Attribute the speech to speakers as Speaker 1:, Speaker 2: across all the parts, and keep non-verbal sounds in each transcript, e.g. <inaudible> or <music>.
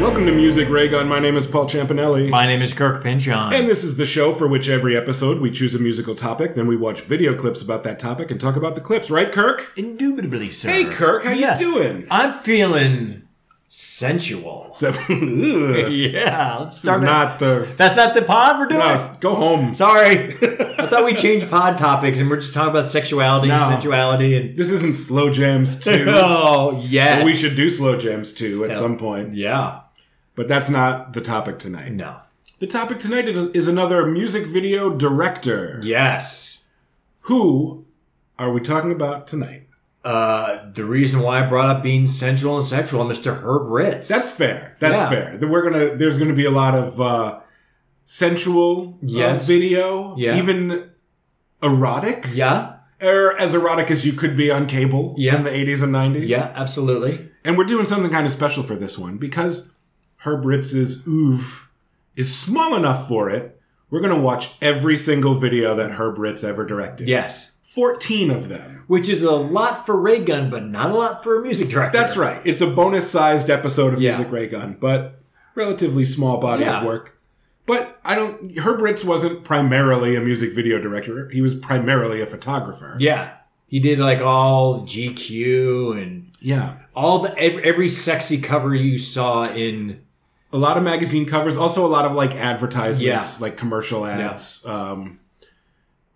Speaker 1: Nick Raygun. My name is Paul Champanelli.
Speaker 2: My name is Kirk Pinchon.
Speaker 1: and this is the show for which every episode we choose a musical topic, then we watch video clips about that topic and talk about the clips, right, Kirk?
Speaker 2: Indubitably, sir.
Speaker 1: Hey, Kirk, how
Speaker 2: Yeah.
Speaker 1: you doing?
Speaker 2: I'm feeling sensual.
Speaker 1: So, <laughs> Ugh.
Speaker 2: <laughs> Yeah, let's
Speaker 1: This is
Speaker 2: start. it.
Speaker 1: not the.
Speaker 2: That's not the pod we're doing.
Speaker 1: No, go home.
Speaker 2: Sorry, <laughs> I thought we changed pod topics and we're just talking about sexuality and
Speaker 1: No.
Speaker 2: sensuality <laughs> and.
Speaker 1: This isn't slow
Speaker 2: <laughs>
Speaker 1: jams two.
Speaker 2: Oh yeah,
Speaker 1: we should do slow jams two at
Speaker 2: Yeah.
Speaker 1: some point,
Speaker 2: yeah.
Speaker 1: but that's not the topic tonight.
Speaker 2: No.
Speaker 1: The topic tonight is is another music video director.
Speaker 2: Yes.
Speaker 1: Who are we talking about tonight?
Speaker 2: Uh, the reason why I brought up being sensual and sexual, Mr. Herb Ritz.
Speaker 1: That's fair. That's
Speaker 2: Yeah.
Speaker 1: fair. Then We're gonna. There's gonna be a lot of uh, sensual uh,
Speaker 2: Yes.
Speaker 1: video,
Speaker 2: Yeah.
Speaker 1: even erotic,
Speaker 2: yeah,
Speaker 1: or as erotic as you could be on cable
Speaker 2: Yeah.
Speaker 1: in the 80s and 90s.
Speaker 2: yeah, absolutely.
Speaker 1: And we're doing something kind of special for this one because Herb Ritz's oeuvre is small enough for it. We're gonna watch every single video that Herb Ritz ever directed.
Speaker 2: Yes.
Speaker 1: 14 of them.
Speaker 2: Which is a lot for Ray Gun, but not a lot for a music director.
Speaker 1: That's right. It's a bonus sized episode of
Speaker 2: Yeah.
Speaker 1: Music Ray Gun, but relatively small body
Speaker 2: Yeah.
Speaker 1: of work. But I don't. Herb Ritz wasn't primarily a music video director. He was primarily a photographer.
Speaker 2: Yeah. He did like all GQ and
Speaker 1: Yeah.
Speaker 2: all the every, every sexy cover you saw in
Speaker 1: A lot of magazine covers, also a lot of like advertisements,
Speaker 2: Yeah.
Speaker 1: like commercial ads. Um,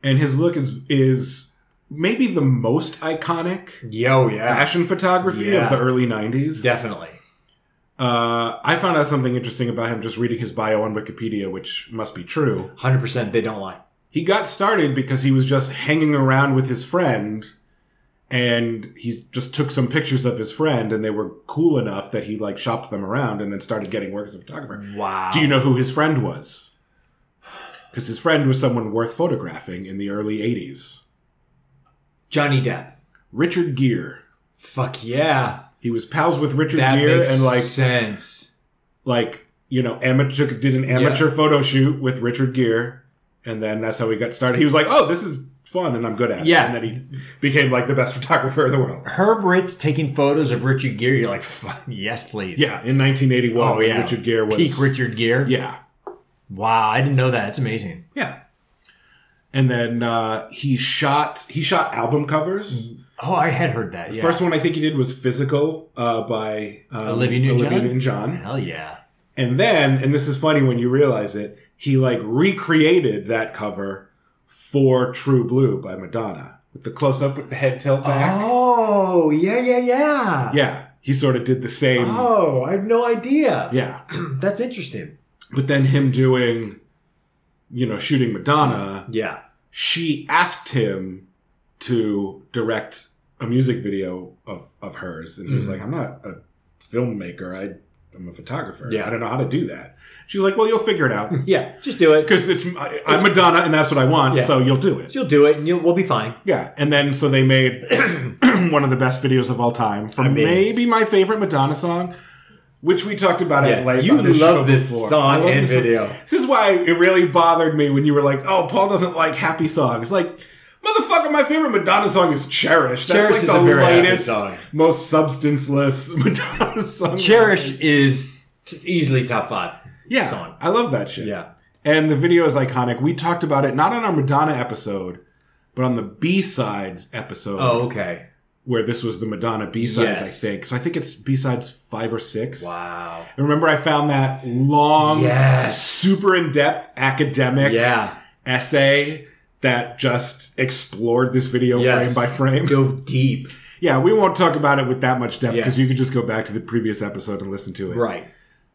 Speaker 1: and his look is is maybe the most iconic
Speaker 2: Yo, yeah.
Speaker 1: fashion photography
Speaker 2: Yeah.
Speaker 1: of the early '90s.
Speaker 2: Definitely.
Speaker 1: Uh, I found out something interesting about him just reading his bio on Wikipedia, which must be true.
Speaker 2: 100% they don't lie.
Speaker 1: he got started because he was just hanging around with his friend and he just took some pictures of his friend and they were cool enough that he like shopped them around and then started getting work as a photographer.
Speaker 2: Wow.
Speaker 1: Do you know who his friend was? Because his friend was someone worth photographing in the early 80s.
Speaker 2: Johnny Depp.
Speaker 1: Richard Gere.
Speaker 2: Fuck yeah.
Speaker 1: He was pals with Richard
Speaker 2: That
Speaker 1: Gere
Speaker 2: makes
Speaker 1: and like
Speaker 2: sense.
Speaker 1: like you know amateur did an amateur photo shoot with Richard Gere, and then that's how he got started. He was like, "Oh, this is fun, and I'm good at it."
Speaker 2: Yeah.
Speaker 1: and then he became like the best <laughs> photographer in the world.
Speaker 2: Herb Ritz taking photos of Richard Gere, you're like, fuck, yes, please.
Speaker 1: Yeah, in 1981,
Speaker 2: Oh,
Speaker 1: when
Speaker 2: yeah.
Speaker 1: Richard Gere was
Speaker 2: Peak Richard Gere.
Speaker 1: Yeah,
Speaker 2: Wow, I didn't know that. It's amazing.
Speaker 1: yeah. And then uh, he shot he shot album covers.
Speaker 2: Oh, I had heard that.
Speaker 1: The
Speaker 2: Yeah.
Speaker 1: first one I think he did was Physical uh, by um,
Speaker 2: Olivia Newton-John?
Speaker 1: Newton-John.
Speaker 2: Hell yeah.
Speaker 1: And then, and this is funny when you realize it, he like recreated that cover for True Blue by Madonna with the close up with the head tilt back.
Speaker 2: Oh, yeah, yeah, yeah.
Speaker 1: Yeah, he sort of did the same.
Speaker 2: Oh, I have no idea.
Speaker 1: Yeah. <clears throat>
Speaker 2: That's interesting.
Speaker 1: But then him doing, you know, shooting Madonna,
Speaker 2: Yeah.
Speaker 1: she asked him to direct a music video of, of hers. And he was
Speaker 2: Mhm.
Speaker 1: like, I'm not a filmmaker, I, I'm a photographer.
Speaker 2: Yeah.
Speaker 1: I don't know how to do that. She was like, Well, you'll figure it out.
Speaker 2: Yeah. Just do it.
Speaker 1: Because it's I, I'm Madonna and that's what I want,
Speaker 2: Yeah.
Speaker 1: so you'll do it.
Speaker 2: You'll do it, and you'll, we'll be fine.
Speaker 1: Yeah, and then so they made <clears throat> one of the best videos of all time for
Speaker 2: I mean-
Speaker 1: maybe my favorite Madonna song, which we talked about at length.
Speaker 2: you
Speaker 1: on this show
Speaker 2: love this
Speaker 1: before. I
Speaker 2: song
Speaker 1: love
Speaker 2: and
Speaker 1: this song.
Speaker 2: video.
Speaker 1: This is why it really bothered me when you were like, "Oh, Paul doesn't like happy songs." Like, motherfucker, my favorite Madonna song is "Cherish." That's
Speaker 2: Cherish
Speaker 1: like
Speaker 2: is
Speaker 1: the
Speaker 2: a very happy
Speaker 1: latest,
Speaker 2: song.
Speaker 1: most substanceless <laughs> Madonna song.
Speaker 2: Cherish is t- easily top five
Speaker 1: yeah,
Speaker 2: song.
Speaker 1: I love that shit.
Speaker 2: Yeah.
Speaker 1: And the video is iconic. We talked about it not on our Madonna episode, but on the B sides episode
Speaker 2: Oh, okay.
Speaker 1: where this was the Madonna B sides, I
Speaker 2: Yes.
Speaker 1: think. So I think it's B sides five or six.
Speaker 2: Wow.
Speaker 1: And remember, I found that long,
Speaker 2: Yes.
Speaker 1: super in depth academic
Speaker 2: Yeah.
Speaker 1: essay that just explored this video
Speaker 2: Yes.
Speaker 1: frame by frame.
Speaker 2: Go deep.
Speaker 1: Yeah, we won't talk about it with that much depth
Speaker 2: Yeah.
Speaker 1: because you can just go back to the previous episode and listen to it.
Speaker 2: Right.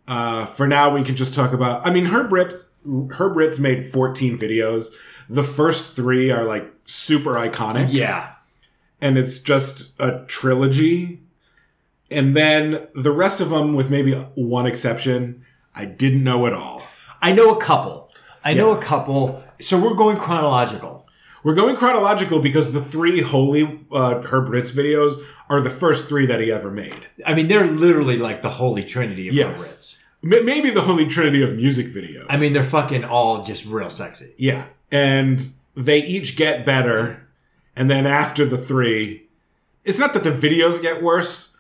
Speaker 1: Uh, for now, we can just talk about. I mean, Herb Ritz, Herb Ritz made 14 videos. The first three are like super iconic.
Speaker 2: Yeah.
Speaker 1: and it's just a trilogy. And then the rest of them, with maybe one exception, I didn't know at all.
Speaker 2: I know a couple. I know a couple. So we're going chronological.
Speaker 1: We're going chronological because the three Holy uh, Herb Ritz videos are the first three that he ever made.
Speaker 2: I mean, they're literally like the holy trinity of
Speaker 1: Yes.
Speaker 2: favorites.
Speaker 1: M- maybe the Holy Trinity of music videos.
Speaker 2: I mean, they're fucking all just real sexy.
Speaker 1: yeah. And they each get better. And then after the three, it's not that the videos get worse,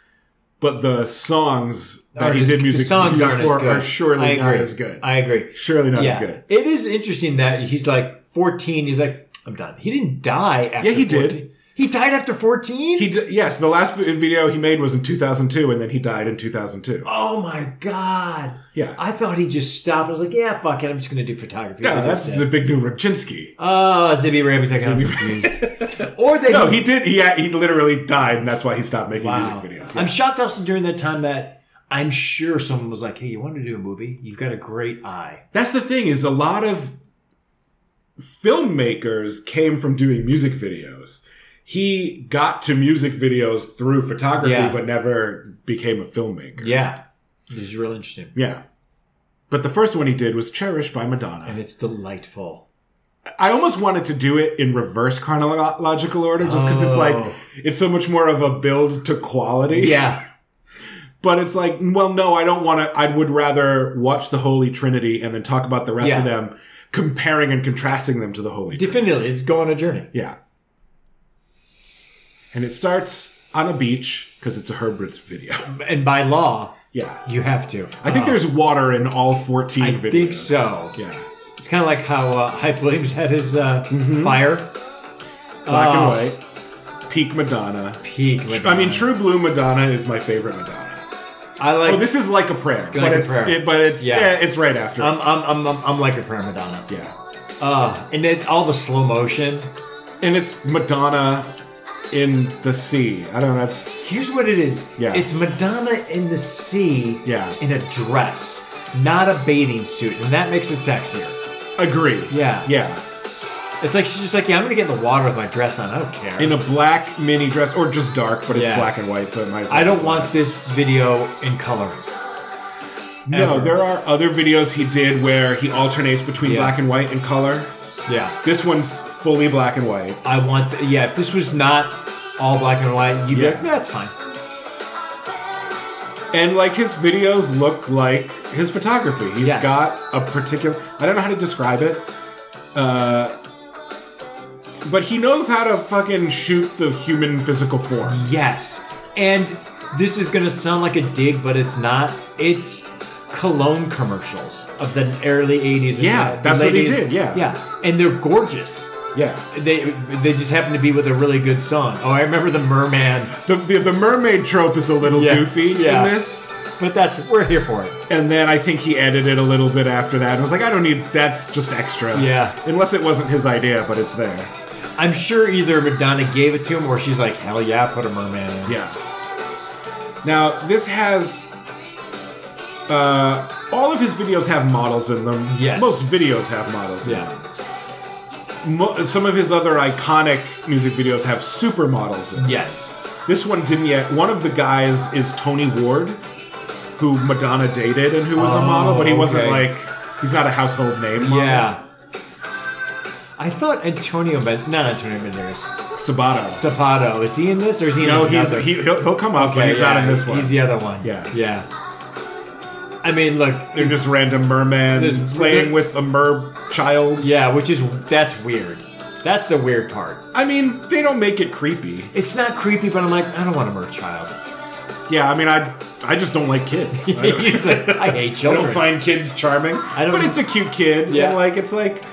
Speaker 1: But the songs that
Speaker 2: Aren't
Speaker 1: he
Speaker 2: as-
Speaker 1: did
Speaker 2: the
Speaker 1: music
Speaker 2: songs
Speaker 1: videos
Speaker 2: aren't as
Speaker 1: for
Speaker 2: good.
Speaker 1: are surely
Speaker 2: I
Speaker 1: not
Speaker 2: agree.
Speaker 1: as good.
Speaker 2: I agree.
Speaker 1: surely not
Speaker 2: yeah.
Speaker 1: as good.
Speaker 2: It is interesting that he's like 14. He's like, I'm done. He didn't die after
Speaker 1: Yeah, he did.
Speaker 2: 14. He died after 14?
Speaker 1: He d- yes, the last vi- video he made was in 2002, and then he died in 2002.
Speaker 2: oh my God.
Speaker 1: Yeah,
Speaker 2: I thought he just stopped. I was like, yeah, fuck it. I'm just going to do photography.
Speaker 1: yeah,
Speaker 2: Like I
Speaker 1: that's
Speaker 2: said.
Speaker 1: a big new Rybczynski.
Speaker 2: Oh, Zibby Ramsey. I got confused. <laughs> or they.
Speaker 1: No, he did. He he literally died, and that's why he stopped making
Speaker 2: Wow.
Speaker 1: music videos. Yeah.
Speaker 2: I'm shocked also during that time that I'm sure someone was like, hey, you want to do a movie? You've got a great eye.
Speaker 1: That's the thing is a lot of filmmakers came from doing music videos. He got to music videos through photography,
Speaker 2: Yeah.
Speaker 1: but never became a filmmaker.
Speaker 2: Yeah. This is real interesting.
Speaker 1: Yeah. But the first one he did was Cherished by
Speaker 2: And
Speaker 1: Madonna. <laughs>
Speaker 2: it's delightful.
Speaker 1: I almost wanted to do it in reverse chronological order just because it's
Speaker 2: Oh.
Speaker 1: like, it's so much more of a build to quality.
Speaker 2: Yeah.
Speaker 1: But it's like, well, no, I don't want to. I would rather watch the Holy Trinity and then talk about the rest
Speaker 2: Yeah.
Speaker 1: of them, comparing and contrasting them to the Holy Trinity.
Speaker 2: Definitely. It's go on a journey.
Speaker 1: Yeah. And it starts on a beach because it's a Herbert's video. <laughs>
Speaker 2: And by law,
Speaker 1: Yeah.
Speaker 2: you have to.
Speaker 1: I think there's water in all 14
Speaker 2: Oh. I
Speaker 1: videos.
Speaker 2: think so.
Speaker 1: Yeah.
Speaker 2: It's kind of like how uh, <laughs> Hype Williams had his uh,
Speaker 1: Mm-hmm.
Speaker 2: fire
Speaker 1: Black
Speaker 2: Oh.
Speaker 1: and white. Peak Madonna.
Speaker 2: peak.
Speaker 1: I mean, True Blue Madonna is my favorite Madonna.
Speaker 2: I like.
Speaker 1: Oh, this is like a prayer. but
Speaker 2: a
Speaker 1: it's,
Speaker 2: Prayer.
Speaker 1: It, but it's,
Speaker 2: Yeah. Um,
Speaker 1: yeah. it's right after.
Speaker 2: I'm, I'm, I'm, I'm, I'm like a prayer Madonna.
Speaker 1: yeah.
Speaker 2: Uh, and then all the slow motion.
Speaker 1: And it's Madonna in the sea. I don't know. That's,
Speaker 2: Here's what it is.
Speaker 1: Yeah.
Speaker 2: It's Madonna in the sea.
Speaker 1: Yeah.
Speaker 2: In a dress, not a bathing suit, and that makes it sexier.
Speaker 1: agree.
Speaker 2: Yeah.
Speaker 1: Yeah.
Speaker 2: It's like she's just like, yeah, I'm gonna get in the water with my dress on. I don't care.
Speaker 1: In a black mini dress, or just dark, but it's
Speaker 2: Yeah.
Speaker 1: black and white, so it might as well
Speaker 2: I
Speaker 1: be
Speaker 2: don't
Speaker 1: black.
Speaker 2: want this video in color.
Speaker 1: No,
Speaker 2: Ever.
Speaker 1: there are other videos he did where he alternates between
Speaker 2: Yeah.
Speaker 1: black and white and color.
Speaker 2: Yeah.
Speaker 1: This one's fully black and white.
Speaker 2: I want. The, yeah. If this was not all black and white, you'd
Speaker 1: Yeah.
Speaker 2: be like, that's fine.
Speaker 1: And like his videos look like his photography. He's
Speaker 2: Yes.
Speaker 1: got a particular I don't know how to describe it. Uh but he knows how to fucking shoot the human physical form.
Speaker 2: Yes. And this is going to sound like a dig, but it's not. It's cologne commercials of the early 80s. and
Speaker 1: Yeah,
Speaker 2: the
Speaker 1: that's what he
Speaker 2: late 80s.
Speaker 1: did, yeah.
Speaker 2: Yeah. And they're gorgeous.
Speaker 1: Yeah.
Speaker 2: They they just happen to be with a really good song. Oh, I remember the merman,
Speaker 1: The the, the mermaid trope is a little
Speaker 2: Yeah.
Speaker 1: goofy
Speaker 2: Yeah.
Speaker 1: in this.
Speaker 2: but that's we're here for it.
Speaker 1: And then I think he edited a little bit after that and was like, I don't need that's just extra.
Speaker 2: Yeah.
Speaker 1: Unless it wasn't his idea, but it's there.
Speaker 2: I'm sure either Madonna gave it to him or she's like, hell yeah, put a merman in.
Speaker 1: Yeah. Now this has uh, all of his videos have models in them.
Speaker 2: Yes.
Speaker 1: Most videos have models. In them.
Speaker 2: Yeah.
Speaker 1: Mo- some of his other iconic music videos have supermodels in. them.
Speaker 2: Yes.
Speaker 1: This one didn't yet. One of the guys is Tony Ward, who Madonna dated and who was a
Speaker 2: Oh,
Speaker 1: model, but he wasn't
Speaker 2: okay.
Speaker 1: like he's not a household name. Model.
Speaker 2: Yeah. I thought Antonio, but not Antonio Banderas.
Speaker 1: Sabato.
Speaker 2: Zapato. Is he in this or is he in
Speaker 1: no, he's
Speaker 2: another?
Speaker 1: he, he'll, he'll come up, but
Speaker 2: Okay,
Speaker 1: he's
Speaker 2: yeah,
Speaker 1: not in this one.
Speaker 2: He's the other one.
Speaker 1: Yeah.
Speaker 2: Yeah. I mean, look.
Speaker 1: They're just random mermen
Speaker 2: There's-
Speaker 1: playing with a mer child.
Speaker 2: Yeah, which is that's weird. That's the weird part.
Speaker 1: I mean, they don't make it creepy.
Speaker 2: It's not creepy, but I'm like, I don't want to murder
Speaker 1: <laughs>
Speaker 2: a child.
Speaker 1: Yeah, I mean, I I just don't like
Speaker 2: <laughs>
Speaker 1: kids. <laughs> I don't,
Speaker 2: He's like, I hate
Speaker 1: I
Speaker 2: children.
Speaker 1: don't find kids charming.
Speaker 2: don't-
Speaker 1: but it's a cute kid.
Speaker 2: Yeah.
Speaker 1: And like it's like,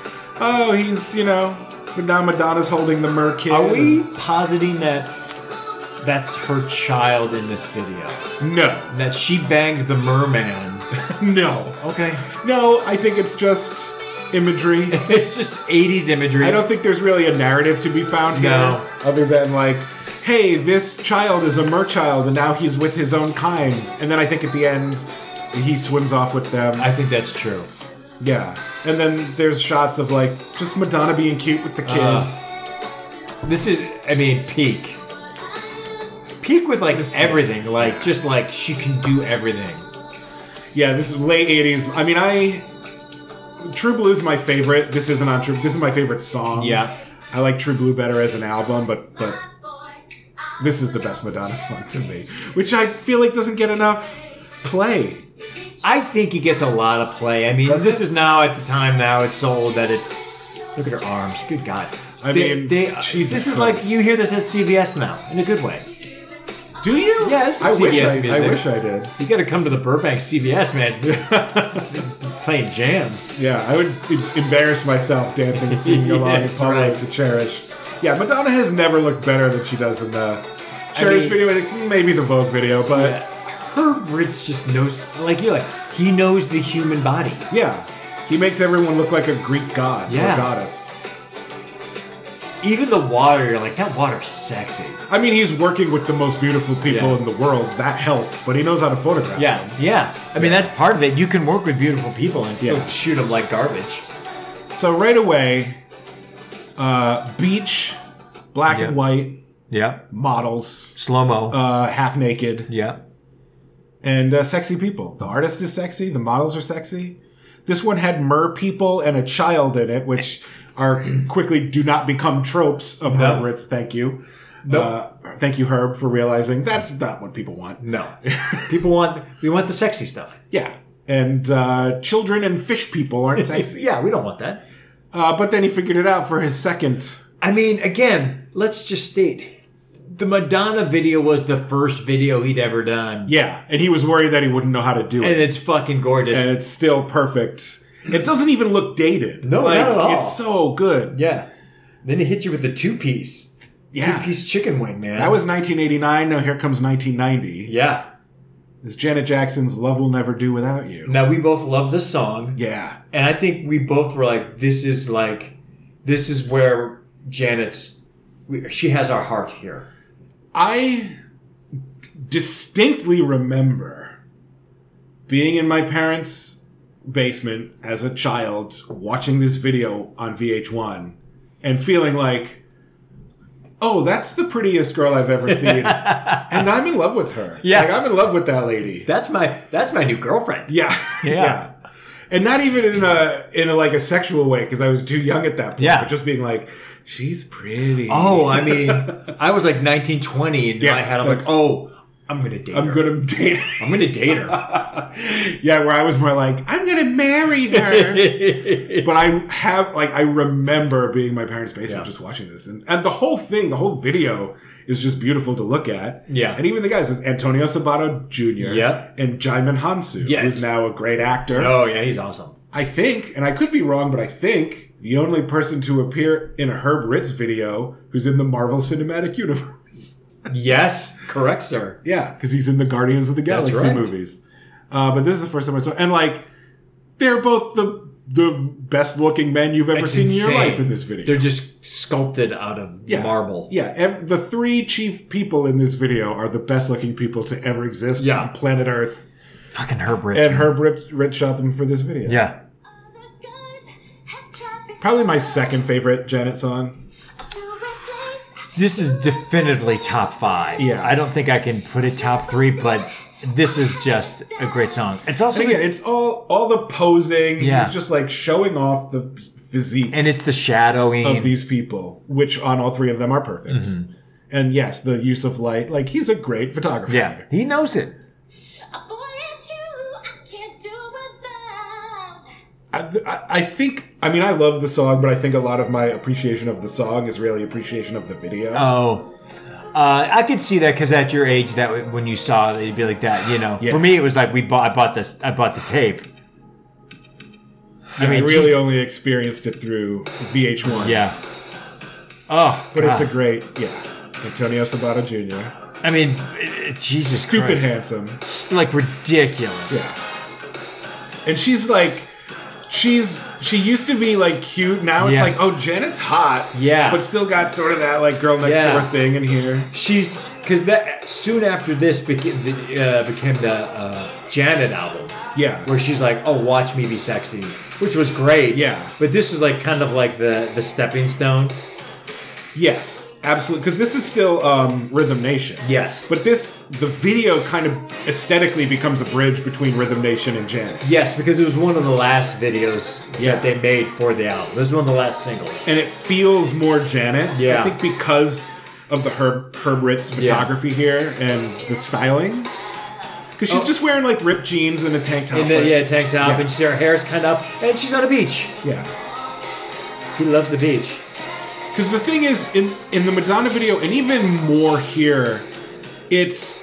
Speaker 1: oh, he's you know, Madonna Madonna's holding the mer kid.
Speaker 2: Are we positing that that's her child in this video?
Speaker 1: No,
Speaker 2: And that she banged
Speaker 1: <laughs>
Speaker 2: the merman? <laughs>
Speaker 1: no,
Speaker 2: Okay.
Speaker 1: no. I think it's just imagery.
Speaker 2: <laughs> It's just 80s imagery.
Speaker 1: I don't think there's really a narrative to be found here,
Speaker 2: No.
Speaker 1: other than like, hey, this child is a mer child, and now he's with his own kind. And then I think at the end, he swims off with them.
Speaker 2: I think that's true.
Speaker 1: Yeah. And then there's shots of like just Madonna being cute with the kid.
Speaker 2: Uh, This is, I mean, peak. Peak with like
Speaker 1: This-
Speaker 2: everything. Like, just like she can do everything.
Speaker 1: yeah, this is late 80s. I mean, I True Blue is my favorite. This isn't on True. This is my favorite song.
Speaker 2: Yeah.
Speaker 1: I like True Blue better as an album, but but this is the best Madonna song to me, which I feel like doesn't get enough play.
Speaker 2: I think he gets a lot of play. I mean,
Speaker 1: Does
Speaker 2: this is now at the time now it's sold that it's. Look at her arms. Good God. uh,
Speaker 1: I mean, Jesus
Speaker 2: this is like
Speaker 1: Christ.
Speaker 2: you hear this at CVS now in a good way. Do you? Yeah, this
Speaker 1: I
Speaker 2: is
Speaker 1: wish
Speaker 2: CBS
Speaker 1: I,
Speaker 2: music.
Speaker 1: I wish I did.
Speaker 2: You gotta come to the Burbank CVS, man. <laughs> Playing jams.
Speaker 1: Yeah, I would em- embarrass myself dancing and
Speaker 2: <laughs>
Speaker 1: singing along in
Speaker 2: Yes,
Speaker 1: Paul
Speaker 2: right.
Speaker 1: Live to Cherish. Yeah, Madonna has never looked better than she does in the Cherish
Speaker 2: mean-
Speaker 1: video, and it's maybe the Vogue video, but
Speaker 2: Her it's just knows, like you're like, he knows the human body.
Speaker 1: yeah. he makes everyone look like a Greek god
Speaker 2: Yeah.
Speaker 1: or goddess.
Speaker 2: Even the water, you're like, that water's sexy.
Speaker 1: I mean, he's working with the most beautiful people
Speaker 2: Yeah.
Speaker 1: in the world. That helps, but he knows how to photograph.
Speaker 2: Yeah, yeah. I mean, that's part of it. You can work with beautiful people and still
Speaker 1: Yeah.
Speaker 2: shoot them like garbage.
Speaker 1: So right away, uh, beach, black
Speaker 2: Yeah.
Speaker 1: and white
Speaker 2: Yeah.
Speaker 1: models,
Speaker 2: Slow mo.
Speaker 1: uh, half naked.
Speaker 2: yeah.
Speaker 1: and uh, sexy people. The artist is sexy. The models are sexy. This one had mer people and a child in it, which are quickly do not become tropes of
Speaker 2: No.
Speaker 1: Herbert's. Thank you. Uh, thank you, Herb, for realizing that's not what people want.
Speaker 2: No. people want, we want the sexy stuff.
Speaker 1: Yeah. And uh, children and fish people
Speaker 2: <laughs>
Speaker 1: aren't sexy.
Speaker 2: Yeah, we don't want that.
Speaker 1: uh, but then he figured it out for his second.
Speaker 2: I mean, again, let's just state the Madonna video was the first video he'd ever done.
Speaker 1: Yeah. And he was worried that he wouldn't know how to do it.
Speaker 2: And it's fucking gorgeous.
Speaker 1: and it's still perfect. It doesn't even look dated.
Speaker 2: No, not at all.
Speaker 1: It's so good.
Speaker 2: yeah. Then he hits you with the two piece, two piece chicken wing, man.
Speaker 1: That was 1989. Now here comes 1990.
Speaker 2: yeah.
Speaker 1: It's Janet Jackson's "Love Will Never Do Without You."
Speaker 2: Now we both love this song,
Speaker 1: Yeah,
Speaker 2: and I think we both were like, "This is like, this is where Janet's, we, she has our heart here."
Speaker 1: I distinctly remember being in my parents' basement as a child, watching this video on VH1, and feeling like, "Oh, that's the prettiest girl I've ever seen," and I'm in love with her.
Speaker 2: Yeah.
Speaker 1: like, I'm in love with that lady.
Speaker 2: That's my, that's my new girlfriend.
Speaker 1: Yeah. <laughs>
Speaker 2: Yeah.
Speaker 1: And not even in a in a, like a sexual way because I was too young at that point.
Speaker 2: Yeah.
Speaker 1: But just being like, she's pretty.
Speaker 2: Oh, I mean, I was like 19, 20 in
Speaker 1: Yeah,
Speaker 2: my head. I'm like,
Speaker 1: that's-
Speaker 2: "Oh, I'm gonna date
Speaker 1: <laughs> I'm
Speaker 2: her.
Speaker 1: gonna date.
Speaker 2: I'm gonna date her."
Speaker 1: <laughs> yeah, where I was more like, I'm gonna marry
Speaker 2: <laughs>
Speaker 1: her. but I have like I remember being in my parents' basement
Speaker 2: Yeah.
Speaker 1: just watching this, and and the whole thing, the whole video is just beautiful to look at.
Speaker 2: Yeah.
Speaker 1: And even the guys, it's Antonio Sabato Jr.
Speaker 2: Yeah.
Speaker 1: And Jaimin Hansu,
Speaker 2: Yes.
Speaker 1: who's now a great actor.
Speaker 2: oh yeah, he's awesome.
Speaker 1: I think, and I could be wrong, but I think the only person to appear in a Herb Ritz video who's in the Marvel Cinematic
Speaker 2: <laughs>
Speaker 1: Universe.
Speaker 2: Yes, correct, sir.
Speaker 1: yeah, because he's in the Guardians of the
Speaker 2: That's
Speaker 1: Galaxy
Speaker 2: right.
Speaker 1: movies. Uh, but this is the first time I saw, and like, they're both the the best looking men you've ever
Speaker 2: It's
Speaker 1: seen in your
Speaker 2: insane.
Speaker 1: life in this video.
Speaker 2: They're just sculpted out of
Speaker 1: Yeah.
Speaker 2: marble.
Speaker 1: yeah, ev- the three chief people in this video are the best looking people to ever exist
Speaker 2: Yeah.
Speaker 1: on planet Earth,
Speaker 2: Fucking Herb Ritz.
Speaker 1: and Herb Ritz, Ritz shot them for this video.
Speaker 2: Yeah.
Speaker 1: Probably my second favorite Janet song.
Speaker 2: This is definitively top five.
Speaker 1: Yeah.
Speaker 2: I don't think I can put it top three, but this is just a great song. It's also
Speaker 1: And again, it's all all the posing.
Speaker 2: Yeah.
Speaker 1: He's just like showing off the physique
Speaker 2: and it's the shadowing.
Speaker 1: of these people, which on all three of them are perfect.
Speaker 2: Mm-hmm.
Speaker 1: And yes, the use of light. Like he's a great photographer.
Speaker 2: yeah. He knows it.
Speaker 1: I, I, I think. I mean, I love the song, but I think a lot of my appreciation of the song is really appreciation of the video.
Speaker 2: Oh. Uh, I could see that because at your age, that w- when you saw it, you'd be like that. You know,
Speaker 1: Yeah.
Speaker 2: for me, it was like we bought. I bought this. I bought the tape.
Speaker 1: I,
Speaker 2: mean,
Speaker 1: really oh.
Speaker 2: she-
Speaker 1: only experienced it through VH1.
Speaker 2: Yeah. Oh,
Speaker 1: but it's a
Speaker 2: God.
Speaker 1: great. Yeah, Antonio Sabato Jr.
Speaker 2: I mean, it- it- Jesus.
Speaker 1: Stupid
Speaker 2: Christ.
Speaker 1: handsome.
Speaker 2: It's like ridiculous.
Speaker 1: Yeah. And she's like, she's she used to be like cute. Now it's
Speaker 2: Yeah.
Speaker 1: like, oh, Janet's hot.
Speaker 2: Yeah.
Speaker 1: But still got sort of that like girl next
Speaker 2: Yeah.
Speaker 1: door thing in here.
Speaker 2: She's because that soon after this became the, uh, became the uh, Janet album,
Speaker 1: Yeah.
Speaker 2: where she's like, "Oh, watch me be sexy," which was great.
Speaker 1: Yeah.
Speaker 2: but this was like kind of like the the stepping stone.
Speaker 1: yes, absolutely. Because this is still um, Rhythm Nation.
Speaker 2: Yes,
Speaker 1: But this the video kind of aesthetically becomes a bridge between Rhythm Nation and Janet,
Speaker 2: yes, because it was one of the last videos
Speaker 1: Yeah.
Speaker 2: that they made for the album. It was one of the last singles.
Speaker 1: and it feels more Janet.
Speaker 2: Yeah.
Speaker 1: I think because of the Herb Herb Ritz
Speaker 2: Yeah.
Speaker 1: photography here and the styling. Because she's
Speaker 2: Oh.
Speaker 1: just wearing like ripped jeans and a tank top.
Speaker 2: And then,
Speaker 1: but-
Speaker 2: yeah, tank top,
Speaker 1: Yeah.
Speaker 2: and she's, her hair's kind of up, and she's on a beach.
Speaker 1: yeah.
Speaker 2: He loves the beach.
Speaker 1: Because the thing is, in in the Madonna video, and even more here, It's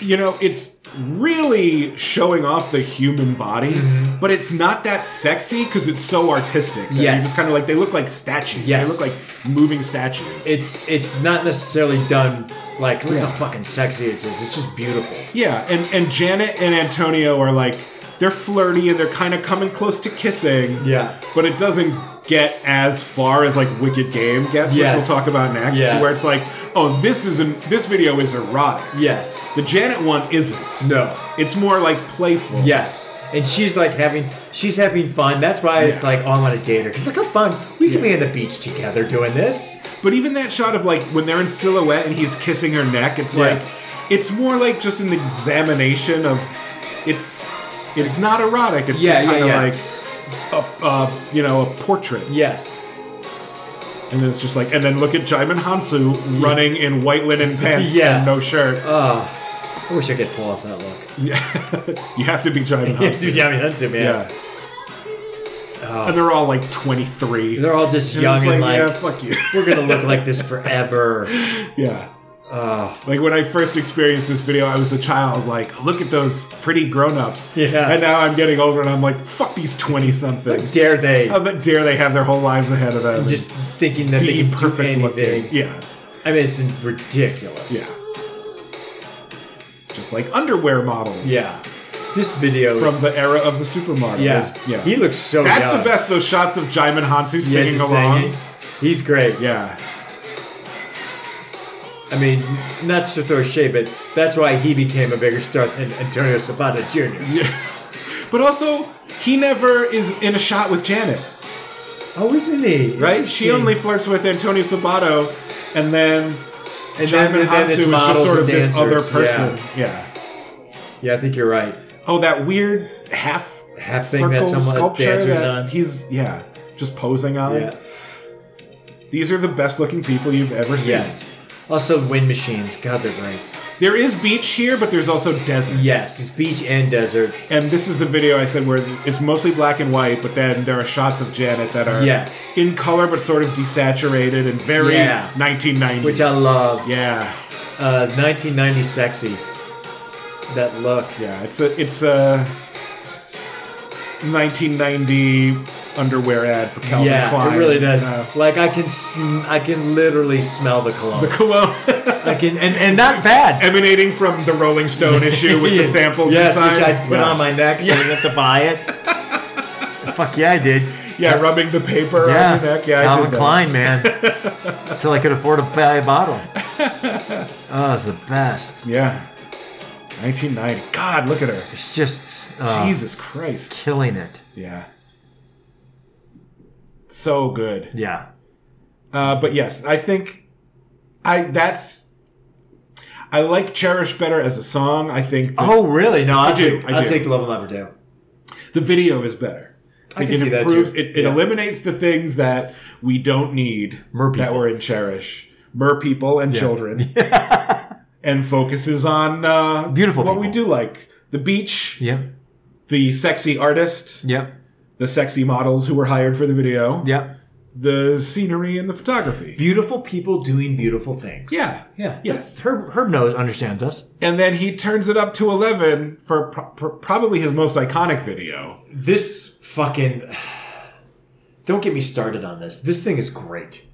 Speaker 1: you know, it's really showing off the human body,
Speaker 2: Mm-hmm.
Speaker 1: but it's not that sexy because it's so artistic. that You're
Speaker 2: Yes.
Speaker 1: just kind of like they look like statues.
Speaker 2: Yes.
Speaker 1: They look like moving statues.
Speaker 2: It's it's not necessarily done like look how fucking sexy it is. It's just beautiful.
Speaker 1: Yeah, and and Janet and Antonio are like they're flirty and they're kind of coming close to kissing.
Speaker 2: Yeah.
Speaker 1: but it doesn't get as far as like Wicked Game gets, which
Speaker 2: Yes.
Speaker 1: we'll talk about next,
Speaker 2: Yes.
Speaker 1: where it's like, oh, this is an this video is erotic.
Speaker 2: Yes.
Speaker 1: The Janet one isn't.
Speaker 2: No.
Speaker 1: it's more like playful.
Speaker 2: Yes. And she's like having she's having fun. That's why it's
Speaker 1: Yeah.
Speaker 2: like, oh, I want to date her. Cause look how fun we can
Speaker 1: Yeah.
Speaker 2: be on the beach together doing this.
Speaker 1: But even that shot of like when they're in silhouette and he's kissing her neck, it's
Speaker 2: Yeah.
Speaker 1: like it's more like just an examination of it's it's not erotic. It's
Speaker 2: Yeah,
Speaker 1: just
Speaker 2: yeah,
Speaker 1: kind of
Speaker 2: yeah.
Speaker 1: like a, a you know a portrait.
Speaker 2: Yes.
Speaker 1: And then it's just like, and then look at Jaimin Hansu running in white linen pants
Speaker 2: <laughs> Yeah.
Speaker 1: and no shirt.
Speaker 2: I wish I could pull off that look.
Speaker 1: <laughs> you have to be Jaimin
Speaker 2: <laughs> Yeah, dude,
Speaker 1: Hansu.
Speaker 2: yeah, I mean, that's it, man.
Speaker 1: Yeah. and they're all like 23.
Speaker 2: They're all just
Speaker 1: And
Speaker 2: young
Speaker 1: it's
Speaker 2: and like,
Speaker 1: yeah, fuck you.
Speaker 2: we're gonna look like this
Speaker 1: <laughs>
Speaker 2: forever.
Speaker 1: yeah.
Speaker 2: Oh.
Speaker 1: like when I first experienced this video, I was a child. Like, look at those pretty grown-ups.
Speaker 2: Yeah.
Speaker 1: And now I'm getting older, and I'm like, fuck these twenty-somethings.
Speaker 2: Dare they?
Speaker 1: How dare they have their whole lives ahead of them? and
Speaker 2: just thinking that they
Speaker 1: be
Speaker 2: can do
Speaker 1: perfect
Speaker 2: anything.
Speaker 1: looking. Yes.
Speaker 2: I mean, it's ridiculous.
Speaker 1: Yeah. Just like underwear models.
Speaker 2: Yeah. This video
Speaker 1: from
Speaker 2: is,
Speaker 1: the era of the supermodels.
Speaker 2: yeah.
Speaker 1: yeah.
Speaker 2: He looks so
Speaker 1: That's
Speaker 2: young.
Speaker 1: the best. Those shots of Jaimin Hansu
Speaker 2: Yeah,
Speaker 1: singing
Speaker 2: just
Speaker 1: along.
Speaker 2: singing. He's great.
Speaker 1: Yeah,
Speaker 2: I mean, not to throw shade, but that's why he became a bigger star than Antonio Zapata Jr.
Speaker 1: but also he never is in a shot with Janet,
Speaker 2: Oh, isn't he?
Speaker 1: right? She
Speaker 2: Interesting.
Speaker 1: only flirts with Antonio Sabato, and then
Speaker 2: and
Speaker 1: Jaimin Hansu
Speaker 2: it's
Speaker 1: is just
Speaker 2: models
Speaker 1: sort of
Speaker 2: and
Speaker 1: this other
Speaker 2: dancers.
Speaker 1: person.
Speaker 2: Yeah.
Speaker 1: Yeah.
Speaker 2: Yeah, I think you're right.
Speaker 1: Oh, that weird half
Speaker 2: Half thing
Speaker 1: circle
Speaker 2: that someone has
Speaker 1: sculpture
Speaker 2: dancers
Speaker 1: that
Speaker 2: on.
Speaker 1: he's yeah just posing on.
Speaker 2: Yeah.
Speaker 1: These are the best looking people you've ever seen.
Speaker 2: Yes. Also, wind machines. God, they're great.
Speaker 1: There is beach here, but there's also desert.
Speaker 2: Yes, it's beach and desert.
Speaker 1: And this is the video I said where it's mostly black and white, but then there are shots of Janet that are
Speaker 2: Yes.
Speaker 1: in color but sort of desaturated and very
Speaker 2: Yeah.
Speaker 1: 1990.
Speaker 2: Which I love.
Speaker 1: yeah,
Speaker 2: Uh, 1990 sexy. That look.
Speaker 1: yeah. It's a it's a 1990 underwear ad for Calvin
Speaker 2: yeah,
Speaker 1: Klein.
Speaker 2: it really
Speaker 1: <laughs>
Speaker 2: does.
Speaker 1: Uh,
Speaker 2: Like I can, sm- I can literally smell the cologne.
Speaker 1: the cologne
Speaker 2: I can, and, and not
Speaker 1: <laughs>
Speaker 2: bad.
Speaker 1: emanating from the Rolling Stone
Speaker 2: <laughs>
Speaker 1: issue with the samples
Speaker 2: yes,
Speaker 1: inside.
Speaker 2: which I put
Speaker 1: yeah.
Speaker 2: on my neck, so I didn't have to buy it. <laughs> Fuck yeah, I did.
Speaker 1: yeah, rubbing the paper
Speaker 2: Yeah,
Speaker 1: on your neck. Yeah, I
Speaker 2: Calvin
Speaker 1: did that.
Speaker 2: Klein, man. Until I could afford to buy a <laughs> bottle. Oh, it's the best.
Speaker 1: Yeah, 1990. God, look at her.
Speaker 2: It's just uh,
Speaker 1: Jesus Christ.
Speaker 2: killing it.
Speaker 1: Yeah. So good.
Speaker 2: Yeah.
Speaker 1: Uh, but yes, I think I that's I like Cherish better as a song. I think the,
Speaker 2: Oh, really? No, I
Speaker 1: do,
Speaker 2: do.
Speaker 1: I
Speaker 2: I
Speaker 1: do.
Speaker 2: take Love and Labrador.
Speaker 1: the video is better. I
Speaker 2: can see that too.
Speaker 1: it, it
Speaker 2: Yeah.
Speaker 1: eliminates the things that we don't need
Speaker 2: Mer
Speaker 1: that
Speaker 2: people.
Speaker 1: were in Cherish. Mer people and
Speaker 2: <laughs>
Speaker 1: children. and focuses on uh,
Speaker 2: Beautiful
Speaker 1: what
Speaker 2: people.
Speaker 1: we do like. The beach,
Speaker 2: Yep.
Speaker 1: the sexy artist,
Speaker 2: Yep.
Speaker 1: the sexy models who were hired for the video,
Speaker 2: Yep.
Speaker 1: the scenery and the photography.
Speaker 2: Beautiful people doing beautiful things.
Speaker 1: Yeah.
Speaker 2: Yeah.
Speaker 1: Yes.
Speaker 2: Herb, Herb knows, understands us.
Speaker 1: And then he turns it up to 11 for pro- pro- probably his most iconic video.
Speaker 2: This fucking. <sighs> Don't get me started on this. This thing is great.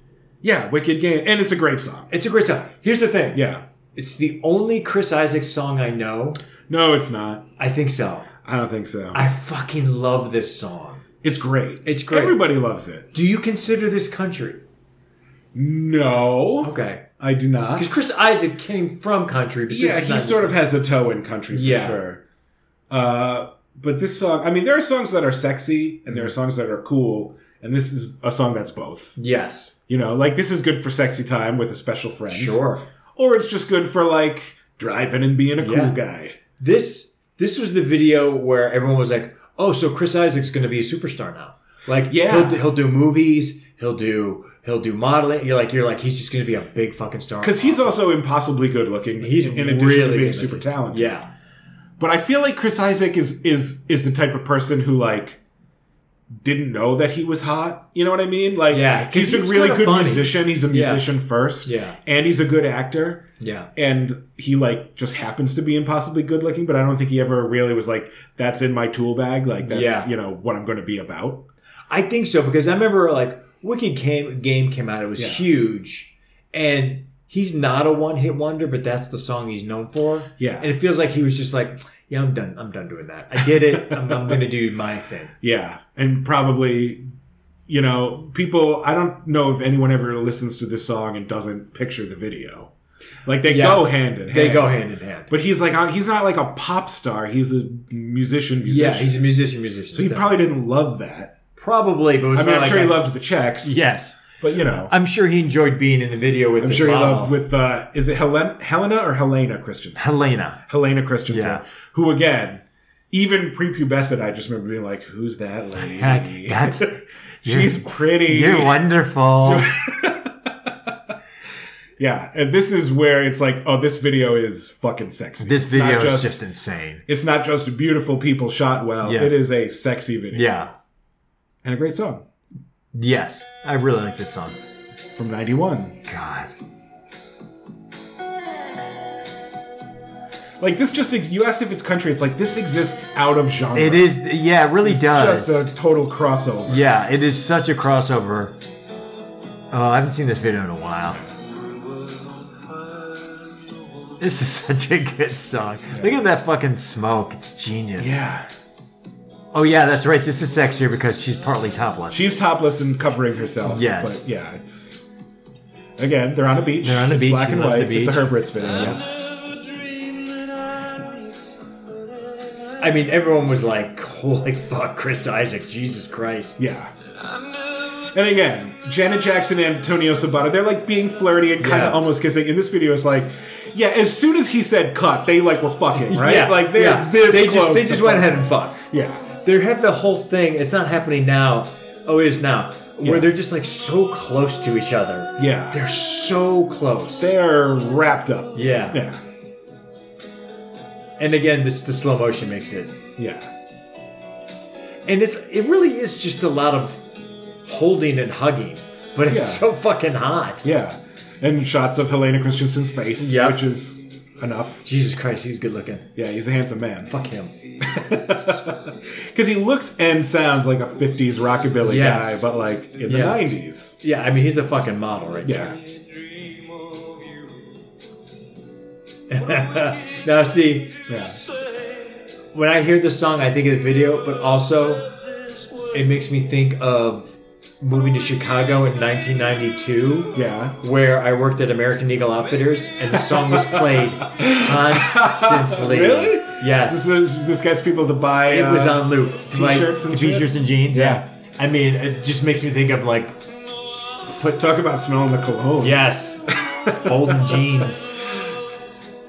Speaker 1: Yeah, Wicked Game. And it's a great song.
Speaker 2: It's a great song. Here's the thing.
Speaker 1: Yeah.
Speaker 2: It's the only Chris Isaac song I know.
Speaker 1: No, it's not.
Speaker 2: I think so.
Speaker 1: I don't think so.
Speaker 2: I fucking love this song.
Speaker 1: it's great.
Speaker 2: It's great.
Speaker 1: Everybody loves it.
Speaker 2: Do you consider this country?
Speaker 1: No.
Speaker 2: Okay.
Speaker 1: I do not.
Speaker 2: Because Chris Isaac came from country, but this
Speaker 1: Yeah,
Speaker 2: is
Speaker 1: he
Speaker 2: not
Speaker 1: sort of has a toe in country for
Speaker 2: Yeah.
Speaker 1: sure. Uh, but this song, I mean, there are songs that are sexy and there are songs that are cool. And this is a song that's both.
Speaker 2: Yes.
Speaker 1: You know, like this is good for sexy time with a special friend.
Speaker 2: Sure.
Speaker 1: Or it's just good for like driving and being a cool
Speaker 2: Yeah.
Speaker 1: guy.
Speaker 2: This this was the video where everyone was like, "Oh, so Chris Isaac's going to be a superstar now." Like,
Speaker 1: Yeah.
Speaker 2: he'll, do- he'll do movies, he'll do he'll do modeling. You're like, you're like, he's just going to be a big fucking star
Speaker 1: Because he's also impossibly good looking.
Speaker 2: He's
Speaker 1: in addition to
Speaker 2: really
Speaker 1: being
Speaker 2: good
Speaker 1: super
Speaker 2: looking.
Speaker 1: talented.
Speaker 2: Yeah.
Speaker 1: But I feel like Chris Isaac is is is the type of person who like didn't know that he was hot. You know what I mean? Like,
Speaker 2: Yeah, 'cause
Speaker 1: he's
Speaker 2: he
Speaker 1: a
Speaker 2: was
Speaker 1: really
Speaker 2: kinda
Speaker 1: good
Speaker 2: funny.
Speaker 1: musician. He's a
Speaker 2: Yeah.
Speaker 1: musician first,
Speaker 2: Yeah.
Speaker 1: and he's a good actor.
Speaker 2: Yeah.
Speaker 1: And he like just happens to be impossibly good looking, but I don't think he ever really was like, "That's in my tool bag." Like, that's
Speaker 2: Yeah.
Speaker 1: you know what I'm going to be about.
Speaker 2: I think so because I remember like Wiki came, game came out. It was
Speaker 1: Yeah.
Speaker 2: huge, and he's not a one hit wonder, but that's the song he's known for.
Speaker 1: Yeah,
Speaker 2: And it feels like he was just like, yeah, I'm done. I'm done doing that. I did
Speaker 1: <laughs>
Speaker 2: it. I'm, I'm going to do my thing.
Speaker 1: Yeah, and probably, you know, people. I don't know if anyone ever listens to this song and doesn't picture the video. Like they
Speaker 2: Yeah.
Speaker 1: go hand in hand.
Speaker 2: They go hand in hand.
Speaker 1: But he's like, uh, he's not like a pop star. He's a musician. musician.
Speaker 2: Yeah, he's a musician, musician.
Speaker 1: so he probably didn't love that.
Speaker 2: probably, but was
Speaker 1: I mean, I'm
Speaker 2: like
Speaker 1: sure he
Speaker 2: a-
Speaker 1: loved the checks.
Speaker 2: Yes,
Speaker 1: but you know,
Speaker 2: I'm sure he enjoyed being in the video with.
Speaker 1: I'm
Speaker 2: his
Speaker 1: sure he
Speaker 2: mama.
Speaker 1: loved with. uh Is it Helen, Helena or Helena Christensen?
Speaker 2: Helena.
Speaker 1: Helena Christensen,
Speaker 2: Yeah.
Speaker 1: who again. Even prepubescent, I just remember being like, "Who's that lady?
Speaker 2: Heck, that's-
Speaker 1: <laughs> she's pretty.
Speaker 2: wonderful.
Speaker 1: Yeah, and this is where it's like, oh, this video is fucking sexy. <laughs> It's not
Speaker 2: insane.
Speaker 1: It's not just beautiful people shot well.
Speaker 2: Yeah.
Speaker 1: It is a sexy video.
Speaker 2: Yeah.
Speaker 1: and a great song
Speaker 2: Yes, I really like this song.
Speaker 1: from '91.
Speaker 2: God.
Speaker 1: Like this, just ex- you asked if it's country. It's like this exists out of genre.
Speaker 2: It is, yeah, it really
Speaker 1: It's
Speaker 2: does.
Speaker 1: just a total crossover.
Speaker 2: yeah, it is such a crossover. Oh, I haven't seen this video in a while. This is <laughs> such a good song. Look at that fucking smoke. It's genius.
Speaker 1: Yeah,
Speaker 2: Oh, yeah, that's right. This is sexier because she's partly topless.
Speaker 1: she's topless and covering herself.
Speaker 2: Yes.
Speaker 1: but yeah, it's again they're on a beach.
Speaker 2: They're on a
Speaker 1: it's
Speaker 2: beach.
Speaker 1: Black
Speaker 2: She
Speaker 1: and
Speaker 2: loves
Speaker 1: white.
Speaker 2: the
Speaker 1: It's a
Speaker 2: beach.
Speaker 1: Herbert's video.
Speaker 2: I mean, everyone was like, holy fuck, Chris Isaac, Jesus Christ.
Speaker 1: Yeah. And again, Janet Jackson and Antonio Sabata, they're like being flirty and kind of
Speaker 2: Yeah.
Speaker 1: almost kissing. In this video, it's like, yeah, as soon as he said cut, they like were fucking, right?
Speaker 2: Yeah,
Speaker 1: Like they're
Speaker 2: yeah.
Speaker 1: this
Speaker 2: They
Speaker 1: close
Speaker 2: just, they
Speaker 1: to
Speaker 2: just went
Speaker 1: fucking.
Speaker 2: ahead and fucked.
Speaker 1: Yeah.
Speaker 2: They had the whole thing. It's not happening now. Oh, it is now.
Speaker 1: Yeah.
Speaker 2: Where they're just like so close to each other.
Speaker 1: Yeah.
Speaker 2: They're so close.
Speaker 1: They're wrapped up.
Speaker 2: yeah.
Speaker 1: Yeah.
Speaker 2: And again, this the slow motion makes it.
Speaker 1: Yeah.
Speaker 2: And it's it really is just a lot of holding and hugging, but it's
Speaker 1: Yeah.
Speaker 2: so fucking hot.
Speaker 1: Yeah. And shots of Helena Christensen's face,
Speaker 2: Yeah.
Speaker 1: which is enough.
Speaker 2: Jesus Christ, he's good looking.
Speaker 1: Yeah, he's a handsome man. <laughs>
Speaker 2: Fuck him.
Speaker 1: Because he looks and sounds like a 50s rockabilly
Speaker 2: Yes.
Speaker 1: guy, but like in
Speaker 2: Yeah.
Speaker 1: the 90s.
Speaker 2: Yeah, I mean he's a fucking model right
Speaker 1: Yeah.
Speaker 2: now. <laughs> now see,
Speaker 1: Yeah.
Speaker 2: when I hear this song, I think of the video, but also it makes me think of moving to Chicago in 1992.
Speaker 1: Yeah.
Speaker 2: Where I worked at American Eagle Outfitters, and the song was played constantly.
Speaker 1: Really?
Speaker 2: Yes.
Speaker 1: This, is, this gets people to buy.
Speaker 2: it was um,
Speaker 1: uh,
Speaker 2: on loop.
Speaker 1: t-shirts and
Speaker 2: to t-shirts
Speaker 1: shit?
Speaker 2: and jeans.
Speaker 1: Yeah.
Speaker 2: I mean, it just makes me think of like, put
Speaker 1: Talk about smelling the cologne.
Speaker 2: yes,
Speaker 1: <laughs>
Speaker 2: folding jeans.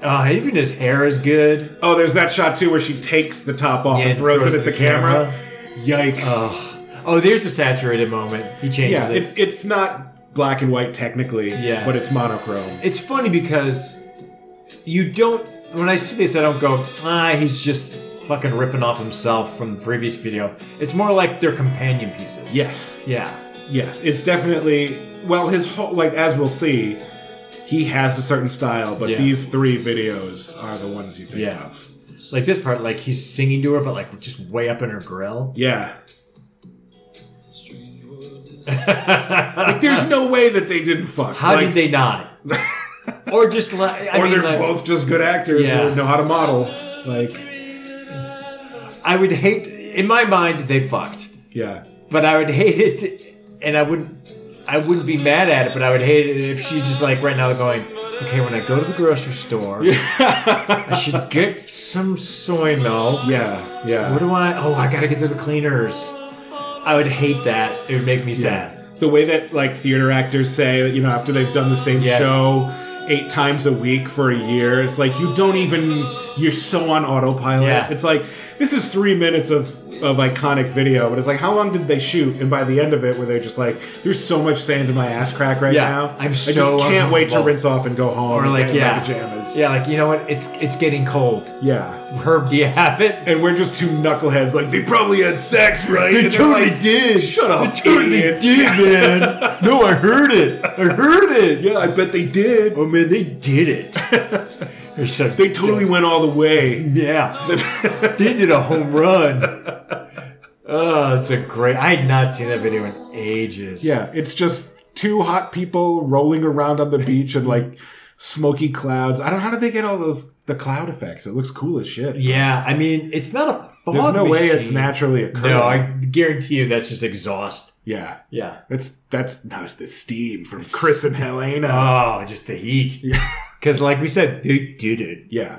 Speaker 2: Oh, even his hair is good.
Speaker 1: Oh, there's that shot too where she takes the top off
Speaker 2: Yeah,
Speaker 1: and throws, it at the, camera. Yikes.
Speaker 2: Oh, oh, there's a saturated moment. He changes
Speaker 1: yeah,
Speaker 2: it.
Speaker 1: it's it's not black and white technically,
Speaker 2: Yeah.
Speaker 1: but it's monochrome.
Speaker 2: It's funny because you don't. When I see this, I don't go, ah, he's just fucking ripping off himself from the previous video. It's more like they're companion pieces.
Speaker 1: yes.
Speaker 2: Yeah.
Speaker 1: Yes. It's definitely well his whole like as we'll see, he has a certain style, but
Speaker 2: Yeah.
Speaker 1: these three videos are the ones you think
Speaker 2: Yeah.
Speaker 1: of.
Speaker 2: Like this part, like he's singing to her, but like just way up in her grill. <laughs>
Speaker 1: Yeah. Like there's no way that they didn't fuck.
Speaker 2: How
Speaker 1: like,
Speaker 2: did they
Speaker 1: <laughs>
Speaker 2: not? or just like, I
Speaker 1: or
Speaker 2: mean,
Speaker 1: they're
Speaker 2: like,
Speaker 1: both just good actors
Speaker 2: Yeah.
Speaker 1: who know how to model. Like
Speaker 2: I would hate. In my mind, they fucked,
Speaker 1: yeah.
Speaker 2: but I would <laughs> hate it, and I wouldn't. I wouldn't be mad at it, but I would hate it if she's just like right now going, okay, when I go to the grocery <laughs> store, I should get some soy milk.
Speaker 1: Yeah, yeah.
Speaker 2: What do I? Oh, I gotta get to the cleaners. I would hate that. It would make me sad.
Speaker 1: The way that like theater actors say that you know after they've done the same
Speaker 2: Yes.
Speaker 1: show eight times a week for a year, it's like you don't even you're so on autopilot.
Speaker 2: Yeah.
Speaker 1: It's like this is three minutes of of iconic video, but it's like how long did they shoot? And by the end of it, where they're just like, "There's so much sand in my ass crack right
Speaker 2: Yeah,
Speaker 1: now.
Speaker 2: I'm
Speaker 1: I just
Speaker 2: so
Speaker 1: can't wait to
Speaker 2: uncomfortable."
Speaker 1: rinse off and go home
Speaker 2: Or
Speaker 1: and
Speaker 2: like,
Speaker 1: get in
Speaker 2: yeah.
Speaker 1: my pajamas."
Speaker 2: Yeah, like you know what? It's it's getting cold.
Speaker 1: yeah.
Speaker 2: Herb, do you have it? <laughs>
Speaker 1: And we're just two knuckleheads. Like they probably had sex, right?
Speaker 2: They
Speaker 1: And they're
Speaker 2: totally
Speaker 1: like,
Speaker 2: did.
Speaker 1: Shut up,
Speaker 2: They totally
Speaker 1: idiots."
Speaker 2: did, <laughs> man. no, I heard it. I heard it.
Speaker 1: Yeah, I bet they did.
Speaker 2: Oh man, they did
Speaker 1: <laughs>
Speaker 2: it. Or something.
Speaker 1: They totally went all the way. <laughs>
Speaker 2: <laughs> Yeah. they did a home run. Oh, it's a great. I had not seen that video in ages.
Speaker 1: Yeah, it's just two hot people rolling around on the beach and like smoky clouds. I don't know how did they get all those the cloud effects. It looks cool as shit.
Speaker 2: Yeah. I mean, it's not a fog
Speaker 1: There's no way it's
Speaker 2: machine.
Speaker 1: naturally occurring.
Speaker 2: No, I guarantee you that's just exhaust.
Speaker 1: yeah,
Speaker 2: Yeah.
Speaker 1: that's that's that was the steam from Chris and Helena.
Speaker 2: Oh, just the heat. <laughs> Because, like we said, they did it.
Speaker 1: yeah,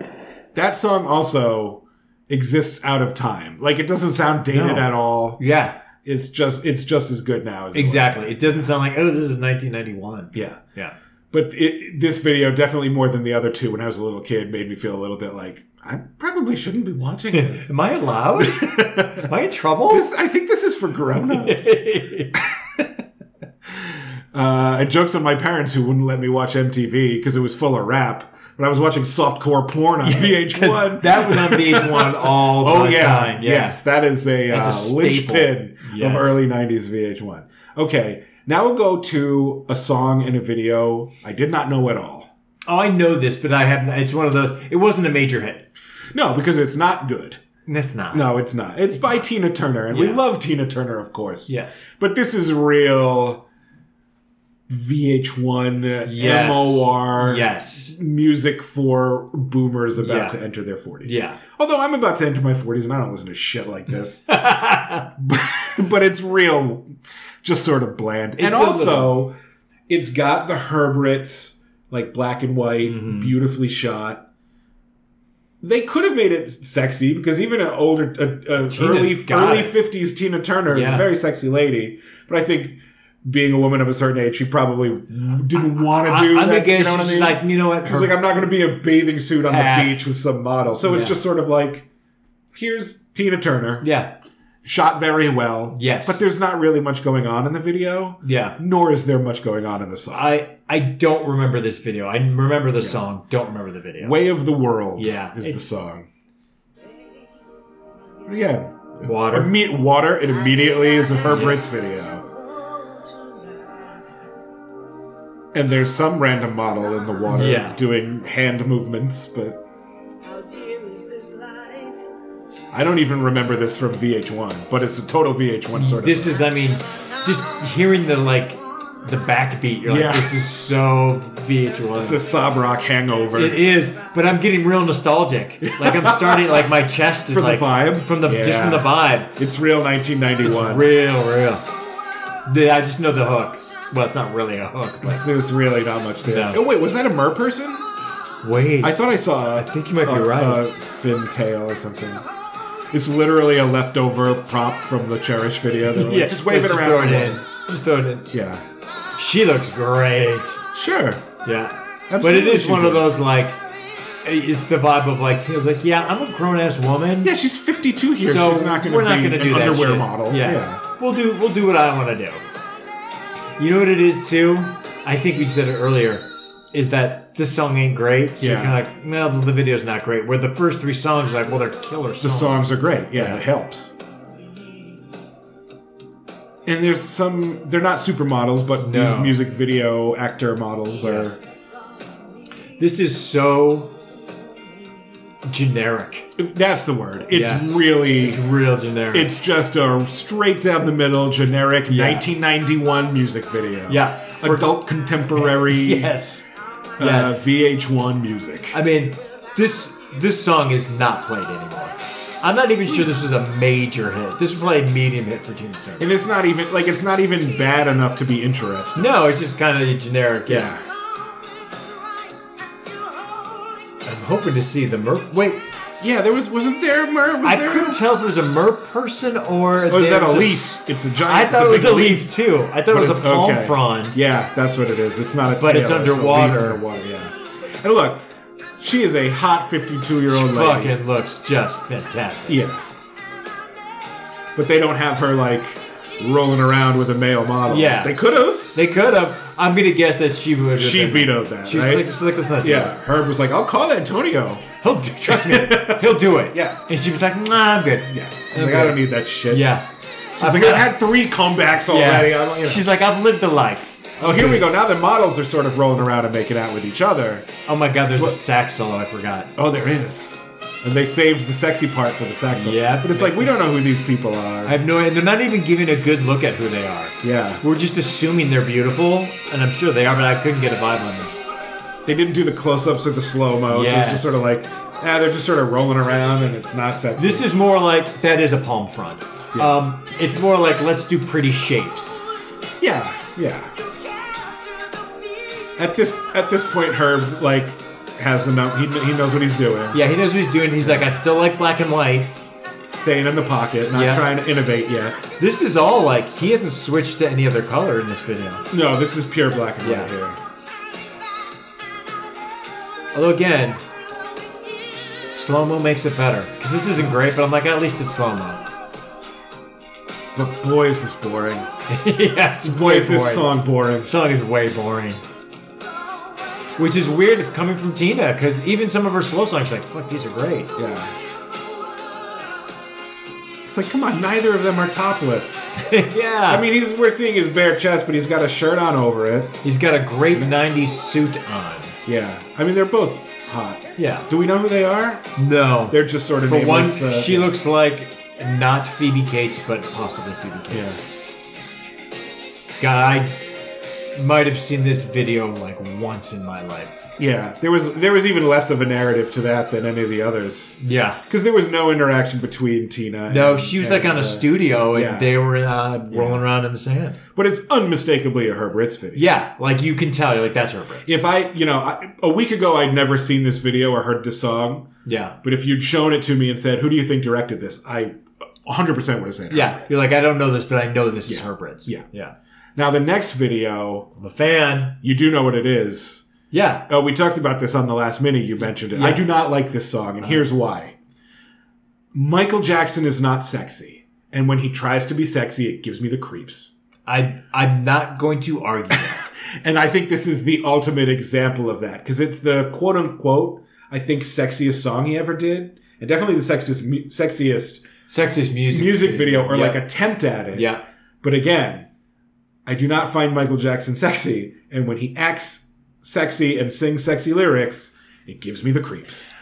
Speaker 1: that song also exists out of time. Like it doesn't sound dated
Speaker 2: No.
Speaker 1: at all.
Speaker 2: Yeah,
Speaker 1: It's just it's just as good now as it was.
Speaker 2: exactly. It doesn't sound like, oh, this is 1991.
Speaker 1: Yeah.
Speaker 2: Yeah.
Speaker 1: But it, this video, definitely more than the other two, when I was a little kid, made me feel a little bit like I probably shouldn't be watching
Speaker 2: <laughs>
Speaker 1: this.
Speaker 2: Am I allowed?
Speaker 1: <laughs>
Speaker 2: Am I in trouble?
Speaker 1: this I think this is for
Speaker 2: <laughs>
Speaker 1: grown-ups.
Speaker 2: yeah.
Speaker 1: Uh, I jokes on my parents who wouldn't let me watch MTV because it was full of rap. But I was watching softcore porn on VH1.
Speaker 2: 'Cause That was on <laughs> VH1 all
Speaker 1: oh
Speaker 2: the
Speaker 1: yeah,
Speaker 2: time. Yeah.
Speaker 1: yes, that is a, uh,
Speaker 2: That's a staple.
Speaker 1: linchpin
Speaker 2: Yes.
Speaker 1: of early '90s VH1. Okay, now we'll go to a song and a video I did not know at all.
Speaker 2: Oh, I know this, but I have. It's one of those. It wasn't a major hit.
Speaker 1: No, because it's not good.
Speaker 2: That's not.
Speaker 1: No, it's not. It's by Tina Turner, and we
Speaker 2: Yeah.
Speaker 1: love Tina Turner, of course.
Speaker 2: Yes.
Speaker 1: But this is real VH1
Speaker 2: Yes.
Speaker 1: MOR
Speaker 2: Yes.
Speaker 1: music for boomers about
Speaker 2: Yeah.
Speaker 1: to enter their 40s.
Speaker 2: Yeah.
Speaker 1: Although I'm about to enter my 40s and I don't listen to shit like this. <laughs> but it's real, just sort of bland. and
Speaker 2: It's a
Speaker 1: also, it's got the Herberts, like black and white,
Speaker 2: Mm-hmm.
Speaker 1: beautifully shot. They could have made it sexy because even an older, a, a early
Speaker 2: got
Speaker 1: early
Speaker 2: it.
Speaker 1: fifties Tina Turner is
Speaker 2: Yeah.
Speaker 1: a very sexy lady. But I think being a woman of a certain age, she probably didn't want to
Speaker 2: Mm. I,
Speaker 1: do
Speaker 2: am
Speaker 1: that.
Speaker 2: against.
Speaker 1: you know what I
Speaker 2: she's
Speaker 1: mean?
Speaker 2: like, you know what?
Speaker 1: She's like, I'm not going to be in a bathing suit on
Speaker 2: Pass.
Speaker 1: the beach with some model. So it's
Speaker 2: Yeah.
Speaker 1: just sort of like, here's Tina Turner,
Speaker 2: yeah.
Speaker 1: shot very well.
Speaker 2: Yes.
Speaker 1: But there's not really much going on in the video,
Speaker 2: Yeah.
Speaker 1: nor is there much going on in the song.
Speaker 2: I I don't remember this video. I remember the song. Don't remember the video.
Speaker 1: Way of the World
Speaker 2: Yeah,
Speaker 1: is the
Speaker 2: it's-
Speaker 1: song. But yeah. Or
Speaker 2: Water.
Speaker 1: meet water, it immediately is a Herb Ritz video. And there's some random model in the water
Speaker 2: Yeah.
Speaker 1: doing hand movements, but
Speaker 3: How dear is this life?
Speaker 1: I don't even remember this from VH1, but it's a total VH1 sort of.
Speaker 2: This is. I mean, just hearing the like, the backbeat. You're like,
Speaker 1: Yeah.
Speaker 2: this is so VH1.
Speaker 1: It's a sob rock hangover.
Speaker 2: It is, but I'm getting real nostalgic. Like I'm starting, like my chest is
Speaker 1: From the
Speaker 2: like
Speaker 1: vibe?
Speaker 2: from the just
Speaker 1: Yeah.
Speaker 2: from the vibe.
Speaker 1: It's real 1991.
Speaker 2: Real, real. The- I just know the hook. Well, it's not really a hook, but
Speaker 1: There's really not much there.
Speaker 2: No.
Speaker 1: Oh wait, was that a mer person?
Speaker 2: wait.
Speaker 1: I thought I saw. I
Speaker 2: think you might be right.
Speaker 1: A fin tail or something. It's literally a leftover prop from the Cherish video. They were like,
Speaker 2: yeah,
Speaker 1: just wave it around.
Speaker 2: Throw it in. Just throw it in.
Speaker 1: Yeah,
Speaker 2: She looks great.
Speaker 1: sure.
Speaker 2: Yeah, but it
Speaker 1: Absolutely
Speaker 2: is
Speaker 1: she
Speaker 2: one of
Speaker 1: did.
Speaker 2: those like. It's the vibe of like Tina's like, yeah, I'm a grown ass woman.
Speaker 1: Yeah, she's 52 here.
Speaker 2: so
Speaker 1: she's not going to
Speaker 2: we're
Speaker 1: be
Speaker 2: not gonna
Speaker 1: an
Speaker 2: do that
Speaker 1: underwear
Speaker 2: shit.
Speaker 1: model.
Speaker 2: Yeah. we'll do we'll do what I want to do. You know what it is too? I think we said it earlier. Is that this song ain't great? So
Speaker 1: Yeah.
Speaker 2: you're kind of like, no, the video's not great. Where the first three songs, you're like, well, they're killer songs.
Speaker 1: The songs are great. Yeah,
Speaker 2: Yeah.
Speaker 1: it helps. And there's some. They're not supermodels, but
Speaker 2: No.
Speaker 1: these music video actor models are.
Speaker 2: This is so generic,
Speaker 1: That's the word. It's
Speaker 2: Yeah.
Speaker 1: really.
Speaker 2: real generic.
Speaker 1: It's just a straight down the middle generic
Speaker 2: Yeah.
Speaker 1: 1991 music video.
Speaker 2: Yeah. For-
Speaker 1: Adult contemporary
Speaker 2: <laughs> yes,
Speaker 1: uh,
Speaker 2: yes.
Speaker 1: VH1 music.
Speaker 2: I mean, this this song is not played anymore. I'm not even sure this was a major hit. This was probably a medium hit for Tina Turner.
Speaker 1: and it's not even like it's not even bad enough to be interesting.
Speaker 2: No, it's just kind of generic. yeah.
Speaker 1: Yeah.
Speaker 2: I'm hoping to see the merp. Wait,
Speaker 1: Yeah, there was wasn't there Mer? Was
Speaker 2: I
Speaker 1: there
Speaker 2: couldn't tell if it was a merp person or.
Speaker 1: Oh, is that
Speaker 2: there
Speaker 1: a
Speaker 2: was
Speaker 1: leaf? It's a giant
Speaker 2: I
Speaker 1: it's
Speaker 2: thought it was
Speaker 1: big
Speaker 2: a leaf too. I thought it
Speaker 1: but
Speaker 2: was a
Speaker 1: it's-
Speaker 2: palm
Speaker 1: okay.
Speaker 2: frond.
Speaker 1: Yeah, that's what it is. It's not a
Speaker 2: But
Speaker 1: tail,
Speaker 2: it's
Speaker 1: a leaf
Speaker 2: underwater.
Speaker 1: underwater, yeah. And look, She is a hot 52 year old lady.
Speaker 2: Fucking looks just fantastic.
Speaker 1: Yeah. But they don't have her like rolling around with a male model.
Speaker 2: Yeah.
Speaker 1: They could have.
Speaker 2: They could have. I'm gonna guess that she would. have
Speaker 1: She
Speaker 2: been-
Speaker 1: vetoed that,
Speaker 2: She's
Speaker 1: right?
Speaker 2: like, she's like, let's not do
Speaker 1: Yeah. Herb was like, I'll call Antonio.
Speaker 2: it. He'll do, trust
Speaker 1: <laughs>
Speaker 2: me. he'll do it.
Speaker 1: Yeah.
Speaker 2: And she was like, nah, I'm good.
Speaker 1: Yeah. He's like, I don't need that shit.
Speaker 2: Yeah.
Speaker 1: She's like, I've
Speaker 2: <laughs>
Speaker 1: had three comebacks already. I'm, you know.
Speaker 2: She's like, I've lived the life.
Speaker 1: oh, here we go. Now the models are sort of rolling around and making out with each other.
Speaker 2: Oh my god, there's
Speaker 1: What?
Speaker 2: a sax solo. I forgot.
Speaker 1: Oh, there is. And they saved the sexy part for the sex.
Speaker 2: Yeah,
Speaker 1: But it's like, we don't know who these people are.
Speaker 2: I have no. And they're not even giving a good look at who they are.
Speaker 1: yeah.
Speaker 2: We're just assuming they're beautiful, and I'm sure they are, but I couldn't get a vibe on them.
Speaker 1: They didn't do the close ups or the slow mo. So it's just
Speaker 2: Yes.
Speaker 1: sort of like, ah, they're just sort of rolling around and it's not sexy.
Speaker 2: This is more like that is a palm front.
Speaker 1: Yeah.
Speaker 2: Um, it's more like let's do pretty shapes.
Speaker 1: Yeah, yeah. At this at this point, Herb like has the num. He, he knows what he's doing.
Speaker 2: Yeah, he knows what he's doing. He's like, I still like black and white.
Speaker 1: Staying in the pocket, not
Speaker 2: Yeah.
Speaker 1: trying to innovate yet.
Speaker 2: This is all like he hasn't switched to any other color in this video.
Speaker 1: No, this is pure black and
Speaker 2: Yeah.
Speaker 1: white here.
Speaker 2: Although again, slow mo makes it better because this isn't great, but I'm like at least it's slow mo.
Speaker 1: But boy, is this boring.
Speaker 2: <laughs> yeah, it's
Speaker 1: Boy,
Speaker 2: way
Speaker 1: is this
Speaker 2: boring.
Speaker 1: song boring.
Speaker 2: The song is way boring. Which is weird if coming from Tina, because even some of her slow songs, she's like, fuck, these
Speaker 1: <laughs>
Speaker 2: are great.
Speaker 1: Yeah. It's like, come on, neither of them are topless.
Speaker 2: yeah.
Speaker 1: I mean, he's we're seeing his bare chest, but he's got a shirt on over it.
Speaker 2: he's got a great 90s suit on.
Speaker 1: Yeah. I mean, they're both hot.
Speaker 2: Yeah.
Speaker 1: Do we know who they are?
Speaker 2: No.
Speaker 1: They're just sort of
Speaker 2: For one,
Speaker 1: nameless, uh,
Speaker 2: she
Speaker 1: yeah.
Speaker 2: looks like not Phoebe Cates, but possibly Phoebe Cates. God, I might have seen this video like once in my life.
Speaker 1: Yeah, there was there was even less of a narrative to that than any of the others
Speaker 2: Yeah.
Speaker 1: because there was no interaction between Tina. And,
Speaker 2: No, she was like on
Speaker 1: and, uh,
Speaker 2: a studio and
Speaker 1: yeah.
Speaker 2: they were uh, rolling around in the sand.
Speaker 1: but it's unmistakably a Herb Ritz video.
Speaker 2: Yeah, like you can tell, like that's her breath.
Speaker 1: If I, you know, I, a week ago I'd never seen this video or heard this song,
Speaker 2: Yeah.
Speaker 1: but if you'd shown it to me and said, "Who do you think directed this?" I 100 percent would have said, Herb
Speaker 2: Yeah,
Speaker 1: Ritz.
Speaker 2: you're like, I don't know this, but I know this is
Speaker 1: Yeah.
Speaker 2: her Brits.
Speaker 1: Yeah.
Speaker 2: yeah.
Speaker 1: Now the next video,
Speaker 2: I'm a fan.
Speaker 1: you do know what it is.
Speaker 2: Yeah,
Speaker 1: Oh, we talked about this on the last minute. You mentioned it. I
Speaker 2: Yeah. Uh-huh.
Speaker 1: do not like this song, and here's why. Michael Jackson is not sexy, and when he tries to be sexy, it gives me the creeps.
Speaker 2: I I'm not going to
Speaker 1: <laughs>
Speaker 2: argue that.
Speaker 1: And I think this is the ultimate example of that because it's the quote unquote I think sexiest song he ever did, and definitely the sexiest mu- sexiest
Speaker 2: Sexiest music
Speaker 1: music video or
Speaker 2: Yeah.
Speaker 1: like attempt at it.
Speaker 2: yeah.
Speaker 1: But again, I do not find Michael Jackson sexy, and when he acts sexy and sings sexy lyrics, it gives me the creeps.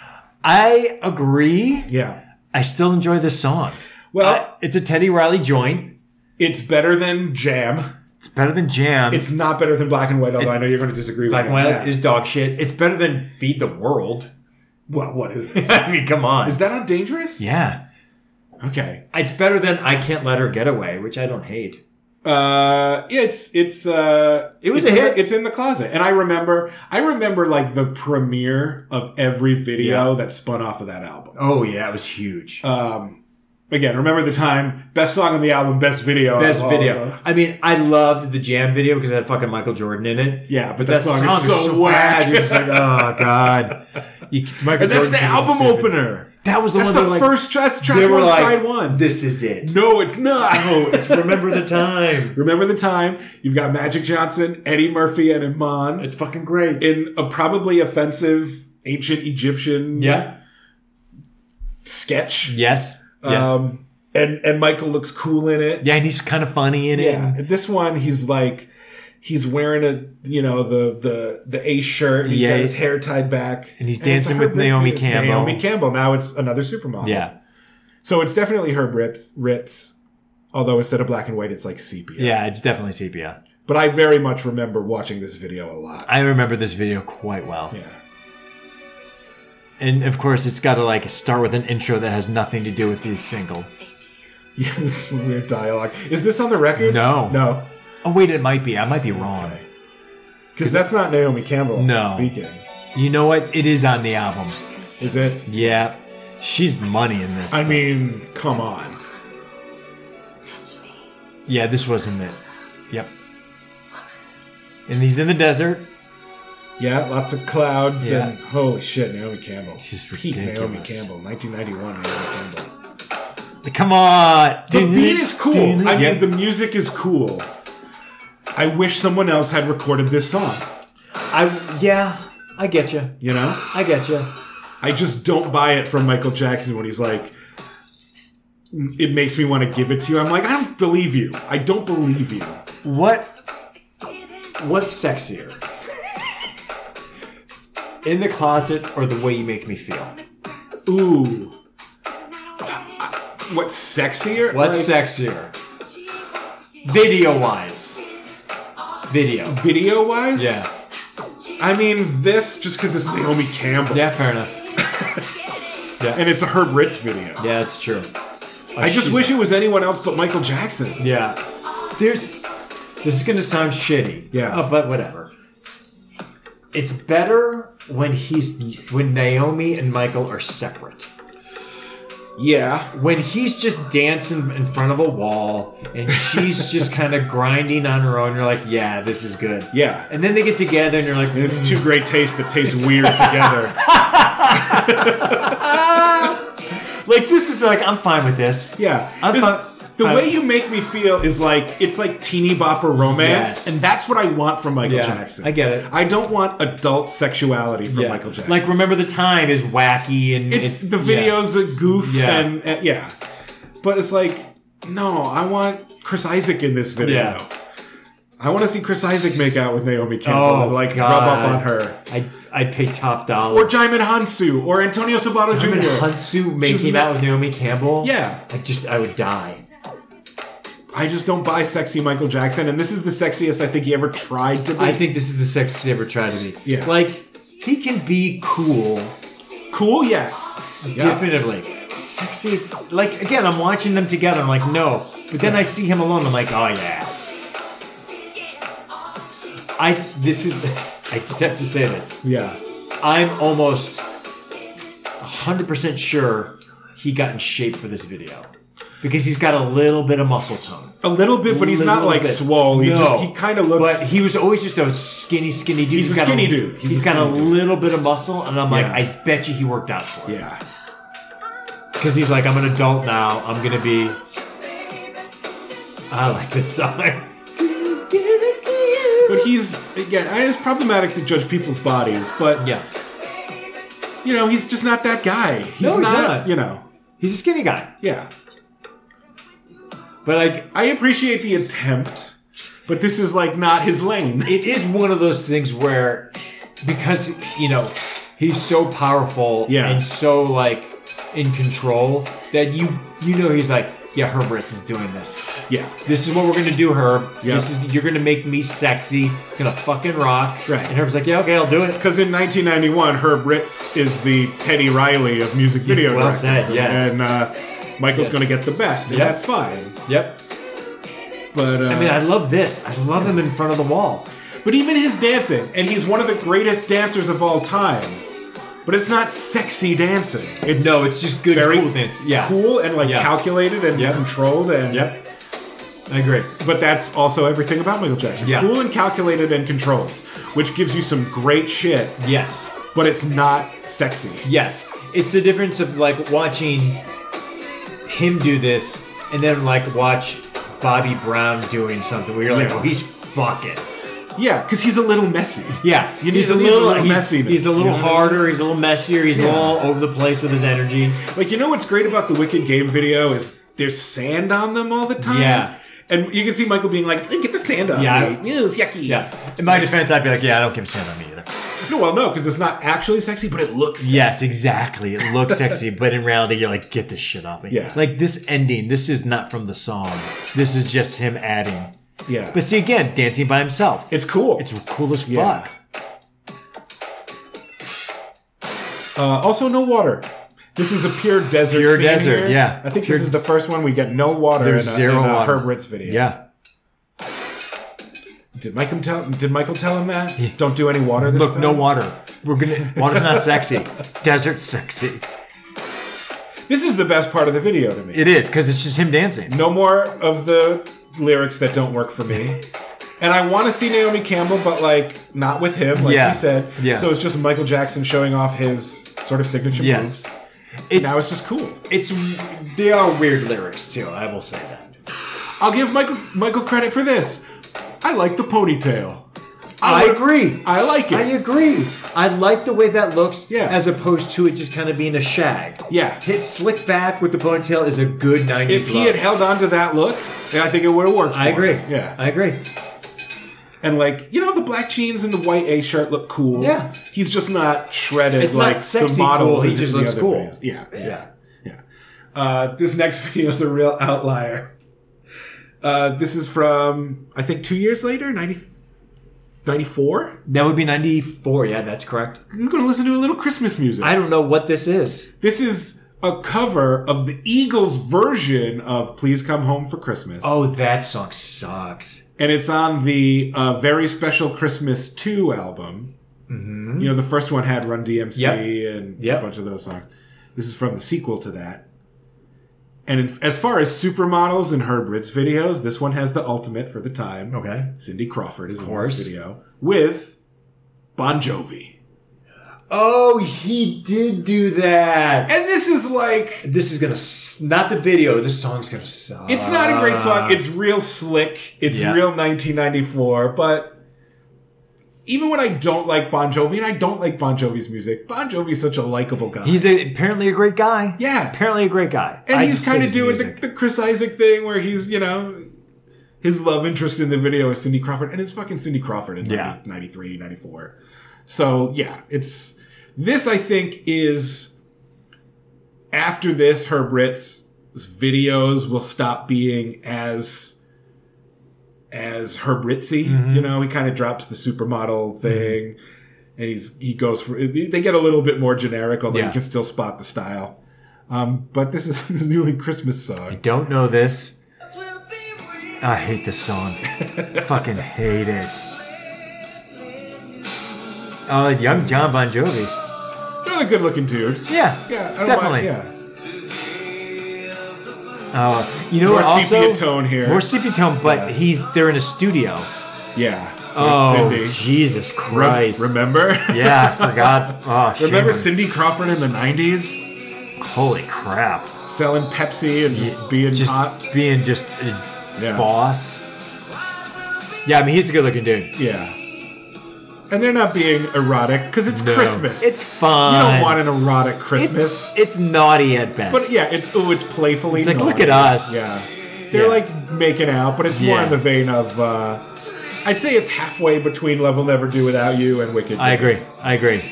Speaker 2: I agree.
Speaker 1: Yeah.
Speaker 2: I still enjoy this song.
Speaker 1: Well,
Speaker 2: Uh, it's a Teddy Riley joint.
Speaker 1: It's better than Jam.
Speaker 2: It's better than Jam.
Speaker 1: It's not better than Black and White, although I know you're going to disagree
Speaker 2: Black
Speaker 1: with
Speaker 2: and
Speaker 1: me. on
Speaker 2: White
Speaker 1: that.
Speaker 2: is dog shit. It's better than Feed the World. <laughs>
Speaker 1: well, what is it?
Speaker 2: I mean, come on.
Speaker 1: Is that on Dangerous?
Speaker 2: yeah.
Speaker 1: Okay.
Speaker 2: It's better than I Can't Let Her Get Away, which I don't hate.
Speaker 1: Uh, it's it's uh,
Speaker 2: It
Speaker 1: it's
Speaker 2: was a
Speaker 1: in the-
Speaker 2: hit.
Speaker 1: it's in the closet, and I remember I remember like the premiere of every video that spun off of that album.
Speaker 2: Oh yeah, it was huge.
Speaker 1: Um, again, remember the time best song on the album, best video, Oh.
Speaker 2: Best
Speaker 1: of all of
Speaker 2: video.
Speaker 1: them.
Speaker 2: I mean, I loved the Jam video because it had fucking Michael Jordan in it.
Speaker 1: Yeah, but that,
Speaker 2: That
Speaker 1: song, is so, whack.
Speaker 2: You're just
Speaker 1: <laughs>
Speaker 2: like, oh god. You, Michael
Speaker 1: and that's
Speaker 2: Jordan
Speaker 1: the
Speaker 2: couldn't
Speaker 1: album
Speaker 2: save it.
Speaker 1: opener.
Speaker 2: That was the
Speaker 1: That's
Speaker 2: one
Speaker 1: the
Speaker 2: that like,
Speaker 1: first track,
Speaker 2: they
Speaker 1: track
Speaker 2: were
Speaker 1: one,
Speaker 2: like,
Speaker 1: side one.
Speaker 2: This is it.
Speaker 1: no, it's not.
Speaker 2: No, it's
Speaker 1: <laughs>
Speaker 2: remember the time.
Speaker 1: Remember the time you've got Magic Johnson, Eddie Murphy, and Iman
Speaker 2: It's fucking great.
Speaker 1: in a probably offensive ancient Egyptian
Speaker 2: yeah.
Speaker 1: sketch.
Speaker 2: Yes. Yes.
Speaker 1: Um, and and Michael looks cool in it.
Speaker 2: yeah, and he's kind of funny in it.
Speaker 1: Yeah. This one, he's like he's wearing a you know the the the ace shirt. He's
Speaker 2: Yeah.
Speaker 1: got his hair tied back,
Speaker 2: And he's
Speaker 1: it's
Speaker 2: dancing
Speaker 1: a
Speaker 2: with
Speaker 1: Herb Ritz
Speaker 2: Naomi
Speaker 1: video. It's
Speaker 2: Campbell.
Speaker 1: Naomi Campbell. Now it's another supermodel.
Speaker 2: Yeah.
Speaker 1: So it's definitely Herb Ritz. Ritz although instead of black and white, it's like sepia.
Speaker 2: Yeah, it's definitely sepia.
Speaker 1: But I very much remember watching this video a lot.
Speaker 2: I remember this video quite well.
Speaker 1: yeah. <laughs>
Speaker 2: And of course, it's got to like start with an intro that has nothing to do with the single.
Speaker 1: Yeah, this is some weird dialogue. Is this on the record?
Speaker 2: No.
Speaker 1: No.
Speaker 2: Oh wait, it might be. I might be wrong.
Speaker 1: Because that's not Naomi Campbell
Speaker 2: No.
Speaker 1: speaking.
Speaker 2: You know what? It is on the album.
Speaker 1: Is it?
Speaker 2: Yeah. She's money in this.
Speaker 1: I mean, come on.
Speaker 2: Yeah, this wasn't it. Yep. And he's in the desert.
Speaker 1: Yeah, lots of clouds
Speaker 2: Yeah.
Speaker 1: and holy shit, Naomi Campbell.
Speaker 2: She's
Speaker 1: Peak Naomi
Speaker 2: ridiculous.
Speaker 1: Campbell, 1991 Naomi Campbell.
Speaker 2: Come on.
Speaker 1: The beat is cool. I
Speaker 2: Yeah.
Speaker 1: mean, the music is cool. I wish someone else had recorded this song.
Speaker 2: I yeah. I get you.
Speaker 1: You know,
Speaker 2: I get you.
Speaker 1: I just don't buy it from Michael Jackson when he's like, "It makes me want to give it to you." I'm like, I don't believe you. I don't believe you.
Speaker 2: What? What's sexier? In the closet or the way you make me feel?
Speaker 1: Ooh, what's sexier?
Speaker 2: What's
Speaker 1: Like,
Speaker 2: sexier? Video wise. Video.
Speaker 1: Video wise,
Speaker 2: Yeah.
Speaker 1: I mean, this just because it's Naomi Campbell
Speaker 2: Yeah, fair <laughs> enough.
Speaker 1: and it's a Herb Ritz video.
Speaker 2: Yeah, that's true.
Speaker 1: I just wish it was anyone else but Michael Jackson.
Speaker 2: Yeah. There's. This is gonna sound shitty.
Speaker 1: Yeah.
Speaker 2: Uh, but whatever. It's better when he's when Naomi and Michael are separate.
Speaker 1: Yeah,
Speaker 2: when he's just dancing in front of a wall
Speaker 1: <laughs>
Speaker 2: and she's just kind of grinding on her own, you're like, yeah, this is good.
Speaker 1: yeah.
Speaker 2: And then they get together and you're like,
Speaker 1: And it's two great tastes that taste weird together.
Speaker 2: like this is like, I'm fine with this.
Speaker 1: Yeah.
Speaker 2: I'm
Speaker 1: This-
Speaker 2: fine-
Speaker 1: the
Speaker 2: I-
Speaker 1: way you make me feel is like it's like teeny bopper romance,
Speaker 2: Yes.
Speaker 1: and that's what I want from Michael
Speaker 2: Yeah,
Speaker 1: Jackson.
Speaker 2: I get it.
Speaker 1: I don't want adult sexuality from
Speaker 2: Yeah.
Speaker 1: Michael Jackson.
Speaker 2: Like, remember the time is wacky and
Speaker 1: it's, the videos a goof
Speaker 2: Yeah.
Speaker 1: and, and- yeah, but it's like no, I want Chris Isaac in this video.
Speaker 2: Yeah.
Speaker 1: I want to see Chris Isaac make out with Naomi
Speaker 2: Yeah.
Speaker 1: Campbell and like rub up on her,
Speaker 2: I I pay top dollar.
Speaker 1: or Jaimin Hansu, or Antonio Sabato
Speaker 2: Jim and
Speaker 1: Jr.
Speaker 2: Hunsu making
Speaker 1: She's-
Speaker 2: out with Naomi Campbell.
Speaker 1: Yeah.
Speaker 2: I just I would die.
Speaker 1: I just don't buy sexy Michael Jackson, and this is the sexiest I think he ever tried to be.
Speaker 2: I think this is the sexiest he ever tried to be.
Speaker 1: Yeah.
Speaker 2: Like he can be cool
Speaker 1: cool, yes. Yeah.
Speaker 2: Definitely. Sexy, it's like, again, I'm watching them together. I'm like, no. But then I see him alone. I'm like, oh, yeah. I, this is, <laughs> I just have to say this.
Speaker 1: Yeah.
Speaker 2: I'm almost 100% sure he got in shape for this video because he's got a little bit of muscle tone.
Speaker 1: A little bit, but he's not
Speaker 2: Little
Speaker 1: like
Speaker 2: bit.
Speaker 1: swole. He
Speaker 2: No.
Speaker 1: just he kind of looks.
Speaker 2: But he was always just a skinny, skinny dude.
Speaker 1: He's a
Speaker 2: got
Speaker 1: skinny dude. He's a
Speaker 2: he's got a
Speaker 1: skinny dude.
Speaker 2: little bit of muscle, and I'm like,
Speaker 1: Yeah.
Speaker 2: I bet you he worked out for it.
Speaker 1: yeah.
Speaker 2: Because he's like, I'm an adult now. I'm going to be. I like this song.
Speaker 1: But he's again. I- It's problematic to judge people's bodies, but
Speaker 2: yeah.
Speaker 1: you know he's just not that guy. He's,
Speaker 2: No, he's not.
Speaker 1: You know.
Speaker 2: He's a skinny guy.
Speaker 1: Yeah.
Speaker 2: But like,
Speaker 1: I appreciate the attempt, but this is like not his lane.
Speaker 2: it is one of those things where, because, you know, he's so powerful
Speaker 1: Yeah.
Speaker 2: and so like in control that you you know he's like, yeah, Herbert is doing this.
Speaker 1: Yeah.
Speaker 2: This is what we're gonna do, Herb.
Speaker 1: Yeah.
Speaker 2: This is you're gonna make me sexy. It's gonna fucking rock.
Speaker 1: Right.
Speaker 2: And Herb's like, yeah, okay, I'll do it.
Speaker 1: Because in 1991, Herb Ritz is the Teddy Riley of music video
Speaker 2: well
Speaker 1: directors,
Speaker 2: said,
Speaker 1: and-
Speaker 2: yes.
Speaker 1: and uh, Michael's
Speaker 2: Yes.
Speaker 1: going to get the best, and
Speaker 2: Yep.
Speaker 1: that's fine.
Speaker 2: Yep.
Speaker 1: But uh,
Speaker 2: I mean, I love this. I love him in front of the wall.
Speaker 1: But even his dancing, and he's one of the greatest dancers of all time. But it's not sexy dancing. It's
Speaker 2: No, it's just good
Speaker 1: very
Speaker 2: cool dance. Yeah,
Speaker 1: cool and like
Speaker 2: Yeah.
Speaker 1: calculated and
Speaker 2: Yep.
Speaker 1: controlled and.
Speaker 2: Yep, I agree.
Speaker 1: But that's also everything about Michael Jackson.
Speaker 2: Yeah.
Speaker 1: Cool and calculated and controlled, which gives you some great shit.
Speaker 2: Yes,
Speaker 1: But it's not sexy.
Speaker 2: yes. It's the difference of like watching him do this and then like watch Bobby Brown doing something where you're like,
Speaker 1: Yeah.
Speaker 2: oh, he's fucking.
Speaker 1: Yeah, because he's a little messy.
Speaker 2: Yeah,
Speaker 1: You
Speaker 2: he's
Speaker 1: need-
Speaker 2: a
Speaker 1: he needs a
Speaker 2: little,
Speaker 1: little
Speaker 2: he's,
Speaker 1: messiness,
Speaker 2: he's a
Speaker 1: you
Speaker 2: little
Speaker 1: know what I mean?
Speaker 2: harder. He's a little messier. He's
Speaker 1: Yeah.
Speaker 2: all over the place with his energy.
Speaker 1: Like you know what's great about the Wicked Game video is there's sand on them all the time.
Speaker 2: Yeah.
Speaker 1: And you can see Michael being like, "Eh, "Get the sand off
Speaker 2: Yeah,
Speaker 1: me.
Speaker 2: I-
Speaker 1: Ew, it's yucky."
Speaker 2: Yeah. In my defense, I'd be like, yeah, I don't give a shit on me either.
Speaker 1: No, well, no, because it's not actually sexy, but it looks. sexy.
Speaker 2: Yes, exactly. It
Speaker 1: <laughs>
Speaker 2: looks sexy, but in reality, you're like, get this shit off me.
Speaker 1: Yeah.
Speaker 2: Like this ending, this is not from the song. This is just him adding.
Speaker 1: Yeah.
Speaker 2: But see, again, dancing by himself.
Speaker 1: It's cool.
Speaker 2: It's cool as
Speaker 1: Yeah.
Speaker 2: fuck.
Speaker 1: uh, also no water. This is a pure desert.
Speaker 2: Pure
Speaker 1: scene
Speaker 2: desert,
Speaker 1: here.
Speaker 2: yeah.
Speaker 1: I think
Speaker 2: Pure-
Speaker 1: this is the first one we get no water.
Speaker 2: There's
Speaker 1: in a,
Speaker 2: zero
Speaker 1: in a
Speaker 2: water.
Speaker 1: Herb Ritz video.
Speaker 2: Yeah.
Speaker 1: Did Michael tell? Did Michael tell him that? Don't do any water. This
Speaker 2: Look,
Speaker 1: time?
Speaker 2: no water. We're gonna water's
Speaker 1: <laughs>
Speaker 2: not sexy. Desert sexy.
Speaker 1: This is the best part of the video to me.
Speaker 2: It is because it's just him dancing.
Speaker 1: no more of the lyrics that don't work for me. And I want to see Naomi Campbell, but like not with him, like
Speaker 2: Yeah.
Speaker 1: you said.
Speaker 2: Yeah.
Speaker 1: So it's just Michael Jackson showing off his sort of signature
Speaker 2: Yes.
Speaker 1: moves.
Speaker 2: It's
Speaker 1: Now it's just cool.
Speaker 2: it's they are weird lyrics too. I will say that.
Speaker 1: I'll give Michael Michael credit for this. I like the ponytail.
Speaker 2: I,
Speaker 1: like-
Speaker 2: agree.
Speaker 1: I like it.
Speaker 2: I agree. I like the way that looks
Speaker 1: Yeah.
Speaker 2: as opposed to it just kind of being a shag.
Speaker 1: Yeah.
Speaker 2: Hit slick back with the ponytail is a good 90s
Speaker 1: if he
Speaker 2: look.
Speaker 1: had held on to that look, yeah, I think it would have worked.
Speaker 2: I
Speaker 1: for
Speaker 2: agree.
Speaker 1: him. Yeah.
Speaker 2: I agree.
Speaker 1: and like you know, the black jeans and the white A shirt look cool.
Speaker 2: Yeah.
Speaker 1: He's just not shredded
Speaker 2: It's not
Speaker 1: like
Speaker 2: sexy
Speaker 1: the models.
Speaker 2: cool, he
Speaker 1: in
Speaker 2: just
Speaker 1: the
Speaker 2: looks
Speaker 1: other
Speaker 2: cool.
Speaker 1: videos. Yeah. Yeah.
Speaker 2: Yeah.
Speaker 1: Yeah. Uh, this next <laughs> video is a real outlier. Uh, this is from, I think, two years later, 90, 94.
Speaker 2: That would be 94. Yeah, that's correct.
Speaker 1: He's going to listen to a little Christmas music.
Speaker 2: I don't know what this is.
Speaker 1: this is a cover of the Eagles version of Please Come Home for Christmas.
Speaker 2: Oh, that song sucks.
Speaker 1: And it's on the uh, Very Special Christmas 2 album. You know, the first one had Run DMC
Speaker 2: Mm-hmm. Yep.
Speaker 1: and
Speaker 2: Yep.
Speaker 1: a bunch of those songs. This is from the sequel to that. And in, as far as supermodels and Herb Ritz videos, this one has the ultimate for the time.
Speaker 2: Okay.
Speaker 1: Cindy Crawford is in
Speaker 2: course.
Speaker 1: this video with Bon Jovi.
Speaker 2: Oh, he did do that.
Speaker 1: And this is like,
Speaker 2: This is gonna s- not the video. This song's gonna suck.
Speaker 1: it's not a great song. It's real slick. It's
Speaker 2: Uh. Yeah.
Speaker 1: real 1994. But even when I don't like Bon Jovi, and I don't like Bon Jovi's music, Bon Jovi's such a likable guy.
Speaker 2: he's a, apparently a great guy.
Speaker 1: yeah.
Speaker 2: apparently a great guy.
Speaker 1: And
Speaker 2: I
Speaker 1: he's
Speaker 2: just hate
Speaker 1: kind of
Speaker 2: his
Speaker 1: doing the,
Speaker 2: music.
Speaker 1: the Chris Isaac thing where he's, you know, his love interest in the video is Cindy Crawford, and it's fucking Cindy Crawford in
Speaker 2: Yeah.
Speaker 1: 90, 93, 94. So, yeah, it's. This, I think, is. After this, Herb Ritz's videos will stop being as. As Herb Ritzy,
Speaker 2: Mm-hmm.
Speaker 1: you know, he kind of drops the supermodel thing, and he's he goes for. They get a little bit more generic, although
Speaker 2: Yeah.
Speaker 1: you can still spot the style. Um, but this is <laughs> the newly Christmas
Speaker 2: I
Speaker 1: song.
Speaker 2: don't know this.
Speaker 3: will be real.
Speaker 2: I hate
Speaker 1: <laughs>
Speaker 2: this song. Fucking hate it. Oh, young John Bon Jovi.
Speaker 1: Another good looking dude.
Speaker 2: Yeah,
Speaker 1: Yeah, I don't
Speaker 2: definitely.
Speaker 1: Mind, yeah.
Speaker 2: Uh, you know
Speaker 1: More
Speaker 2: what? Also,
Speaker 1: sepia tone here.
Speaker 2: More sepia tone, but he's they're in a studio.
Speaker 1: Yeah. There's
Speaker 2: Oh,
Speaker 1: Cindy.
Speaker 2: Jesus
Speaker 1: Re-
Speaker 2: Christ!
Speaker 1: remember? <laughs>
Speaker 2: Yeah, I forgot. Oh, shame
Speaker 1: Remember
Speaker 2: on-
Speaker 1: Cindy Crawford in the 90s?
Speaker 2: Holy crap!
Speaker 1: Selling Pepsi and just being
Speaker 2: just
Speaker 1: hot?
Speaker 2: being just a
Speaker 1: Yeah.
Speaker 2: boss. Yeah, I mean he's a good-looking dude.
Speaker 1: Yeah. And they're not being erotic because it's
Speaker 2: No.
Speaker 1: Christmas.
Speaker 2: It's
Speaker 1: You
Speaker 2: fun.
Speaker 1: don't want an erotic Christmas.
Speaker 2: It's it's naughty at best.
Speaker 1: but yeah, it's oh, it's playfully.
Speaker 2: It's like,
Speaker 1: naughty.
Speaker 2: look at us.
Speaker 1: Yeah, they're
Speaker 2: Yeah.
Speaker 1: like making out, but it's more
Speaker 2: Yeah.
Speaker 1: in the vein of. Uh, I'd say it's halfway between "Love Will Never Do Without You" and "Wicked."
Speaker 2: I
Speaker 1: Game.
Speaker 2: agree. I agree.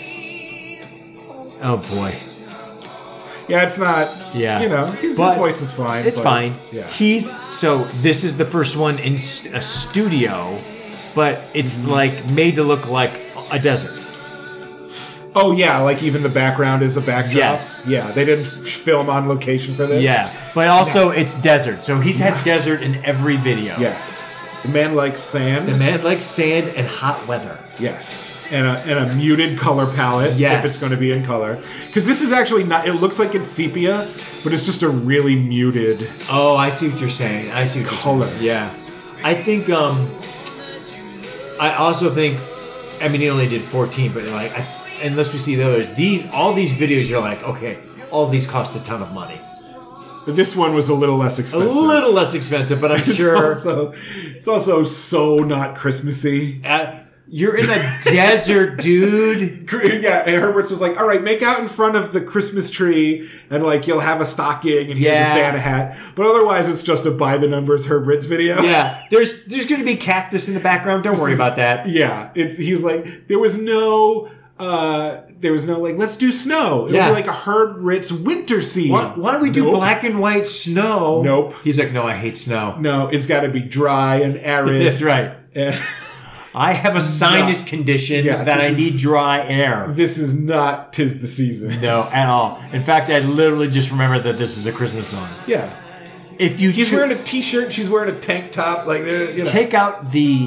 Speaker 2: Oh boy.
Speaker 1: Yeah, it's not.
Speaker 2: Yeah.
Speaker 1: you know, his, his
Speaker 2: But
Speaker 1: voice is fine.
Speaker 2: It's
Speaker 1: but-
Speaker 2: fine.
Speaker 1: Yeah,
Speaker 2: He's so this is the first one in s- a studio, but it's
Speaker 1: Mm-hmm.
Speaker 2: like made to look like a desert.
Speaker 1: oh yeah, like even the background is a backdrop.
Speaker 2: Yes.
Speaker 1: Yeah, they didn't film on location for this.
Speaker 2: Yeah, but also it's desert. So he's had desert in every video.
Speaker 1: Yes. The man likes sand.
Speaker 2: The man likes sand and hot weather.
Speaker 1: Yes. And a, and a muted color palette
Speaker 2: Yes.
Speaker 1: if it's going to be in color. Because this is actually not, it looks like it's sepia, but it's just a really muted.
Speaker 2: Oh, I see what you're saying. I see what
Speaker 1: Color.
Speaker 2: You're saying. Yeah, I think. um I also think. I mean, he only did 14, but like, I, unless we see the others, these all these videos, you're like, okay, all these cost a ton of money.
Speaker 1: This one was a little less
Speaker 2: A
Speaker 1: expensive.
Speaker 2: little less expensive, <laughs> but
Speaker 1: <laughs>
Speaker 2: I'm
Speaker 1: It's
Speaker 2: sure
Speaker 1: Also, it's also so not Christmassy. <laughs>
Speaker 2: uh, you're in the desert, dude.
Speaker 1: Cr- Yeah, and Herbert's was like, all right, make out in front of the Christmas tree and like you'll have a stocking and here's
Speaker 2: Yeah.
Speaker 1: a Santa hat. But otherwise, it's just a by the numbers Herbert's video.
Speaker 2: Yeah, there's there's gonna be cactus in the background. Don't worry about
Speaker 1: <laughs>
Speaker 2: that.
Speaker 1: Yeah, it's he's like there was no uh there was no like let's do snow. It
Speaker 2: Yeah.
Speaker 1: was like a Herb Ritz winter scene.
Speaker 2: Why, why don't we do
Speaker 1: Nope.
Speaker 2: black and white snow?
Speaker 1: Nope.
Speaker 2: He's like, no, I hate snow.
Speaker 1: No, it's got to be dry and arid.
Speaker 2: <laughs> That's right.
Speaker 1: And <laughs>
Speaker 2: I have a sinus condition
Speaker 1: Yeah,
Speaker 2: that I
Speaker 1: this
Speaker 2: need
Speaker 1: is-
Speaker 2: dry air.
Speaker 1: this is not tis the season.
Speaker 2: No, at all. In fact, I literally just remembered that this is a Christmas song.
Speaker 1: Yeah,
Speaker 2: If you
Speaker 1: he's
Speaker 2: took-
Speaker 1: wearing a t-shirt. She's wearing a tank top. Like they're you know.
Speaker 2: take out the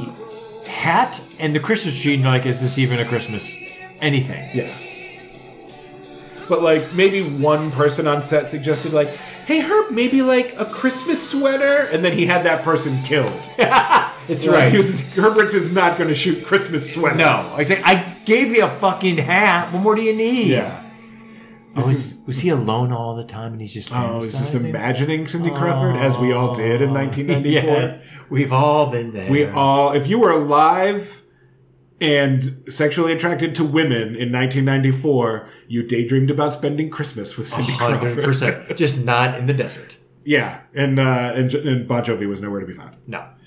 Speaker 2: hat and the Christmas tree, and you're like, is this even a Christmas anything?
Speaker 1: yeah. But like maybe one person on set suggested like, "Hey Herb, maybe like a Christmas sweater," and then he had that person killed. <laughs>
Speaker 2: It's
Speaker 1: Like, <laughs>
Speaker 2: right.
Speaker 1: he was- Herbert's is not going to shoot Christmas sweaters.
Speaker 2: No, I said I gave you a fucking hat. What more do you need?
Speaker 1: Yeah.
Speaker 2: Was,
Speaker 1: This
Speaker 2: was he alone all the time, and he's just
Speaker 1: Oh, I was just
Speaker 2: fantasizing? <laughs>
Speaker 1: imagining Cindy Crawford as we all did <laughs> in 1994.
Speaker 2: Yes, we've all been there.
Speaker 1: We all, if you were alive and sexually attracted to women in 1994, you daydreamed about spending Oh, Christmas with Cindy
Speaker 2: hundred
Speaker 1: Crawford.
Speaker 2: percent, just not in the desert.
Speaker 1: Yeah, and uh, and and Bon Jovi was nowhere to be found.
Speaker 2: No. <laughs>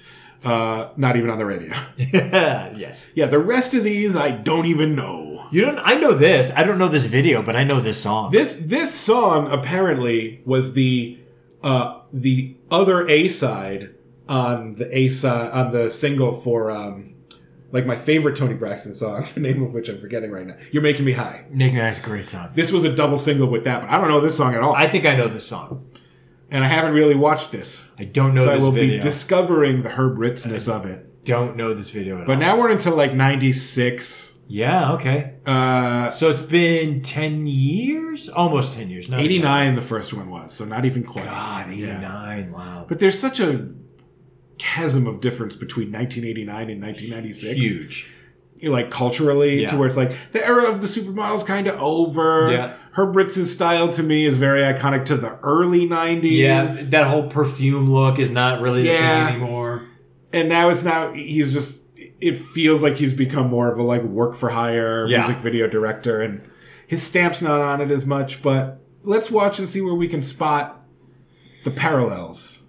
Speaker 1: Uh, not even on the radio. <laughs>
Speaker 2: yes.
Speaker 1: Yeah, the rest of these I don't even know.
Speaker 2: You don't. I know this. I don't know this video, but I know this song.
Speaker 1: This this song apparently was the uh, the other A side on the A side on the single for um, like my favorite Tony Braxton song, <laughs> the name of which I'm forgetting right now. You're making me high.
Speaker 2: Nick and I is a great song.
Speaker 1: This was a double single with that, but I don't know this song at all.
Speaker 2: I think I know this song.
Speaker 1: and I haven't really watched this.
Speaker 2: I don't know
Speaker 1: so I
Speaker 2: this
Speaker 1: will
Speaker 2: video.
Speaker 1: be discovering the Herb Ritzness of it.
Speaker 2: don't know this video at
Speaker 1: But
Speaker 2: all.
Speaker 1: now we're into like 96.
Speaker 2: yeah, okay.
Speaker 1: Uh,
Speaker 2: So it's been ten years, almost ten years. No,
Speaker 1: 89 the first one was, so not even quite.
Speaker 2: God,
Speaker 1: Yeah.
Speaker 2: eighty-nine. Wow,
Speaker 1: But there's such a chasm of difference between 1989 and 1996.
Speaker 2: huge.
Speaker 1: You know, Like culturally,
Speaker 2: Yeah.
Speaker 1: to where it's like the era of the supermodel's kind of over.
Speaker 2: Yeah.
Speaker 1: Herb Ritz's style to me is very iconic to the early 90s.
Speaker 2: Yeah, that whole perfume look is not really the
Speaker 1: Yeah.
Speaker 2: thing anymore.
Speaker 1: and now it's now he's just it feels like he's become more of a like work for hire
Speaker 2: Yeah.
Speaker 1: music video director and his stamp's not on it as much but let's watch and see where we can spot the parallels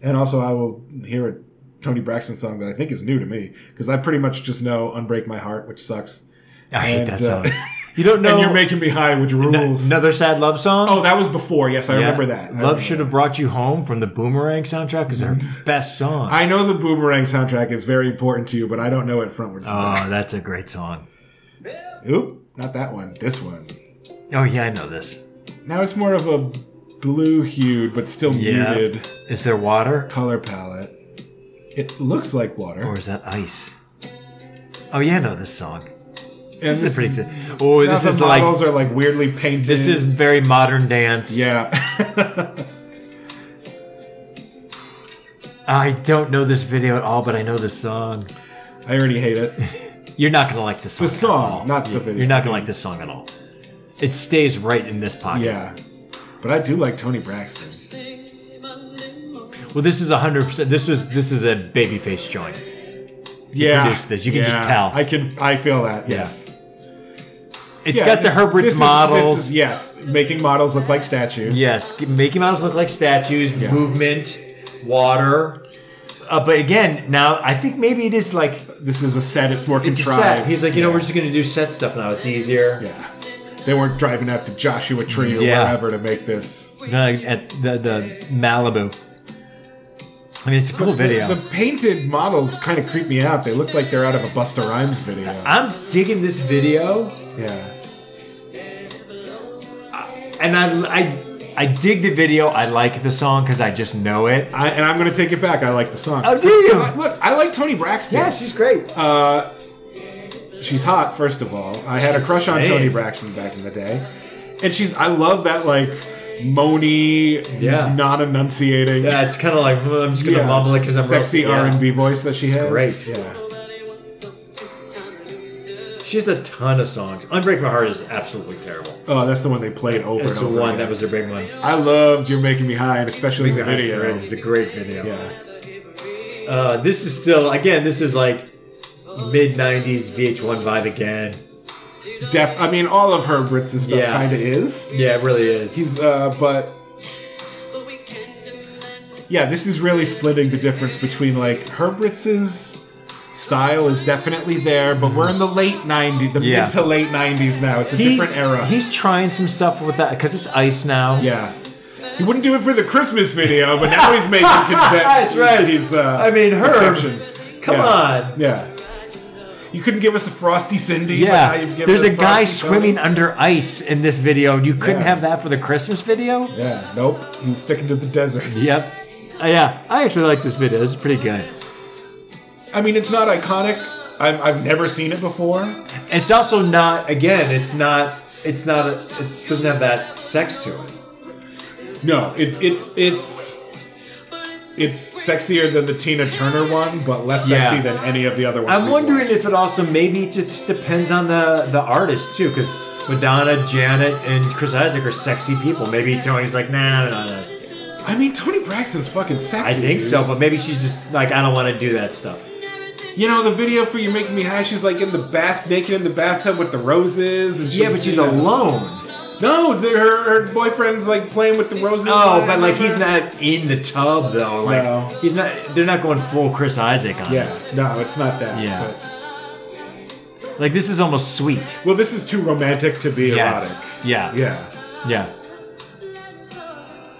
Speaker 1: and also i will hear a tony braxton song that i think is new to me because i pretty much just know unbreak my heart which sucks
Speaker 2: I hate
Speaker 1: And,
Speaker 2: that
Speaker 1: uh,
Speaker 2: song.
Speaker 1: <laughs>
Speaker 2: you don't know.
Speaker 1: and you're making me high which rules
Speaker 2: another sad love song.
Speaker 1: oh that was before yes i remember that I
Speaker 2: Love
Speaker 1: remember
Speaker 2: should
Speaker 1: that.
Speaker 2: have brought you home from the Boomerang soundtrack
Speaker 1: <laughs>
Speaker 2: is their best song.
Speaker 1: i know the boomerang soundtrack is very important to you but i don't know it frontwards
Speaker 2: oh, that's a great song.
Speaker 1: oop not that one this one
Speaker 2: Oh yeah, I know this.
Speaker 1: Now it's more of a blue hued, but still
Speaker 2: Yeah.
Speaker 1: muted
Speaker 2: Is there water
Speaker 1: color palette. It looks like water.
Speaker 2: or is that ice? Oh yeah, I know this song.
Speaker 1: And
Speaker 2: This, is pretty. Oh,
Speaker 1: now
Speaker 2: this
Speaker 1: the
Speaker 2: is
Speaker 1: models
Speaker 2: like
Speaker 1: are like weirdly painted.
Speaker 2: this is very modern dance.
Speaker 1: yeah. <laughs>
Speaker 2: I don't know this video at all, but I know this song.
Speaker 1: I already hate it.
Speaker 2: You're not gonna like this song.
Speaker 1: The song,
Speaker 2: at all.
Speaker 1: not the
Speaker 2: You're-
Speaker 1: video.
Speaker 2: You're not gonna like this song at all. It stays right in this pocket.
Speaker 1: Yeah, but I do like Tony Braxton.
Speaker 2: Well, this is 100. percent This was this is a babyface joint.
Speaker 1: Yeah,
Speaker 2: produced this. You can just
Speaker 1: Yeah.
Speaker 2: tell.
Speaker 1: I can. I feel that.
Speaker 2: Yeah.
Speaker 1: Yes.
Speaker 2: It's
Speaker 1: Yeah,
Speaker 2: got the
Speaker 1: this- this
Speaker 2: Herbert's
Speaker 1: is-
Speaker 2: models.
Speaker 1: this is- yes, making models look like statues.
Speaker 2: Yes, g- Mickey Mouse look like statues,
Speaker 1: Yeah.
Speaker 2: movement, water. Uh, but again, now I think maybe it is like
Speaker 1: This is a set. It's more
Speaker 2: it's a
Speaker 1: contrived.
Speaker 2: set. He's like, you know,
Speaker 1: Yeah.
Speaker 2: we're just gonna do set stuff now. It's easier.
Speaker 1: Yeah. They weren't driving out to Joshua Tree or
Speaker 2: Yeah.
Speaker 1: wherever to make this.
Speaker 2: Uh, At the, the Malibu. I mean, it's a cool
Speaker 1: The-
Speaker 2: video.
Speaker 1: The, painted models kind of creep me out. They look like they're out of a Busta Rhymes
Speaker 2: <laughs>
Speaker 1: video.
Speaker 2: I'm digging this video,
Speaker 1: yeah.
Speaker 2: and I I, I dig the video. I like the song because I just know it.
Speaker 1: I, and I'm going to take it back. I like the song.
Speaker 2: Oh, do
Speaker 1: It's 'cause
Speaker 2: you?
Speaker 1: I- look, I like Tony Braxton.
Speaker 2: Yeah, she's great.
Speaker 1: Uh, she's hot, first of all. I had a
Speaker 2: She's
Speaker 1: crush on
Speaker 2: insane.
Speaker 1: Tony Braxton back in the day. And she's, I love that, like, moany,
Speaker 2: Yeah.
Speaker 1: non enunciating.
Speaker 2: yeah, it's kind of like well, I'm just gonna mumble it because I'm real-
Speaker 1: sexy
Speaker 2: yeah.
Speaker 1: R&B voice that she has.
Speaker 2: great.
Speaker 1: Yeah.
Speaker 2: She has a ton of songs. Unbreak My Heart is absolutely terrible.
Speaker 1: Oh, that's the one they played over
Speaker 2: It's the
Speaker 1: and over.
Speaker 2: one
Speaker 1: again.
Speaker 2: that was a big one.
Speaker 1: I loved You're Making Me High, and especially the video.
Speaker 2: It's a great video.
Speaker 1: Yeah.
Speaker 2: Uh, this is still again. This is like mid '90s VH1 vibe again.
Speaker 1: Def. I mean, all of Herb Ritz's stuff
Speaker 2: Yeah.
Speaker 1: kind of is.
Speaker 2: Yeah, it really is.
Speaker 1: He's, uh, but yeah, this is really splitting the difference between like Herb Ritz's style is definitely there, but we're in the late '90s, the
Speaker 2: Yeah.
Speaker 1: mid to late '90s now. It's a different era.
Speaker 2: He's trying some stuff with that because it's ice now.
Speaker 1: yeah. He wouldn't do it for the Christmas video, but now he's
Speaker 2: <laughs>
Speaker 1: making conve-
Speaker 2: That's right.
Speaker 1: He's, uh,
Speaker 2: I mean, Herb,
Speaker 1: exceptions.
Speaker 2: come
Speaker 1: Yeah.
Speaker 2: on.
Speaker 1: Yeah. You couldn't give us a Frosty Cindy. but now
Speaker 2: Yeah,
Speaker 1: you've given
Speaker 2: there's
Speaker 1: us
Speaker 2: a guy
Speaker 1: Frosty Tony.
Speaker 2: swimming under ice in this video. and You couldn't
Speaker 1: Yeah.
Speaker 2: have that for the Christmas video.
Speaker 1: Yeah, nope. He was sticking to the desert.
Speaker 2: Yep. Uh, yeah, I actually like this video. It's pretty good.
Speaker 1: I mean, it's not iconic. I've, I've never seen it before.
Speaker 2: It's also not. Again, it's not. It's not. A, it doesn't have that sex to it.
Speaker 1: No, it, it's it's It's sexier than the Tina Turner one, but less
Speaker 2: Yeah.
Speaker 1: sexy than any of the other ones.
Speaker 2: I'm
Speaker 1: we've
Speaker 2: wondering
Speaker 1: watched.
Speaker 2: if it also maybe it just depends on the the artist too, because Madonna, Janet, and Chris Isaac are sexy people. Maybe Tony's like, nah, no, no, no.
Speaker 1: I mean, Tony Braxton's fucking sexy.
Speaker 2: I think
Speaker 1: dude.
Speaker 2: so, but maybe she's just like, I don't want to do that stuff.
Speaker 1: You know, the video for "You're Making Me High," she's like in the bath, naked in the bathtub with the roses. And she's,
Speaker 2: Yeah, but she's
Speaker 1: you know-
Speaker 2: alone.
Speaker 1: No, they're- her, her boyfriend's like playing with the roses.
Speaker 2: Oh,
Speaker 1: on
Speaker 2: but
Speaker 1: her
Speaker 2: like
Speaker 1: and
Speaker 2: he's
Speaker 1: her-
Speaker 2: not in the tub though. Like
Speaker 1: No.
Speaker 2: he's not. They're not going full Chris Isaac on.
Speaker 1: Yeah, no, it's not that.
Speaker 2: Yeah.
Speaker 1: but-
Speaker 2: it. Like this is almost sweet.
Speaker 1: Well, this is too romantic to be
Speaker 2: Yes.
Speaker 1: erotic.
Speaker 2: Yeah.
Speaker 1: Yeah.
Speaker 2: Yeah.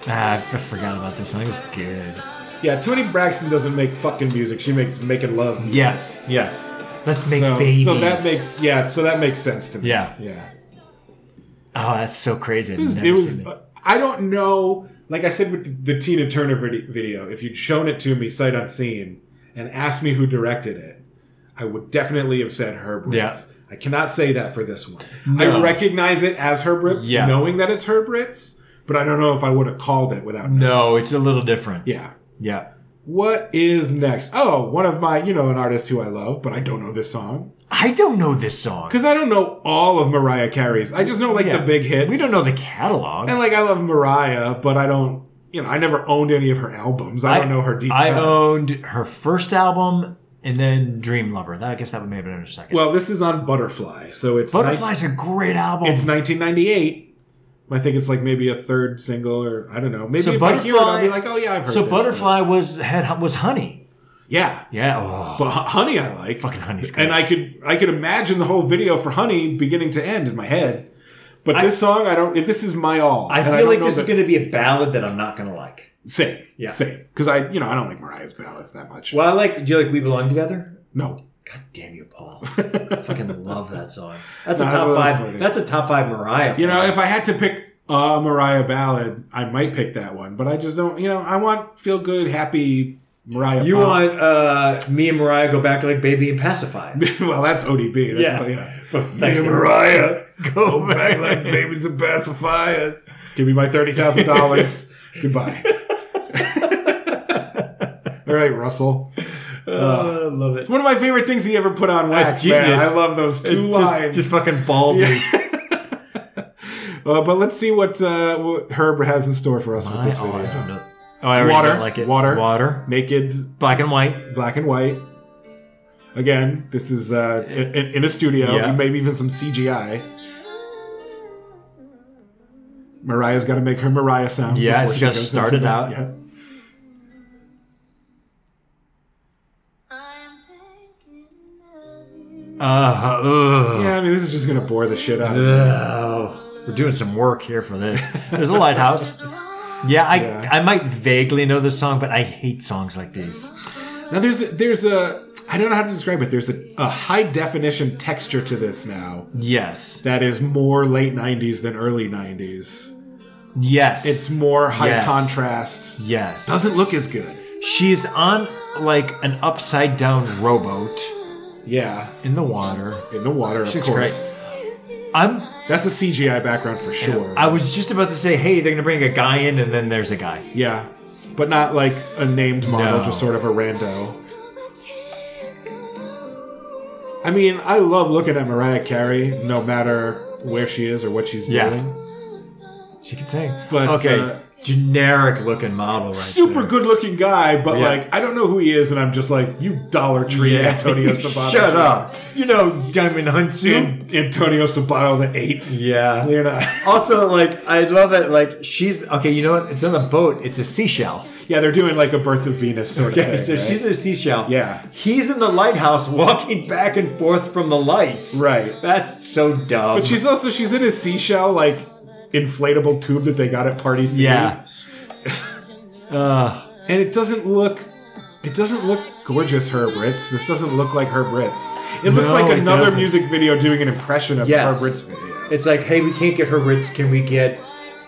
Speaker 2: Ah, I f- forgot about this. I think it's good.
Speaker 1: Yeah, Tony Braxton doesn't make fucking music. She makes making love. music.
Speaker 2: Yes. Yes. Let's make
Speaker 1: so,
Speaker 2: babies.
Speaker 1: So that makes yeah, so that makes sense to me.
Speaker 2: Yeah.
Speaker 1: Yeah.
Speaker 2: Oh, that's so crazy. I've
Speaker 1: It was,
Speaker 2: never
Speaker 1: it was uh,
Speaker 2: seen it.
Speaker 1: I don't know, like I said with the, the Tina Turner vid- video, if you'd shown it to me sight unseen and asked me who directed it, I would definitely have said Herb Ritz.
Speaker 2: Yeah.
Speaker 1: I cannot say that for this one.
Speaker 2: No.
Speaker 1: I recognize it as Herb Ritz,
Speaker 2: Yeah.
Speaker 1: knowing that it's Herb Ritz, but I don't know if I would have called it without knowing.
Speaker 2: No, it's a little different.
Speaker 1: Yeah.
Speaker 2: Yeah.
Speaker 1: What is next? Oh, one of my, you know, an artist who I love, but I don't know this song.
Speaker 2: I don't know this song.
Speaker 1: Because I don't know all of Mariah Carey's. I just know, like,
Speaker 2: Yeah.
Speaker 1: the big hits.
Speaker 2: We don't know the catalog.
Speaker 1: And, like, I love Mariah, but I don't, you know, I never owned any of her albums. I, don't know her deep
Speaker 2: I
Speaker 1: cuts.
Speaker 2: owned her first album and then Dream Lover. That- I guess that would maybe been her second.
Speaker 1: Well, this is on Butterfly, so it's. ni-
Speaker 2: Butterfly's a great album.
Speaker 1: it's 1998. I think it's, like, maybe a third single, or I don't know. Maybe
Speaker 2: So
Speaker 1: if I hear it, I'll be
Speaker 2: Butterfly-
Speaker 1: like, oh, yeah, I've heard
Speaker 2: so
Speaker 1: this.
Speaker 2: Butterfly was had was Honey.
Speaker 1: Yeah.
Speaker 2: Yeah. Oh,
Speaker 1: But H- Honey, I like.
Speaker 2: fucking Honey's great.
Speaker 1: and I could I could imagine the whole video for Honey beginning to end in my head. But this song, I don't. This is my all.
Speaker 2: I
Speaker 1: and
Speaker 2: feel
Speaker 1: don't
Speaker 2: like
Speaker 1: know
Speaker 2: this is
Speaker 1: that-
Speaker 2: going to be a ballad that I'm not going to like.
Speaker 1: same,
Speaker 2: Yeah.
Speaker 1: same. Because I, you know, I don't like Mariah's ballads that much.
Speaker 2: Well, I like. Do you like We Belong Together?
Speaker 1: No,
Speaker 2: God damn
Speaker 1: <laughs>
Speaker 2: you, Paul! I fucking love that song. That's a
Speaker 1: Nah, that's
Speaker 2: top
Speaker 1: what I'm
Speaker 2: five.
Speaker 1: voting.
Speaker 2: That's a top five Mariah.
Speaker 1: you know,
Speaker 2: for me.
Speaker 1: if I had to pick a Mariah ballad, I might pick that one. But I just don't. You know, I want feel good, happy Mariah.
Speaker 2: you
Speaker 1: pop.
Speaker 2: want uh, me and Mariah go back to like Baby and Pacifier.
Speaker 1: <laughs> well, that's ODB. That's
Speaker 2: Yeah.
Speaker 1: yeah. yeah.
Speaker 2: <laughs> But
Speaker 1: Hey,
Speaker 2: thanks to-
Speaker 1: Mariah, <laughs>
Speaker 2: Go
Speaker 1: back like babies and pacifiers. Give me my thirty thousand <laughs> dollars. Goodbye. All right, Russell.
Speaker 2: <laughs> Oh, I love it.
Speaker 1: It's one of my favorite things he ever put on wax.
Speaker 2: That's
Speaker 1: Man.
Speaker 2: genius.
Speaker 1: I love those two
Speaker 2: It's just,
Speaker 1: lines.
Speaker 2: just fucking ballsy.
Speaker 1: Uh, but let's see what, uh, what Herb has in store for us with this
Speaker 2: oh, I
Speaker 1: video.
Speaker 2: don't know. Oh, I already
Speaker 1: Water,
Speaker 2: don't like it.
Speaker 1: water.
Speaker 2: water,
Speaker 1: Naked,
Speaker 2: black and white.
Speaker 1: black and white. Again, this is uh, in, in a studio.
Speaker 2: Yeah.
Speaker 1: Maybe even some CGI. Mariah's got to make her Mariah sound.
Speaker 2: Yeah,
Speaker 1: before
Speaker 2: she
Speaker 1: she
Speaker 2: gotta
Speaker 1: goes
Speaker 2: start
Speaker 1: into
Speaker 2: it
Speaker 1: the-
Speaker 2: out.
Speaker 1: yeah.
Speaker 2: Uh, ugh.
Speaker 1: Yeah, I mean, this is just gonna bore the shit out. of me.
Speaker 2: Ugh. We're doing some work here for this. There's a lighthouse. Yeah, I
Speaker 1: Yeah.
Speaker 2: I might vaguely know this song, but I hate songs like these.
Speaker 1: Now there's a, there's a I don't know how to describe it. There's a, a high definition texture to this now
Speaker 2: Yes,
Speaker 1: that is more late '90s than early '90s.
Speaker 2: yes,
Speaker 1: It's more high
Speaker 2: Yes.
Speaker 1: contrast.
Speaker 2: yes.
Speaker 1: Doesn't look as good.
Speaker 2: She's on like an upside down rowboat
Speaker 1: Yeah,
Speaker 2: in the water.
Speaker 1: in the water, of
Speaker 2: She's
Speaker 1: course.
Speaker 2: I'm.
Speaker 1: That's a CGI background for sure.
Speaker 2: I was just about to say, hey, they're gonna bring a guy in, and then there's a guy.
Speaker 1: yeah, but not like a named model,
Speaker 2: No.
Speaker 1: just sort of a rando. I mean, I love looking at Mariah Carey, no matter where she is or what she's
Speaker 2: Yeah.
Speaker 1: doing.
Speaker 2: She can sing.
Speaker 1: But,
Speaker 2: okay,
Speaker 1: uh,
Speaker 2: generic looking model, right?
Speaker 1: super
Speaker 2: there.
Speaker 1: good looking guy, but
Speaker 2: Yeah.
Speaker 1: like I don't know who he is, and I'm just like, you Dollar Tree
Speaker 2: <laughs>
Speaker 1: Antonio Sabato.
Speaker 2: Shut up. You know Diamond Hudson.
Speaker 1: Dude, Antonio Sabato the eighth.
Speaker 2: Yeah.
Speaker 1: You're not- <laughs>
Speaker 2: Also, like, I love it. Like, she's okay. You know what? It's on a boat. It's a seashell.
Speaker 1: Yeah, they're doing like a Birth of Venus sort of
Speaker 2: Okay,
Speaker 1: thing.
Speaker 2: so
Speaker 1: right?
Speaker 2: she's in a seashell.
Speaker 1: Yeah.
Speaker 2: He's in the lighthouse, walking back and forth from the lights.
Speaker 1: Right.
Speaker 2: That's so dumb.
Speaker 1: but she's also she's in a seashell like inflatable tube that they got at Party City.
Speaker 2: yeah. uh,
Speaker 1: and it doesn't look. It doesn't look gorgeous, Herb Ritz. This doesn't look like Herb Ritz. It looks
Speaker 2: No,
Speaker 1: like
Speaker 2: it
Speaker 1: another
Speaker 2: doesn't.
Speaker 1: music video doing an impression of
Speaker 2: Yes.
Speaker 1: Herb Ritz video.
Speaker 2: it's like, hey, we can't get her Ritz. Can we get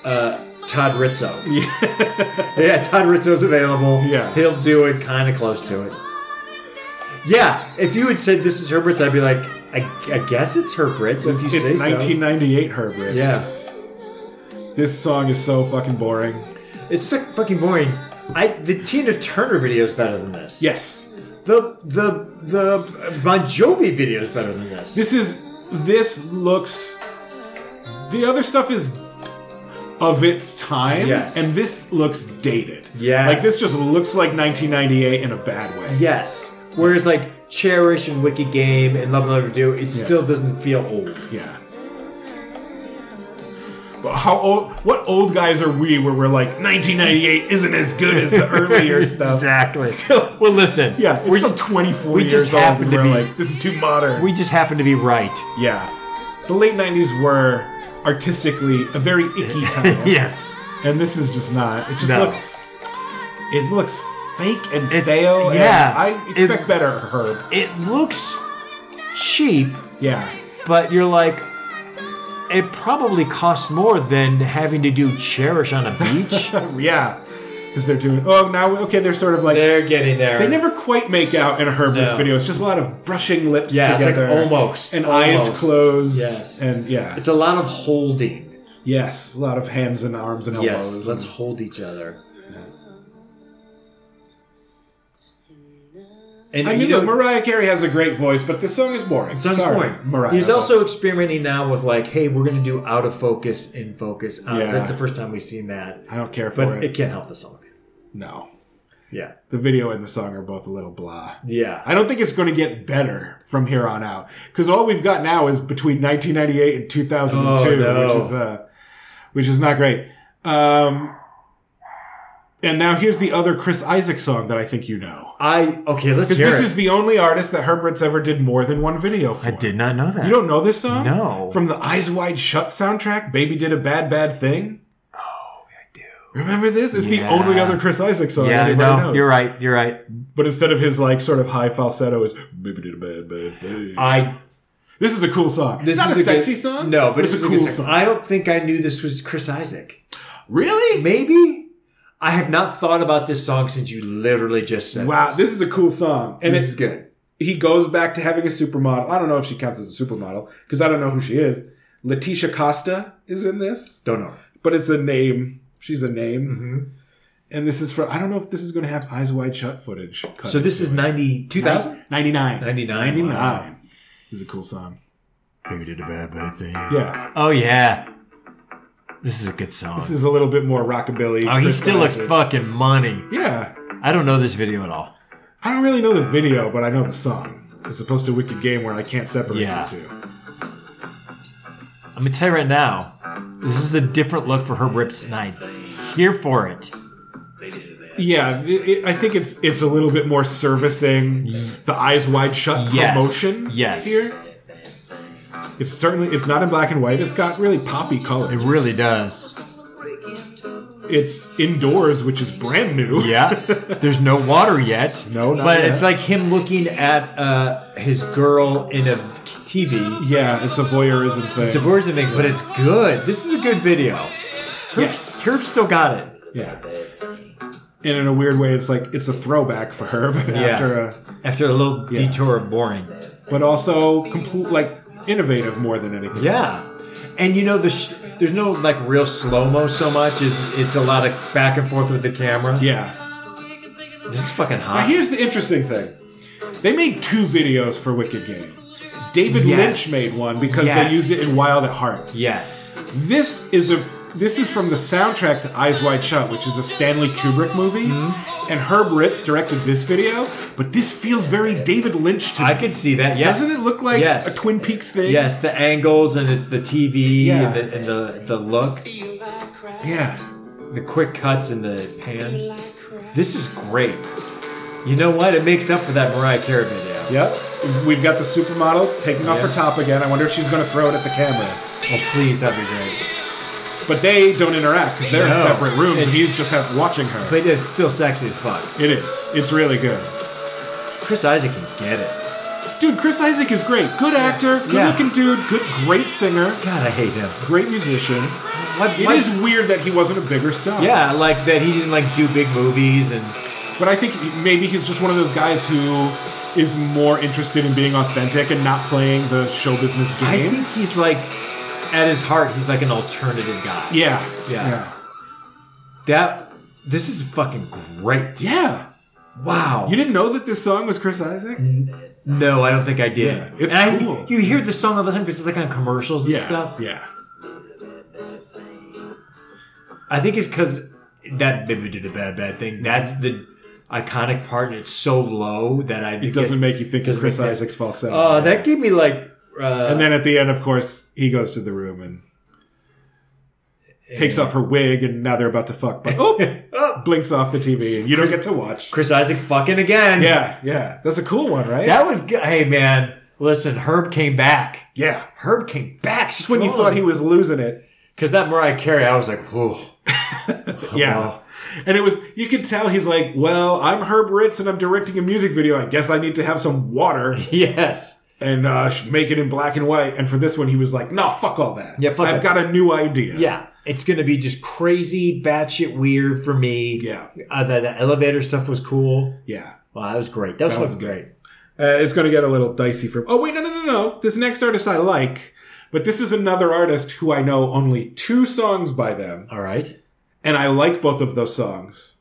Speaker 2: uh, Todd Rizzo? <laughs> yeah, Todd Rizzo's available.
Speaker 1: Yeah.
Speaker 2: He'll do it kind of close to it. Yeah, if you had said this is Herbert's, I'd be like, I, I guess it's Herbert's. If you
Speaker 1: it's
Speaker 2: say so.
Speaker 1: 1998 Herb Ritz.
Speaker 2: Yeah,
Speaker 1: This song is so fucking boring.
Speaker 2: it's so fucking boring. I the Tina Turner video is better than this.
Speaker 1: Yes.
Speaker 2: The the the Bon Jovi video is better than this.
Speaker 1: This is. This looks. The other stuff is of its time.
Speaker 2: Yes.
Speaker 1: And this looks dated.
Speaker 2: Yes.
Speaker 1: Like, this just looks like 1998 in a bad way.
Speaker 2: yes. Whereas like Cherish and Wicked Game and Love and Let Her Do, it still doesn't feel old.
Speaker 1: Yeah. But how old? What old guys are we? Where we're like 1998 isn't as good as
Speaker 2: <laughs>
Speaker 1: the earlier stuff.
Speaker 2: Exactly.
Speaker 1: Still-
Speaker 2: well, listen.
Speaker 1: Yeah, it's
Speaker 2: we
Speaker 1: we're
Speaker 2: just,
Speaker 1: still 24
Speaker 2: we
Speaker 1: years
Speaker 2: just
Speaker 1: old.
Speaker 2: happen
Speaker 1: and
Speaker 2: to
Speaker 1: we're
Speaker 2: be-
Speaker 1: like, this is too modern.
Speaker 2: we just happen to be <laughs> right.
Speaker 1: yeah, the late 90s were artistically a very
Speaker 2: <laughs>
Speaker 1: icky time.
Speaker 2: yes.
Speaker 1: and this is just not. It just
Speaker 2: No.
Speaker 1: looks. It looks fake and stale. and
Speaker 2: yeah.
Speaker 1: I
Speaker 2: It-
Speaker 1: expect better, Herb.
Speaker 2: It looks cheap,
Speaker 1: Yeah,
Speaker 2: but you're like, it probably costs more than having to do Cherish on a
Speaker 1: <laughs>
Speaker 2: beach.
Speaker 1: yeah, because they're doing. Oh, now okay, they're sort of like
Speaker 2: They're getting there.
Speaker 1: They never quite make out in a Herbert's
Speaker 2: No.
Speaker 1: video. It's just a lot of brushing lips
Speaker 2: Yeah, it's like
Speaker 1: together,
Speaker 2: almost,
Speaker 1: and eyes
Speaker 2: almost.
Speaker 1: closed,
Speaker 2: Yes.
Speaker 1: and yeah,
Speaker 2: It's a lot of holding.
Speaker 1: yes, a lot of hands and arms and elbows.
Speaker 2: Yes, let's
Speaker 1: and-
Speaker 2: hold each other. And
Speaker 1: I mean,
Speaker 2: you know,
Speaker 1: look, Mariah Carey has a great voice, but this song is boring.
Speaker 2: Sounds
Speaker 1: Sorry,
Speaker 2: boring.
Speaker 1: Mariah.
Speaker 2: He's
Speaker 1: but-
Speaker 2: also experimenting now with like, hey, we're going to do out of focus, in focus. Uh,
Speaker 1: Yeah.
Speaker 2: That's the first time we've seen that,
Speaker 1: I don't care for
Speaker 2: but
Speaker 1: it.
Speaker 2: it can't help the song.
Speaker 1: No,
Speaker 2: Yeah,
Speaker 1: the video and the song are both a little blah.
Speaker 2: yeah.
Speaker 1: I don't think it's going to get better from here on out because all we've got now is between 1998 and 2002,
Speaker 2: Oh, no.
Speaker 1: which is uh, which is not great. Um, and now here's the other Chris Isaac song that I think you know
Speaker 2: I okay. Let's
Speaker 1: because
Speaker 2: hear
Speaker 1: this
Speaker 2: it.
Speaker 1: is the only artist that Herbert's ever did more than one video for.
Speaker 2: I did not know that.
Speaker 1: You don't know this song?
Speaker 2: No.
Speaker 1: From the Eyes Wide Shut soundtrack, Baby Did a Bad Bad Thing. Oh, I do. Remember this? It's
Speaker 2: Yeah.
Speaker 1: the only other Chris Isaac song
Speaker 2: yeah,
Speaker 1: anybody
Speaker 2: no,
Speaker 1: knows.
Speaker 2: you're right. You're right.
Speaker 1: But instead of his like sort of high falsetto is baby did a bad bad thing.
Speaker 2: I
Speaker 1: this is a cool song. it's
Speaker 2: this
Speaker 1: not
Speaker 2: is
Speaker 1: a
Speaker 2: good-
Speaker 1: sexy song.
Speaker 2: No, but
Speaker 1: it's a
Speaker 2: good
Speaker 1: cool
Speaker 2: song.
Speaker 1: song.
Speaker 2: I don't think I knew this was Chris Isaac.
Speaker 1: really?
Speaker 2: Maybe I have not thought about this song since you literally just said.
Speaker 1: Wow, this is a cool song. And
Speaker 2: this
Speaker 1: it,
Speaker 2: is good.
Speaker 1: he goes back to having a supermodel. I don't know if she counts as a supermodel because I don't know who she is. Letitia Costa is in this,
Speaker 2: Don't know.
Speaker 1: but it's a name. She's a name.
Speaker 2: Mhm.
Speaker 1: And this is for I don't know if this is going to have eyes wide shut footage. cut
Speaker 2: So this
Speaker 1: into
Speaker 2: is
Speaker 1: it.
Speaker 2: 90, 2000?
Speaker 1: 99.
Speaker 2: 99,
Speaker 1: 99.
Speaker 2: wow.
Speaker 1: This is a cool song.
Speaker 2: Baby did a bad, bad thing.
Speaker 1: Yeah.
Speaker 2: Oh yeah, this is a good song.
Speaker 1: This is a little bit more rockabilly.
Speaker 2: oh, he
Speaker 1: Chris
Speaker 2: still looks
Speaker 1: Isaac.
Speaker 2: fucking money.
Speaker 1: Yeah.
Speaker 2: I don't know this video at all.
Speaker 1: I don't really know the video, but I know the song. As opposed to Wicked Game, where I can't separate
Speaker 2: Yeah.
Speaker 1: the two.
Speaker 2: I'm gonna tell you right now, this is a different look for her rips tonight. Here for it.
Speaker 1: Yeah, it, it- I think it's it's a little bit more servicing the eyes wide shut
Speaker 2: Yes.
Speaker 1: promotion.
Speaker 2: Yes.
Speaker 1: here it's certainly it's not in black and white. It's got really poppy colors.
Speaker 2: It really does.
Speaker 1: It's indoors, which is brand new. <laughs>
Speaker 2: Yeah. There's no water yet.
Speaker 1: No, not
Speaker 2: but
Speaker 1: yet.
Speaker 2: it's like him looking at uh, his girl in a TV.
Speaker 1: yeah, it's a voyeurism thing.
Speaker 2: It's a version thing, but it's good. This is a good video. Herb,
Speaker 1: Yes.
Speaker 2: Herb still got it.
Speaker 1: yeah. And in a weird way, it's like it's a throwback for her. <laughs> But after a,
Speaker 2: After a little
Speaker 1: Yeah.
Speaker 2: detour of boring.
Speaker 1: but also complete like innovative more than anything.
Speaker 2: Yeah.
Speaker 1: else.
Speaker 2: And you know, the sh- there's no like real slow mo so much. Is It's a lot of back and forth with the camera.
Speaker 1: Yeah.
Speaker 2: This is fucking
Speaker 1: Now,
Speaker 2: hot.
Speaker 1: here's the interesting thing. They made two videos for Wicked Game. David
Speaker 2: Yes.
Speaker 1: Lynch made one because
Speaker 2: Yes.
Speaker 1: they used it in Wild at Heart.
Speaker 2: yes.
Speaker 1: This is a this is from the soundtrack to Eyes Wide Shut, which is a Stanley Kubrick movie.
Speaker 2: Mm-hmm.
Speaker 1: And Herb Ritz directed this video, but this feels very David Lynch to me.
Speaker 2: I could see that. Yes.
Speaker 1: Doesn't it look like
Speaker 2: Yes.
Speaker 1: a Twin Peaks thing?
Speaker 2: Yes, the angles and it's the TV
Speaker 1: Yeah.
Speaker 2: and, the, and the the look,
Speaker 1: Yeah.
Speaker 2: the quick cuts and the pans. This is great. You know what? It makes up for that Mariah Carey video.
Speaker 1: Yep. We've got the supermodel taking off
Speaker 2: Yeah.
Speaker 1: her top again. I wonder if she's going to throw it at the camera.
Speaker 2: Oh, please, that'd be great.
Speaker 1: But they don't interact because they're in
Speaker 2: No.
Speaker 1: separate rooms and
Speaker 2: It's-
Speaker 1: he's just have, watching her.
Speaker 2: But it's still sexy as fuck.
Speaker 1: It is. It's really good.
Speaker 2: Chris Isaac can get it.
Speaker 1: Dude, Chris Isaac is great. Good actor, good
Speaker 2: Yeah.
Speaker 1: looking dude, good great singer,
Speaker 2: God, I hate him.
Speaker 1: great musician.
Speaker 2: What,
Speaker 1: It
Speaker 2: what-
Speaker 1: is weird that he wasn't a bigger star.
Speaker 2: Yeah, like that he didn't like do big movies and
Speaker 1: But I think maybe he's just one of those guys who is more interested in being authentic and not playing the show business
Speaker 2: I
Speaker 1: game.
Speaker 2: think he's like at his heart he's like an alternative guy.
Speaker 1: yeah.
Speaker 2: Yeah. That This is fucking great.
Speaker 1: Yeah.
Speaker 2: Wow.
Speaker 1: You didn't know that this song was Chris Isaac?
Speaker 2: No, I don't think I did.
Speaker 1: Yeah, it's
Speaker 2: And I-
Speaker 1: cool.
Speaker 2: you hear this song all the time because it's like on commercials and
Speaker 1: Yeah.
Speaker 2: stuff.
Speaker 1: Yeah.
Speaker 2: I think it's because that maybe did a bad bad
Speaker 1: Mm-hmm.
Speaker 2: thing. That's the iconic part, and it's so low that I
Speaker 1: It doesn't make you think of
Speaker 2: doesn't
Speaker 1: Chris
Speaker 2: make that-
Speaker 1: Isaac's falsetto.
Speaker 2: Oh, that gave me like. Uh, <laughs>
Speaker 1: and then at the end, of course, he goes to the room and takes off her wig, and now they're about to fuck. But
Speaker 2: <laughs>
Speaker 1: oh,
Speaker 2: oh,
Speaker 1: blinks off the TV, and you don't get to watch.
Speaker 2: Chris Isaac fucking again.
Speaker 1: Yeah, yeah, that's a cool one, right?
Speaker 2: that was good. Hey man, listen, Herb came back.
Speaker 1: yeah.
Speaker 2: Herb came back.
Speaker 1: Just when you thought he was losing it,
Speaker 2: because that Mariah Carey, I was like, whoa.
Speaker 1: <laughs> yeah. And it was you could tell he's like, well, I'm Herb Ritz and I'm directing a music video. I guess I need to have some water
Speaker 2: <laughs> Yes.
Speaker 1: and uh, sh- make it in black and white. And for this one, he was like, no, fuck all that.
Speaker 2: Yeah, fuck
Speaker 1: I've
Speaker 2: it.
Speaker 1: got a new idea.
Speaker 2: Yeah, it's gonna be just crazy, batshit weird for me.
Speaker 1: yeah,
Speaker 2: Uh, the, the elevator stuff was cool.
Speaker 1: yeah.
Speaker 2: Wow, that was great. That was,
Speaker 1: That was
Speaker 2: fucking
Speaker 1: good.
Speaker 2: great.
Speaker 1: Uh, it's going to get a little dicey for. Oh wait, no, no, no, no. This next artist I like, but this is another artist who I know only two songs by them,
Speaker 2: All right.
Speaker 1: and I like both of those songs,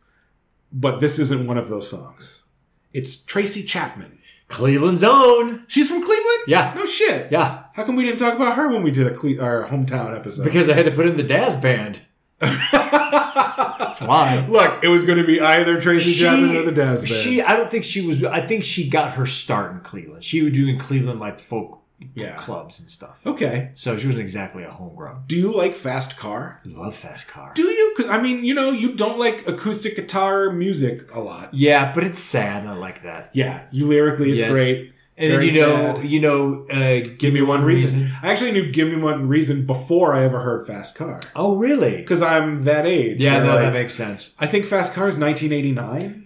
Speaker 1: but this isn't one of those songs. It's Tracy Chapman.
Speaker 2: Cleveland's own.
Speaker 1: She's from Cleveland.
Speaker 2: Yeah.
Speaker 1: No shit.
Speaker 2: Yeah.
Speaker 1: How come we didn't talk about her when we did a Cle- our hometown episode? <laughs>
Speaker 2: Because I had to put in the Daz band. That's why.
Speaker 1: look, it was going to be either Tracy Chapman or the Daz Band.
Speaker 2: She I don't think she was I think she got her start in Cleveland. She was doing Cleveland like folk
Speaker 1: Yeah.
Speaker 2: clubs and stuff.
Speaker 1: okay.
Speaker 2: So she wasn't exactly a homegrown.
Speaker 1: Do you like fast car?
Speaker 2: Love fast car.
Speaker 1: Do you? 'Cause, I mean, you know, you don't like acoustic guitar music a lot.
Speaker 2: yeah, but it's sad. I like that.
Speaker 1: Yeah, you lyrically, it's
Speaker 2: Yes.
Speaker 1: great.
Speaker 2: And then
Speaker 1: Very
Speaker 2: you know,
Speaker 1: sad.
Speaker 2: you know, uh, give, me one
Speaker 1: reason. I actually knew "Give Me One Reason" before I ever heard "Fast Car"
Speaker 2: Oh, really?
Speaker 1: because I'm that age.
Speaker 2: Yeah,
Speaker 1: where,
Speaker 2: no,
Speaker 1: like,
Speaker 2: that makes sense.
Speaker 1: I think "Fast Car" is 1989,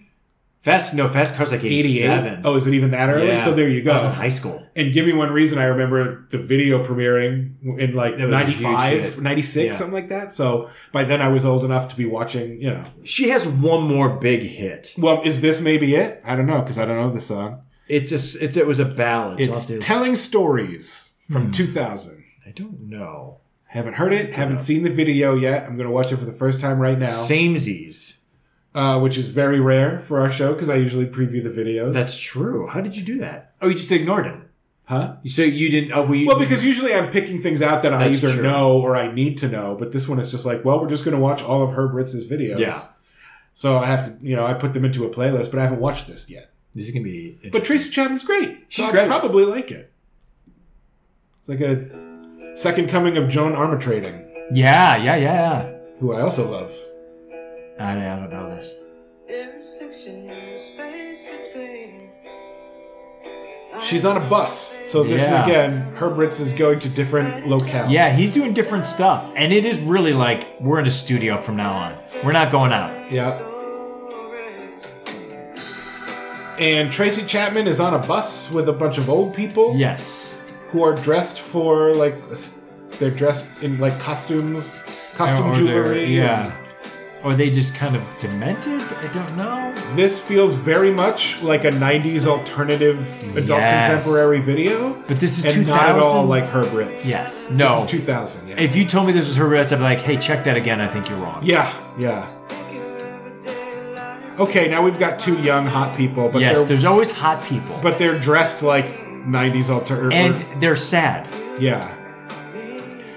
Speaker 2: Fast, no, fast cars like
Speaker 1: 88.
Speaker 2: eighty-seven.
Speaker 1: Oh, is it even that early?
Speaker 2: Yeah.
Speaker 1: So there you
Speaker 2: I was in
Speaker 1: go.
Speaker 2: high school.
Speaker 1: And "Give Me One Reason," I remember the video premiering in like
Speaker 2: That was a huge
Speaker 1: 95,
Speaker 2: hit.
Speaker 1: 96,
Speaker 2: Yeah.
Speaker 1: something like that. So by then I was old enough to be watching. You know,
Speaker 2: She has one more big hit.
Speaker 1: well, is this maybe it? I don't know because I don't know the song.
Speaker 2: It's just it's, it was a balance. I'll
Speaker 1: It's
Speaker 2: have to-
Speaker 1: telling stories from
Speaker 2: Hmm.
Speaker 1: 2000.
Speaker 2: I don't know.
Speaker 1: Haven't heard it. Haven't
Speaker 2: Yeah.
Speaker 1: seen the video yet. I'm going to watch it for the first time right now,
Speaker 2: Samesies.
Speaker 1: uh, which is very rare for our show because I usually preview the videos.
Speaker 2: That's true. How did you do that? Oh, you just ignored him.
Speaker 1: huh?
Speaker 2: You say you didn't. Oh, well, you,
Speaker 1: Well, because usually I'm picking things out that I
Speaker 2: That's
Speaker 1: either
Speaker 2: true.
Speaker 1: know or I need to know, but this one is just like, well, we're just going to watch all of Herb Ritz's videos.
Speaker 2: Yeah.
Speaker 1: So I have to, you know, I put them into a playlist, but I haven't watched this yet.
Speaker 2: this is gonna be.
Speaker 1: But Tracy Chapman's great.
Speaker 2: She's
Speaker 1: so
Speaker 2: great.
Speaker 1: I probably like it. It's like a second coming of Joan Armatrading,
Speaker 2: yeah, yeah, yeah.
Speaker 1: who I also love.
Speaker 2: I, I don't know this.
Speaker 3: There is fiction in the space between.
Speaker 1: She's on a bus, so this
Speaker 2: Yeah.
Speaker 1: is again Herb Ritz is going to different locales.
Speaker 2: Yeah, he's doing different stuff, and it is really like we're in a studio from now on. We're not going out.
Speaker 1: yeah. And Tracy Chapman is on a bus with a bunch of old people
Speaker 2: Yes.
Speaker 1: who are dressed for like s- they're dressed in like costumes, costume
Speaker 2: Or Oh, they're-
Speaker 1: jewelry.
Speaker 2: Yeah. Or they just kind of demented? I don't know.
Speaker 1: This feels very much like a '90s alternative adult
Speaker 2: Yes.
Speaker 1: contemporary video,
Speaker 2: But this is
Speaker 1: and
Speaker 2: 2000.
Speaker 1: not at all like Herb Ritz.
Speaker 2: Yes.
Speaker 1: This
Speaker 2: No.
Speaker 1: is 2000. Yeah.
Speaker 2: If you told me this was her Ritz, I'd be like, hey, check that again. I think you're wrong.
Speaker 1: yeah. Yeah. Okay, now we've got two young hot people, but
Speaker 2: yes,
Speaker 1: they're
Speaker 2: there's always hot people.
Speaker 1: but they're dressed like 90s alternative
Speaker 2: and they're sad.
Speaker 1: yeah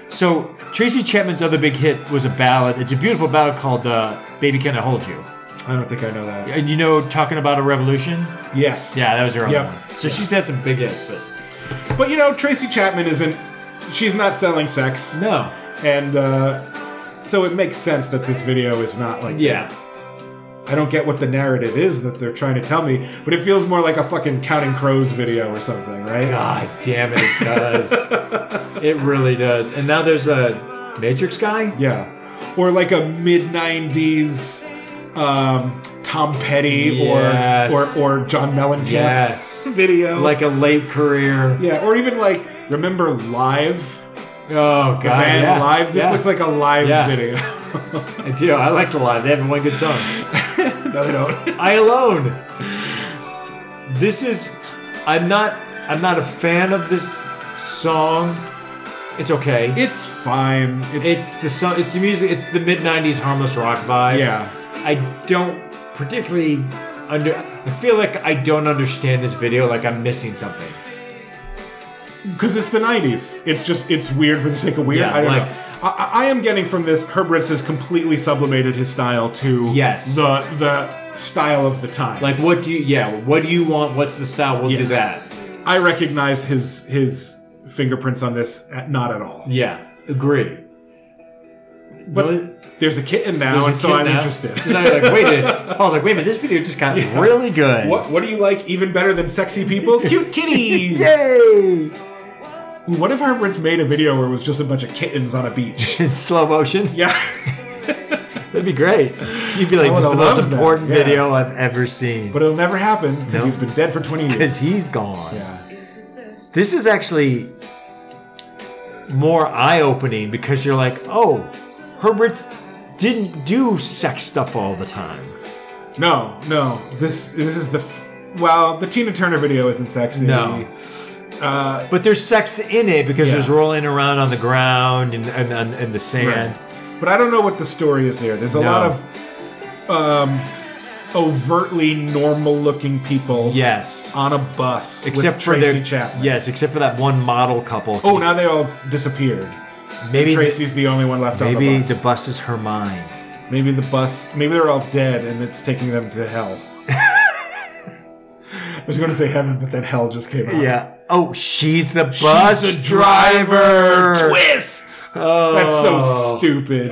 Speaker 2: So Tracy Chapman's other big hit was a ballad. It's a beautiful ballad called uh, "Baby Can I Hold You."
Speaker 1: i don't think i know that
Speaker 2: And you know, talking about a revolution.
Speaker 1: yes
Speaker 2: Yeah, that was her other
Speaker 1: Yep.
Speaker 2: one. So she's had some big hits, but
Speaker 1: but you know tracy chapman isn't she's not selling sex
Speaker 2: no.
Speaker 1: and uh so it makes sense that this video is not like
Speaker 2: Yeah,
Speaker 1: i don't get what the narrative is that they're trying to tell me but it feels more like a fucking counting crows video or something right
Speaker 2: God damn it, it <laughs> does. it really does. And now there's a Matrix guy.
Speaker 1: yeah or like a mid-90s um tom petty
Speaker 2: Yes.
Speaker 1: or or or john mellencamp
Speaker 2: Yes.
Speaker 1: video
Speaker 2: Like a late career.
Speaker 1: yeah or even like remember live
Speaker 2: Oh god,
Speaker 1: the band
Speaker 2: yeah.
Speaker 1: live. This
Speaker 2: Yeah.
Speaker 1: looks like a live
Speaker 2: Yeah.
Speaker 1: video. <laughs>
Speaker 2: I do. I like the live. They have one good song.
Speaker 1: no, they don't.
Speaker 2: I alone. This is. I'm not. I'm not a fan of this song. It's okay.
Speaker 1: It's fine. It's,
Speaker 2: It's the song. It's the music. It's the mid '90s harmless rock vibe.
Speaker 1: yeah.
Speaker 2: I don't particularly under. I feel like I don't understand this video. Like I'm missing something.
Speaker 1: Because it's the '90s. It's just it's weird for the sake of weird.
Speaker 2: Yeah,
Speaker 1: I don't
Speaker 2: like-
Speaker 1: know. I, I- I am getting from this. Herberts has completely sublimated his style to
Speaker 2: Yes.
Speaker 1: the the style of the time.
Speaker 2: Like what do you? Yeah, what do you want? What's the style? We'll
Speaker 1: Yeah.
Speaker 2: do that.
Speaker 1: I recognize his his fingerprints on this at, not at all.
Speaker 2: Yeah, agree.
Speaker 1: But
Speaker 2: Really?
Speaker 1: there's a kitten now,
Speaker 2: There's a
Speaker 1: and so
Speaker 2: kid
Speaker 1: I'm
Speaker 2: now.
Speaker 1: interested.
Speaker 2: So now you're like, wait a
Speaker 1: <laughs>
Speaker 2: minute. I was like, wait a minute. This video just got really good.
Speaker 1: What what do you like even better than sexy
Speaker 2: <laughs>
Speaker 1: people? Cute kitties.
Speaker 2: Yay!
Speaker 1: What if Herbert's made a video where it was just a bunch of kittens on a
Speaker 2: <laughs>
Speaker 1: beach?
Speaker 2: <laughs> In slow motion.
Speaker 1: yeah. <laughs>
Speaker 2: That'd be great. You'd be like,
Speaker 1: I
Speaker 2: this is the
Speaker 1: would've
Speaker 2: most
Speaker 1: loved that,
Speaker 2: important
Speaker 1: yeah.
Speaker 2: video I've ever seen.
Speaker 1: But it'll never happen because
Speaker 2: No.
Speaker 1: he's been dead for
Speaker 2: <laughs>
Speaker 1: 20 years.
Speaker 2: Because he's gone.
Speaker 1: Yeah.
Speaker 2: This is actually more eye opening because you're like, oh, Herbert didn't do sex stuff all the time.
Speaker 1: No, no. This this is the. F- well, the Tina Turner video isn't sexy.
Speaker 2: No.
Speaker 1: Uh,
Speaker 2: But there's sex in it because
Speaker 1: Yeah.
Speaker 2: there's rolling around on the ground and, and, and, and the sand.
Speaker 1: But I don't know what the story is here. There's a
Speaker 2: No.
Speaker 1: lot of um, overtly normal-looking people
Speaker 2: Yes.
Speaker 1: on a bus,
Speaker 2: Except
Speaker 1: with
Speaker 2: for
Speaker 1: Tracy
Speaker 2: their
Speaker 1: Chapman.
Speaker 2: yes, except for that one model couple.
Speaker 1: Oh, now they all have disappeared.
Speaker 2: maybe
Speaker 1: Tracy's the only one left
Speaker 2: maybe
Speaker 1: on the bus.
Speaker 2: the bus is her mind.
Speaker 1: Maybe the bus. Maybe they're all dead, and it's taking them to
Speaker 2: <laughs>
Speaker 1: hell. I was going to say heaven, but then hell just came out.
Speaker 2: Yeah. Oh, she's the
Speaker 1: She's
Speaker 2: bus
Speaker 1: the
Speaker 2: driver.
Speaker 1: Twist.
Speaker 2: Oh,
Speaker 1: That's so
Speaker 2: <laughs>
Speaker 1: stupid.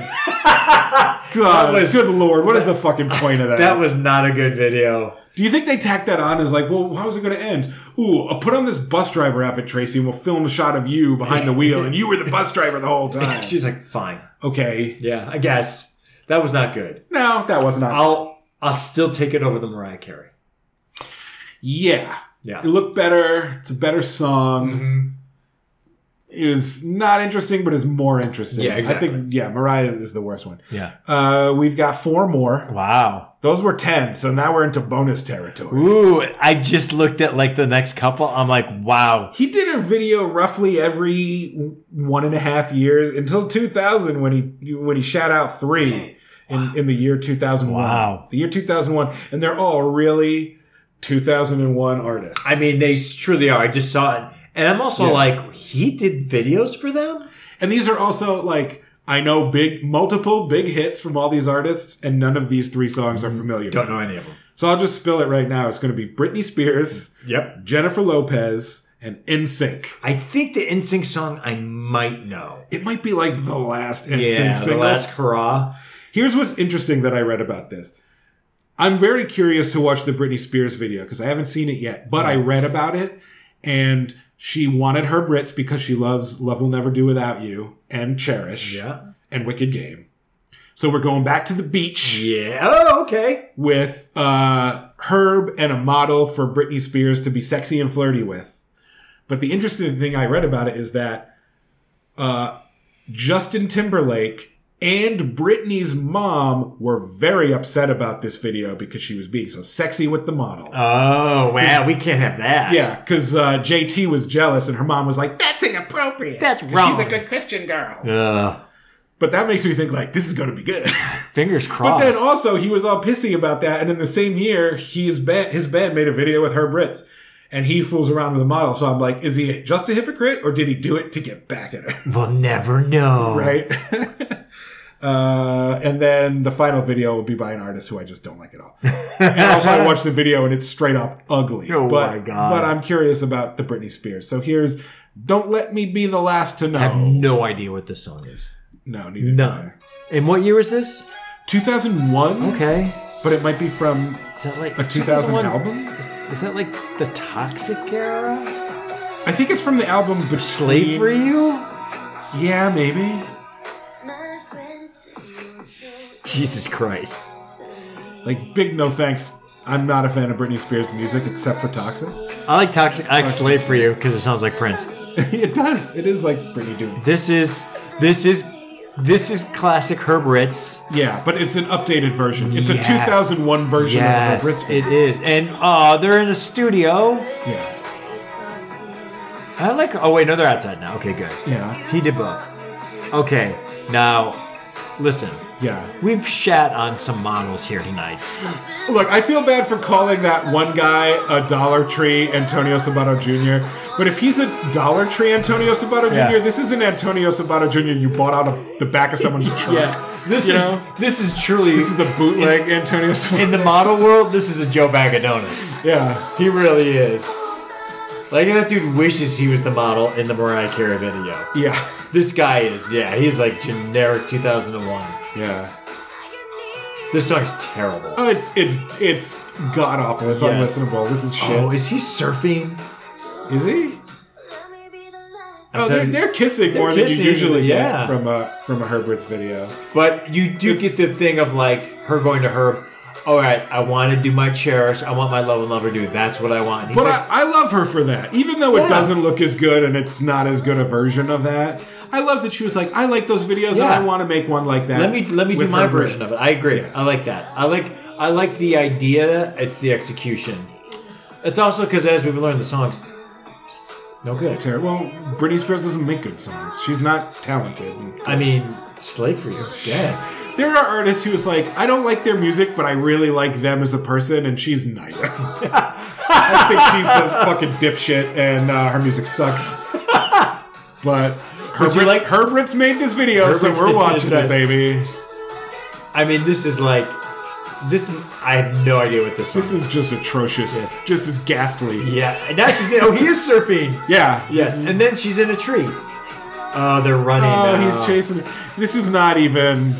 Speaker 1: God,
Speaker 2: was-
Speaker 1: good lord, what is the fucking point of that?
Speaker 2: That was not a good video.
Speaker 1: Do you think they tacked that on as like, well, how's it going to end? Ooh, I'll put on this bus driver outfit, Tracy, and we'll film a shot of you behind the wheel, and you were the bus driver the whole time.
Speaker 2: <laughs> She's like, fine.
Speaker 1: okay,
Speaker 2: Yeah, I guess that was not good.
Speaker 1: no, that was not.
Speaker 2: I'll I'll still take it over the Mariah Carey.
Speaker 1: yeah,
Speaker 2: Yeah.
Speaker 1: it looked better. It's a better song.
Speaker 2: Mm-hmm.
Speaker 1: It was not interesting, but it's more interesting.
Speaker 2: Yeah, exactly.
Speaker 1: I think yeah, Mariah is the worst one.
Speaker 2: Yeah.
Speaker 1: Uh, we've got four more.
Speaker 2: Wow.
Speaker 1: Those were ten, so now we're into bonus territory.
Speaker 2: Ooh, I just looked at like the next couple. I'm like, wow.
Speaker 1: He did a video roughly every one and a half years until 2000 when he when he shot out three in, in the year 2001.
Speaker 2: Wow.
Speaker 1: The year 2001, and they're all really 2001 artists.
Speaker 2: I mean, they truly are. I just saw it, and I'm also
Speaker 1: Yeah.
Speaker 2: like, he did videos for them.
Speaker 1: and these are also like I know big multiple big hits from all these artists, and none of these three songs
Speaker 2: Mm-hmm.
Speaker 1: are familiar.
Speaker 2: know any of them.
Speaker 1: So I'll just spill it right now. It's going to be Britney Spears,
Speaker 2: Yep.
Speaker 1: Jennifer Lopez, and NSYNC.
Speaker 2: I think the NSYNC song I might know.
Speaker 1: It might be like the last NSYNC
Speaker 2: Yeah, the
Speaker 1: single.
Speaker 2: last hurrah.
Speaker 1: Here's what's interesting that I read about this. I'm very curious to watch the Britney Spears video because I haven't seen it yet, but I
Speaker 2: Mm-hmm.
Speaker 1: read about it and she wanted her Brits because she loves Love Will Never Do Without You and Cherish
Speaker 2: Yeah.
Speaker 1: and Wicked Game. So we're going back to the beach
Speaker 2: Yeah. Oh, okay.
Speaker 1: with uh, Herb and a model for Britney Spears to be sexy and flirty with. But the interesting thing I read about it is that uh, Justin Timberlake and Britney's mom were very upset about this video because she was being so sexy with the model.
Speaker 2: Oh, wow. We can't have that.
Speaker 1: yeah, because uh, JT was jealous and her mom was like, that's inappropriate.
Speaker 2: That's
Speaker 1: 'cause
Speaker 2: wrong."
Speaker 1: She's a good Christian girl.
Speaker 2: Ugh.
Speaker 1: But that makes me think, like, this is going to be good. <laughs>
Speaker 2: Fingers
Speaker 1: But
Speaker 2: crossed.
Speaker 1: then also he was all pissy about that, and in the same year, his band his band made a video with her Brits, and he fools around with a model. So I'm like, is he just a hypocrite, or did he do it to get back at her?
Speaker 2: we'll never know.
Speaker 1: Right. <laughs> uh, and then the final video will be by an artist who I just don't like at all.
Speaker 2: <laughs>
Speaker 1: and also, I watched the video and it's straight up ugly.
Speaker 2: Oh
Speaker 1: but,
Speaker 2: my God.
Speaker 1: But I'm curious about the Britney Spears. So here's "Don't Let Me Be the Last to Know."
Speaker 2: I have no idea what this song is.
Speaker 1: no, neither. do I.
Speaker 2: None. And what year is this?
Speaker 1: 2001,
Speaker 2: Okay.
Speaker 1: but it might be from
Speaker 2: Is that like
Speaker 1: a 2000
Speaker 2: 2001
Speaker 1: album.
Speaker 2: Is, is that like the Toxic era?
Speaker 1: I think it's from the album Between.
Speaker 2: Slave for you?
Speaker 1: Yeah, maybe.
Speaker 3: My friends say you're so
Speaker 2: Jesus Christ.
Speaker 3: silly.
Speaker 1: Like, big no thanks. I'm not a fan of Britney Spears' music except for Toxic. <laughs>
Speaker 2: I like Toxic. I like Slave for you because it sounds like Prince.
Speaker 1: it does. It is like Britney doing.
Speaker 2: This is this is this is classic Herbert's.
Speaker 1: Yeah, but it's an updated version. It's
Speaker 2: Yes.
Speaker 1: a 2001 version of her
Speaker 2: Yes,
Speaker 1: Britney.
Speaker 2: it is. And oh, they're in a studio.
Speaker 1: Yeah.
Speaker 2: I like. Oh wait, no, they're outside now. Okay, good.
Speaker 1: Yeah.
Speaker 2: He did both. Okay, now Listen,
Speaker 1: Yeah.
Speaker 2: we've shat on some models here tonight.
Speaker 1: Look, I feel bad for calling that one guy a Dollar Tree Antonio Sabato Jr. But if he's a Dollar Tree Antonio Sabato Jr.,
Speaker 2: Yeah.
Speaker 1: this isn't Antonio Sabato Jr. you bought out of the back of
Speaker 2: <laughs>
Speaker 1: someone's truck.
Speaker 2: this
Speaker 1: You
Speaker 2: is
Speaker 1: know?
Speaker 2: this is truly
Speaker 1: This is a bootleg Antonio Sabato.
Speaker 2: in the model world. This is a Joe Bag of Donuts.
Speaker 1: yeah.
Speaker 2: He really is. Like that dude wishes he was the model in the Mariah Carey video.
Speaker 1: Yeah.
Speaker 2: This guy is, yeah, he's like generic 2001.
Speaker 1: Yeah.
Speaker 2: This song's terrible.
Speaker 1: Oh, it's it's it's god awful. It's
Speaker 2: Yeah.
Speaker 1: unlistenable. This is shit.
Speaker 2: Oh, is he surfing?
Speaker 1: is he?
Speaker 2: I'm
Speaker 1: Oh, they're,
Speaker 2: telling you-
Speaker 1: they're kissing
Speaker 2: They're
Speaker 1: more
Speaker 2: kissing,
Speaker 1: than you usually
Speaker 2: yeah.
Speaker 1: get from a from a Herbert's video.
Speaker 2: But you do
Speaker 1: It's-
Speaker 2: get the thing of like her going to her. All right, I want to do my cherish. I want my love and lover dude. That's what I want. And he's
Speaker 1: But
Speaker 2: like,
Speaker 1: I, I love her for that. Even though it
Speaker 2: Yeah.
Speaker 1: doesn't look as good and it's not as good a version of that, I love that she was like, I like those videos and
Speaker 2: Yeah.
Speaker 1: I want to make one like that.
Speaker 2: let me let me do
Speaker 1: with
Speaker 2: my
Speaker 1: her
Speaker 2: version of
Speaker 1: words."
Speaker 2: it. I agree.
Speaker 1: Yeah.
Speaker 2: I like that. I like I like the idea. It's the execution. It's also because as we've learned, the songs no good.
Speaker 1: Ter- well, Britney Spears doesn't make good songs. She's not talented.
Speaker 2: I mean, slavery is dead.
Speaker 1: There are artists who is like, I don't like their music, but I really like them as a person, and she's neither. <laughs> I think she's a fucking dipshit, and uh, her music sucks. But
Speaker 2: Would you
Speaker 1: Herbert's,
Speaker 2: like-
Speaker 1: Herbert's made this video, so
Speaker 2: Herbert's
Speaker 1: we're
Speaker 2: made
Speaker 1: watching
Speaker 2: this,
Speaker 1: it, baby.
Speaker 2: I mean, this is like this. I have no idea what this. Song
Speaker 1: This is just atrocious.
Speaker 2: Yes.
Speaker 1: Just as ghastly.
Speaker 2: Yeah, and now she's in, oh he is surfing.
Speaker 1: Yeah.
Speaker 2: Yes, and then she's in a tree. Oh, they're running.
Speaker 1: Mm. Oh,
Speaker 2: now.
Speaker 1: he's chasing. This is not even.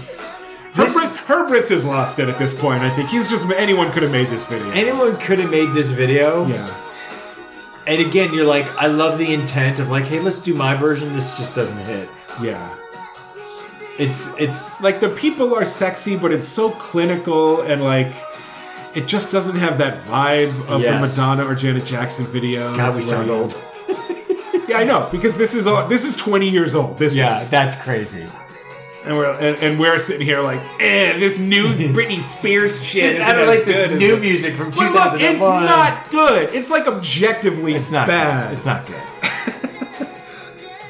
Speaker 2: This-
Speaker 1: Herbert, Herbert's has lost it at this point. I think he's just anyone could have made this video.
Speaker 2: Anyone could have made this video.
Speaker 1: yeah.
Speaker 2: And again, you're like, I love the intent of like, hey, let's do my version. This just doesn't hit.
Speaker 1: Yeah.
Speaker 2: It's it's
Speaker 1: like the people are sexy, but it's so clinical and like it just doesn't have that vibe of
Speaker 2: Yes.
Speaker 1: the Madonna or Janet Jackson videos.
Speaker 2: God, we
Speaker 1: where
Speaker 2: sound
Speaker 1: you-
Speaker 2: old.
Speaker 1: <laughs> Yeah, I know because this is all, this is twenty years old. This
Speaker 2: Yeah,
Speaker 1: is,
Speaker 2: that's crazy.
Speaker 1: and we're and, and we're sitting here like, eh, this
Speaker 2: <laughs>
Speaker 1: new Britney Spears shit.
Speaker 2: I
Speaker 1: isn't
Speaker 2: don't like
Speaker 1: as good
Speaker 2: this
Speaker 1: as
Speaker 2: new
Speaker 1: it."
Speaker 2: music from
Speaker 1: But look,
Speaker 2: 2001.
Speaker 1: it's not good. It's like objectively
Speaker 2: It's not
Speaker 1: bad.
Speaker 2: Good. It's not good.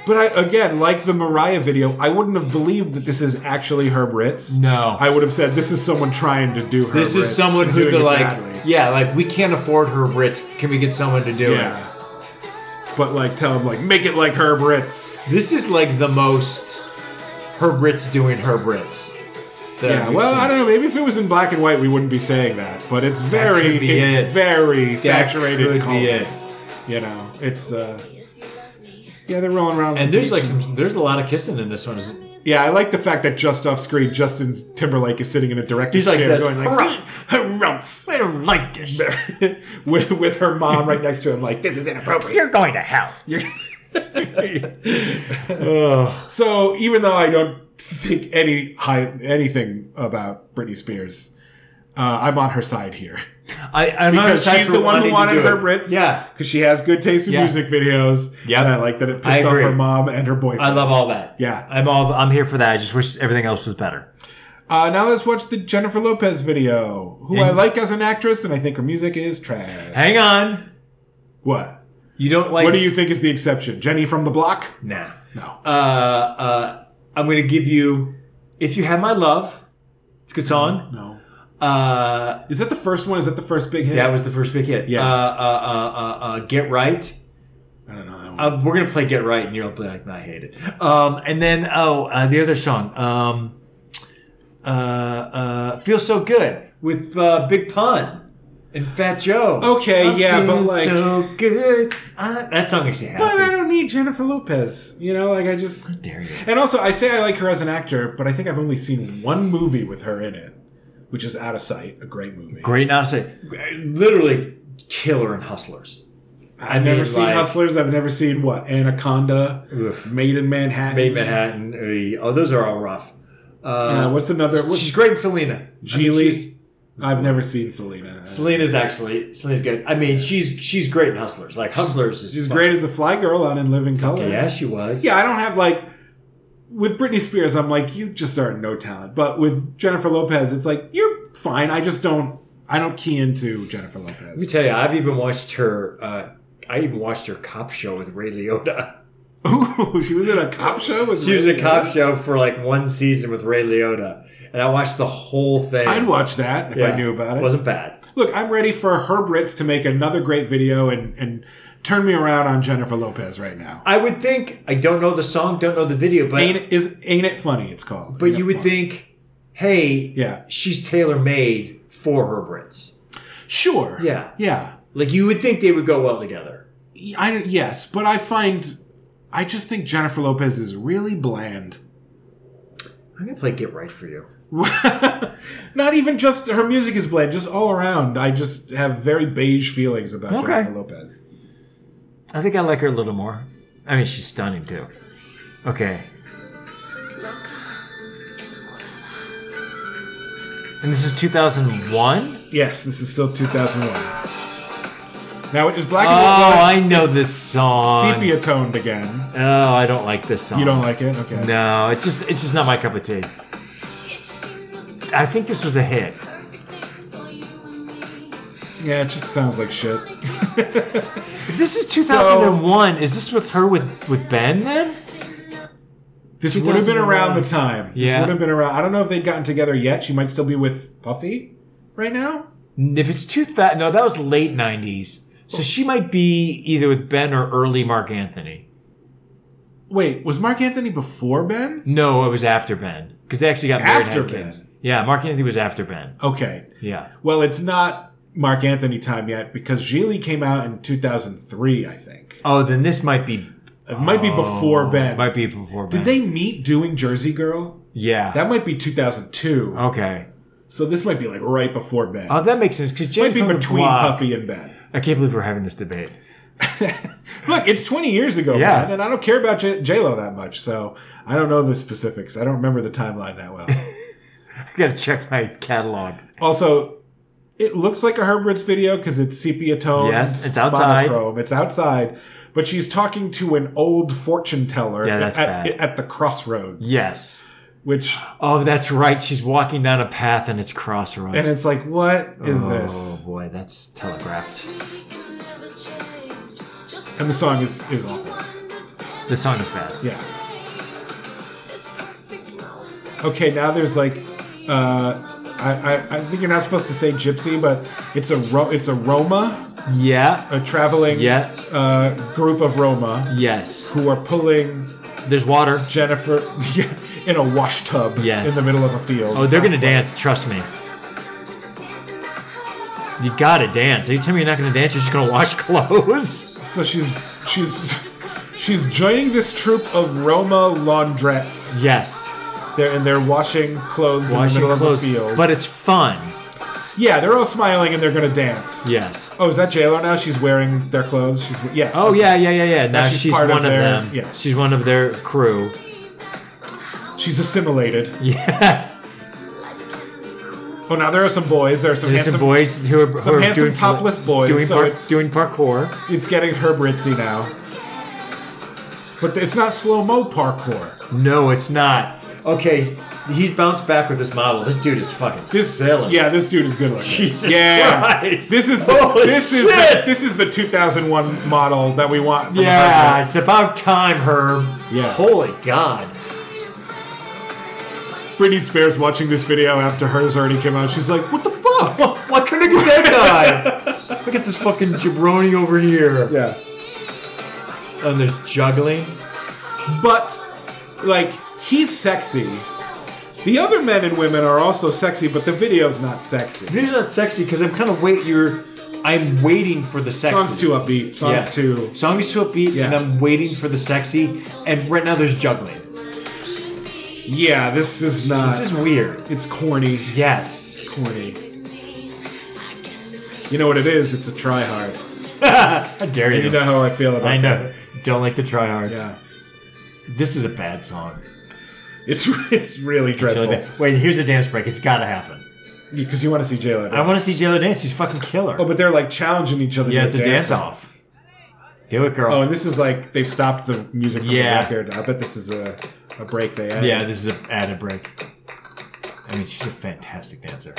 Speaker 1: But I, again, like the Mariah video, I wouldn't have believed that this is actually Herb Ritz.
Speaker 2: No.
Speaker 1: I would have said this is someone trying to do Herb
Speaker 2: This
Speaker 1: Ritz
Speaker 2: is someone
Speaker 1: and
Speaker 2: who
Speaker 1: doing
Speaker 2: they're
Speaker 1: it
Speaker 2: like,
Speaker 1: badly.
Speaker 2: yeah, like we can't afford her rich. Can we get someone to do it?
Speaker 1: Yeah. But like, tell him like, make it like Herb Ritz.
Speaker 2: This is like the most Herb Ritz doing Herb Ritz. that
Speaker 1: Yeah.
Speaker 2: we've
Speaker 1: Well,
Speaker 2: seen.
Speaker 1: I don't know. Maybe if it was in black and white, we wouldn't be saying that. But it's very,
Speaker 2: could be
Speaker 1: it's
Speaker 2: it.
Speaker 1: very
Speaker 2: That
Speaker 1: saturated.
Speaker 2: could
Speaker 1: and
Speaker 2: be
Speaker 1: colored.
Speaker 2: it.
Speaker 1: You know, it's. uh Yeah, they're rolling around. on
Speaker 2: And
Speaker 1: the
Speaker 2: there's
Speaker 1: beach
Speaker 2: like some, there's a lot of kissing in this one. Is-
Speaker 1: Yeah, I like the fact that just off screen, Justin Timberlake is sitting in a director's
Speaker 2: He's like
Speaker 1: chair,
Speaker 2: this,
Speaker 1: going like, <laughs>
Speaker 2: "Harumph,
Speaker 1: "Harumph,"
Speaker 2: I don't like this.
Speaker 1: <laughs> with, with her mom right next to him, like, "This is inappropriate."
Speaker 2: You're going to hell.
Speaker 1: <laughs> So even though I don't think any high, anything about Britney Spears, uh, I'm on her side here
Speaker 2: I, I'm not
Speaker 1: because
Speaker 2: excited
Speaker 1: she's
Speaker 2: for
Speaker 1: the one
Speaker 2: wanting
Speaker 1: who
Speaker 2: to
Speaker 1: wanted
Speaker 2: do
Speaker 1: her
Speaker 2: it.
Speaker 1: Brits.
Speaker 2: Yeah,
Speaker 1: because she has good taste in
Speaker 2: Yeah.
Speaker 1: music videos.
Speaker 2: Yep.
Speaker 1: Yeah, and I like that it
Speaker 2: I
Speaker 1: pissed off
Speaker 2: agree.
Speaker 1: her mom and her boyfriend.
Speaker 2: I love all that.
Speaker 1: Yeah.
Speaker 2: I'm all I'm here for that. I just wish everything else was better.
Speaker 1: Uh, now let's watch the Jennifer Lopez video, who I
Speaker 2: And-
Speaker 1: like as an actress, and I think her music is trash.
Speaker 2: Hang on,
Speaker 1: What?
Speaker 2: you don't like.
Speaker 1: What do you think is the exception? Jenny from the block?
Speaker 2: Nah.
Speaker 1: No.
Speaker 2: Uh, uh, I'm gonna give you. If you have my love, it's a good song.
Speaker 1: No.
Speaker 2: Uh,
Speaker 1: Is that the first one? Is that the first big hit?
Speaker 2: that was the first big hit.
Speaker 1: Yeah.
Speaker 2: Uh, uh, uh, uh, uh, get right.
Speaker 1: I don't know that one.
Speaker 2: Uh, we're gonna play Get Right, and you'll be like, "Nah, "I hate it." Um, and then oh, uh, the other song, um, uh, uh, "Feel So Good" with uh, Big Pun and Fat Joe.
Speaker 1: Okay,
Speaker 2: I
Speaker 1: yeah, but
Speaker 2: feel
Speaker 1: like-
Speaker 2: so good. I- that song makes you happy.
Speaker 1: but I don't need Jennifer Lopez. You know, like I just.
Speaker 2: dare you.
Speaker 1: And also, I say I like her as an actor, but I think I've only seen one movie with her in it, which is Out of Sight, a great movie.
Speaker 2: Great, now say, literally, killer and hustlers.
Speaker 1: I've
Speaker 2: I mean,
Speaker 1: never seen
Speaker 2: like-
Speaker 1: Hustlers. I've never seen what Anaconda,
Speaker 2: Oof.
Speaker 1: Made in Manhattan.
Speaker 2: Made Manhattan. uh, Oh, those are all rough.
Speaker 1: Uh,
Speaker 2: Uh,
Speaker 1: what's another? What's
Speaker 2: she's great, in Selena. I mean,
Speaker 1: Geely.
Speaker 2: she's-
Speaker 1: I've never seen Selena.
Speaker 2: Selena's actually Selena's good. I mean, she's she's great in Hustlers. Like Hustlers is
Speaker 1: She's
Speaker 2: fucking-
Speaker 1: great as a fly girl on In Living Color.
Speaker 2: Oh, Yeah, she was.
Speaker 1: Yeah, I don't have like with Britney Spears. I'm like, you just are no talent. But with Jennifer Lopez, it's like you're fine. I just don't. I don't key into Jennifer <laughs> Lopez. <laughs>
Speaker 2: Let me tell you, I've even watched her. Uh, I even watched her cop show with Ray Liotta.
Speaker 1: Ooh, she was in a cop show. with
Speaker 2: She was in
Speaker 1: Ray
Speaker 2: a cop
Speaker 1: Liotta?
Speaker 2: show for like one season with Ray Liotta, and I watched the whole thing.
Speaker 1: I'd watch that if I
Speaker 2: Yeah.
Speaker 1: knew about it.
Speaker 2: Wasn't bad.
Speaker 1: Look, I'm ready for her Brits to make another great video and and turn me around on Jennifer Lopez right now.
Speaker 2: I would think I don't know the song, don't know the video, but
Speaker 1: Ain't it, is ain't it funny? It's called.
Speaker 2: but
Speaker 1: Ain't
Speaker 2: you
Speaker 1: It
Speaker 2: would
Speaker 1: Funny.
Speaker 2: think, hey,
Speaker 1: Yeah.
Speaker 2: she's tailor made for her Brits.
Speaker 1: Sure.
Speaker 2: Yeah.
Speaker 1: Yeah.
Speaker 2: Like you would think they would go well together.
Speaker 1: I yes, but I find I just think Jennifer Lopez is really bland.
Speaker 2: I'm gonna play Get Right for You.
Speaker 1: <laughs> Not even just her music is bland, just all around. I just have very beige feelings about
Speaker 2: Okay.
Speaker 1: Jennifer Lopez.
Speaker 2: I think I like her a little more. I mean, she's stunning too. Okay. And this is 2001.
Speaker 1: Yes, this is still 2001. Now it is black
Speaker 2: Oh,
Speaker 1: and white.
Speaker 2: I know this song.
Speaker 1: Sepia toned again.
Speaker 2: Oh, I don't like this song.
Speaker 1: You don't like it? Okay.
Speaker 2: No, it's just it's just not my cup of tea. I think this was a hit.
Speaker 1: Yeah, it just sounds like shit. <laughs>
Speaker 2: If this is 2001, is this with her with with Ben then?
Speaker 1: This would have been
Speaker 2: 2001.
Speaker 1: around the time. This
Speaker 2: Yeah.
Speaker 1: would have been around. I don't know if they'd gotten together yet. She might still be with Puffy right now.
Speaker 2: If it's too fat, no, that was late 90s. So she might be either with Ben or early Mark Anthony.
Speaker 1: Wait, was Mark Anthony before Ben?
Speaker 2: No, it was after Ben because they actually got married. and
Speaker 1: After
Speaker 2: had
Speaker 1: Ben.
Speaker 2: kids. Yeah, Mark Anthony was after Ben.
Speaker 1: Okay.
Speaker 2: Yeah.
Speaker 1: Well, it's not Mark Anthony time yet because Gigli came out in 2003, I think.
Speaker 2: Oh, then this might be
Speaker 1: It might be before
Speaker 2: oh,
Speaker 1: Ben.
Speaker 2: Might be before Ben.
Speaker 1: Did they meet doing Jersey Girl?
Speaker 2: Yeah.
Speaker 1: That might be 2002.
Speaker 2: okay.
Speaker 1: So this might be like right before Ben.
Speaker 2: Oh, that makes sense because
Speaker 1: might
Speaker 2: Jennifer
Speaker 1: be between
Speaker 2: Block-
Speaker 1: Puffy and Ben. <laughs>
Speaker 2: I can't believe we're having this debate. <laughs>
Speaker 1: Look, it's 20 years ago,
Speaker 2: Yeah.
Speaker 1: man, and I don't care about J- J-Lo that much, so I don't know the specifics. I don't remember the timeline that well.
Speaker 2: I gotta check my catalog.
Speaker 1: also, it looks like a Herbert's video because it's sepia tones.
Speaker 2: Yes, it's outside.
Speaker 1: Monochrome. It's outside, but she's talking to an old fortune teller
Speaker 2: Yeah, that's
Speaker 1: at,
Speaker 2: bad.
Speaker 1: at the crossroads.
Speaker 2: Yes.
Speaker 1: Which,
Speaker 2: Oh, that's right. She's walking down a path and it's crossroads.
Speaker 1: and it's like, what is
Speaker 2: oh,
Speaker 1: this?
Speaker 2: boy, that's telegraphed.
Speaker 1: And the song is, is <laughs> awful.
Speaker 2: The song is bad.
Speaker 1: Yeah. Okay, now there's like, uh, I, I, I think you're not supposed to say gypsy, but it's a ro- it's a Roma,
Speaker 2: Yeah.
Speaker 1: a traveling
Speaker 2: Yeah.
Speaker 1: uh, group of Roma
Speaker 2: Yes.
Speaker 1: who are pulling
Speaker 2: There's water.
Speaker 1: Jennifer <laughs> in a wash tub
Speaker 2: Yes.
Speaker 1: in the middle of a field.
Speaker 2: Oh, they're gonna dance. Trust me. You gotta dance. Are you telling me you're not gonna dance? You're just gonna wash <laughs> clothes?
Speaker 1: So she's she's she's joining this troupe of Roma laundrettes.
Speaker 2: Yes.
Speaker 1: They're and they're washing clothes in
Speaker 2: Washing
Speaker 1: the middle
Speaker 2: clothes.
Speaker 1: of a field.
Speaker 2: But it's fun.
Speaker 1: yeah, they're all smiling and they're gonna dance.
Speaker 2: Yes.
Speaker 1: Oh, is that JLo now? She's wearing their clothes. She's yes.
Speaker 2: Oh
Speaker 1: okay.
Speaker 2: yeah, yeah, yeah, yeah. Now
Speaker 1: she's
Speaker 2: she's,
Speaker 1: part
Speaker 2: one
Speaker 1: of
Speaker 2: of,
Speaker 1: their-
Speaker 2: them.
Speaker 1: yes.
Speaker 2: She's one of their crew. <laughs>
Speaker 1: She's assimilated.
Speaker 2: Yes.
Speaker 1: Oh, now there are some boys. There are some
Speaker 2: There's
Speaker 1: handsome
Speaker 2: some boys who are,
Speaker 1: some
Speaker 2: who are
Speaker 1: handsome
Speaker 2: doing
Speaker 1: topless boys,
Speaker 2: doing,
Speaker 1: so
Speaker 2: par-
Speaker 1: it's-
Speaker 2: doing parkour.
Speaker 1: It's getting her Britzy now. But it's not slow mo parkour.
Speaker 2: No, it's not. Okay, he's bounced back with this model. This dude is fucking
Speaker 1: This yeah, this dude is good looking.
Speaker 2: Jesus
Speaker 1: yeah,
Speaker 2: Christ.
Speaker 1: this is the,
Speaker 2: Holy
Speaker 1: this is the,
Speaker 2: shit.
Speaker 1: this is the 2001 model that we want. From
Speaker 2: Yeah,
Speaker 1: Herbert's.
Speaker 2: it's about time, Herb.
Speaker 1: Yeah.
Speaker 2: Holy God.
Speaker 1: Britney Spears watching this video after hers already came out. She's like, "What the fuck?"
Speaker 2: Why couldn't I get that
Speaker 1: <laughs>
Speaker 2: guy? Look at this fucking jabroni over here.
Speaker 1: Yeah,
Speaker 2: And there's juggling.
Speaker 1: but like he's sexy. The other men and women are also sexy, but the video's not sexy.
Speaker 2: Video's not sexy because I'm kind of wait. You're, I'm waiting for the sexy.
Speaker 1: Song's too upbeat. Song's
Speaker 2: Yes.
Speaker 1: too.
Speaker 2: Song is too upbeat,
Speaker 1: Yeah.
Speaker 2: and I'm waiting for the sexy. And right now there's juggling.
Speaker 1: Yeah, this is not.
Speaker 2: This is weird.
Speaker 1: It's corny.
Speaker 2: Yes. <laughs>
Speaker 1: Corny. You know what it is? It's a try hard.
Speaker 2: How dare
Speaker 1: And you know how I feel about
Speaker 2: I know.
Speaker 1: that.
Speaker 2: Don't like the tryhards.
Speaker 1: Yeah.
Speaker 2: This is a bad song.
Speaker 1: It's <laughs> it's really dreadful.
Speaker 2: Wait, here's a dance break. It's got to happen.
Speaker 1: Because you want to see JLo.
Speaker 2: I want to see JLo dance. She's fucking killer.
Speaker 1: Oh, but they're like challenging each other.
Speaker 2: yeah,
Speaker 1: to
Speaker 2: it's a dance off. Do it, girl.
Speaker 1: Oh, and this is like they've stopped the music from
Speaker 2: Yeah.
Speaker 1: the record. I bet this is a, a break they added.
Speaker 2: yeah, this is a added break. I mean, she's a fantastic dancer.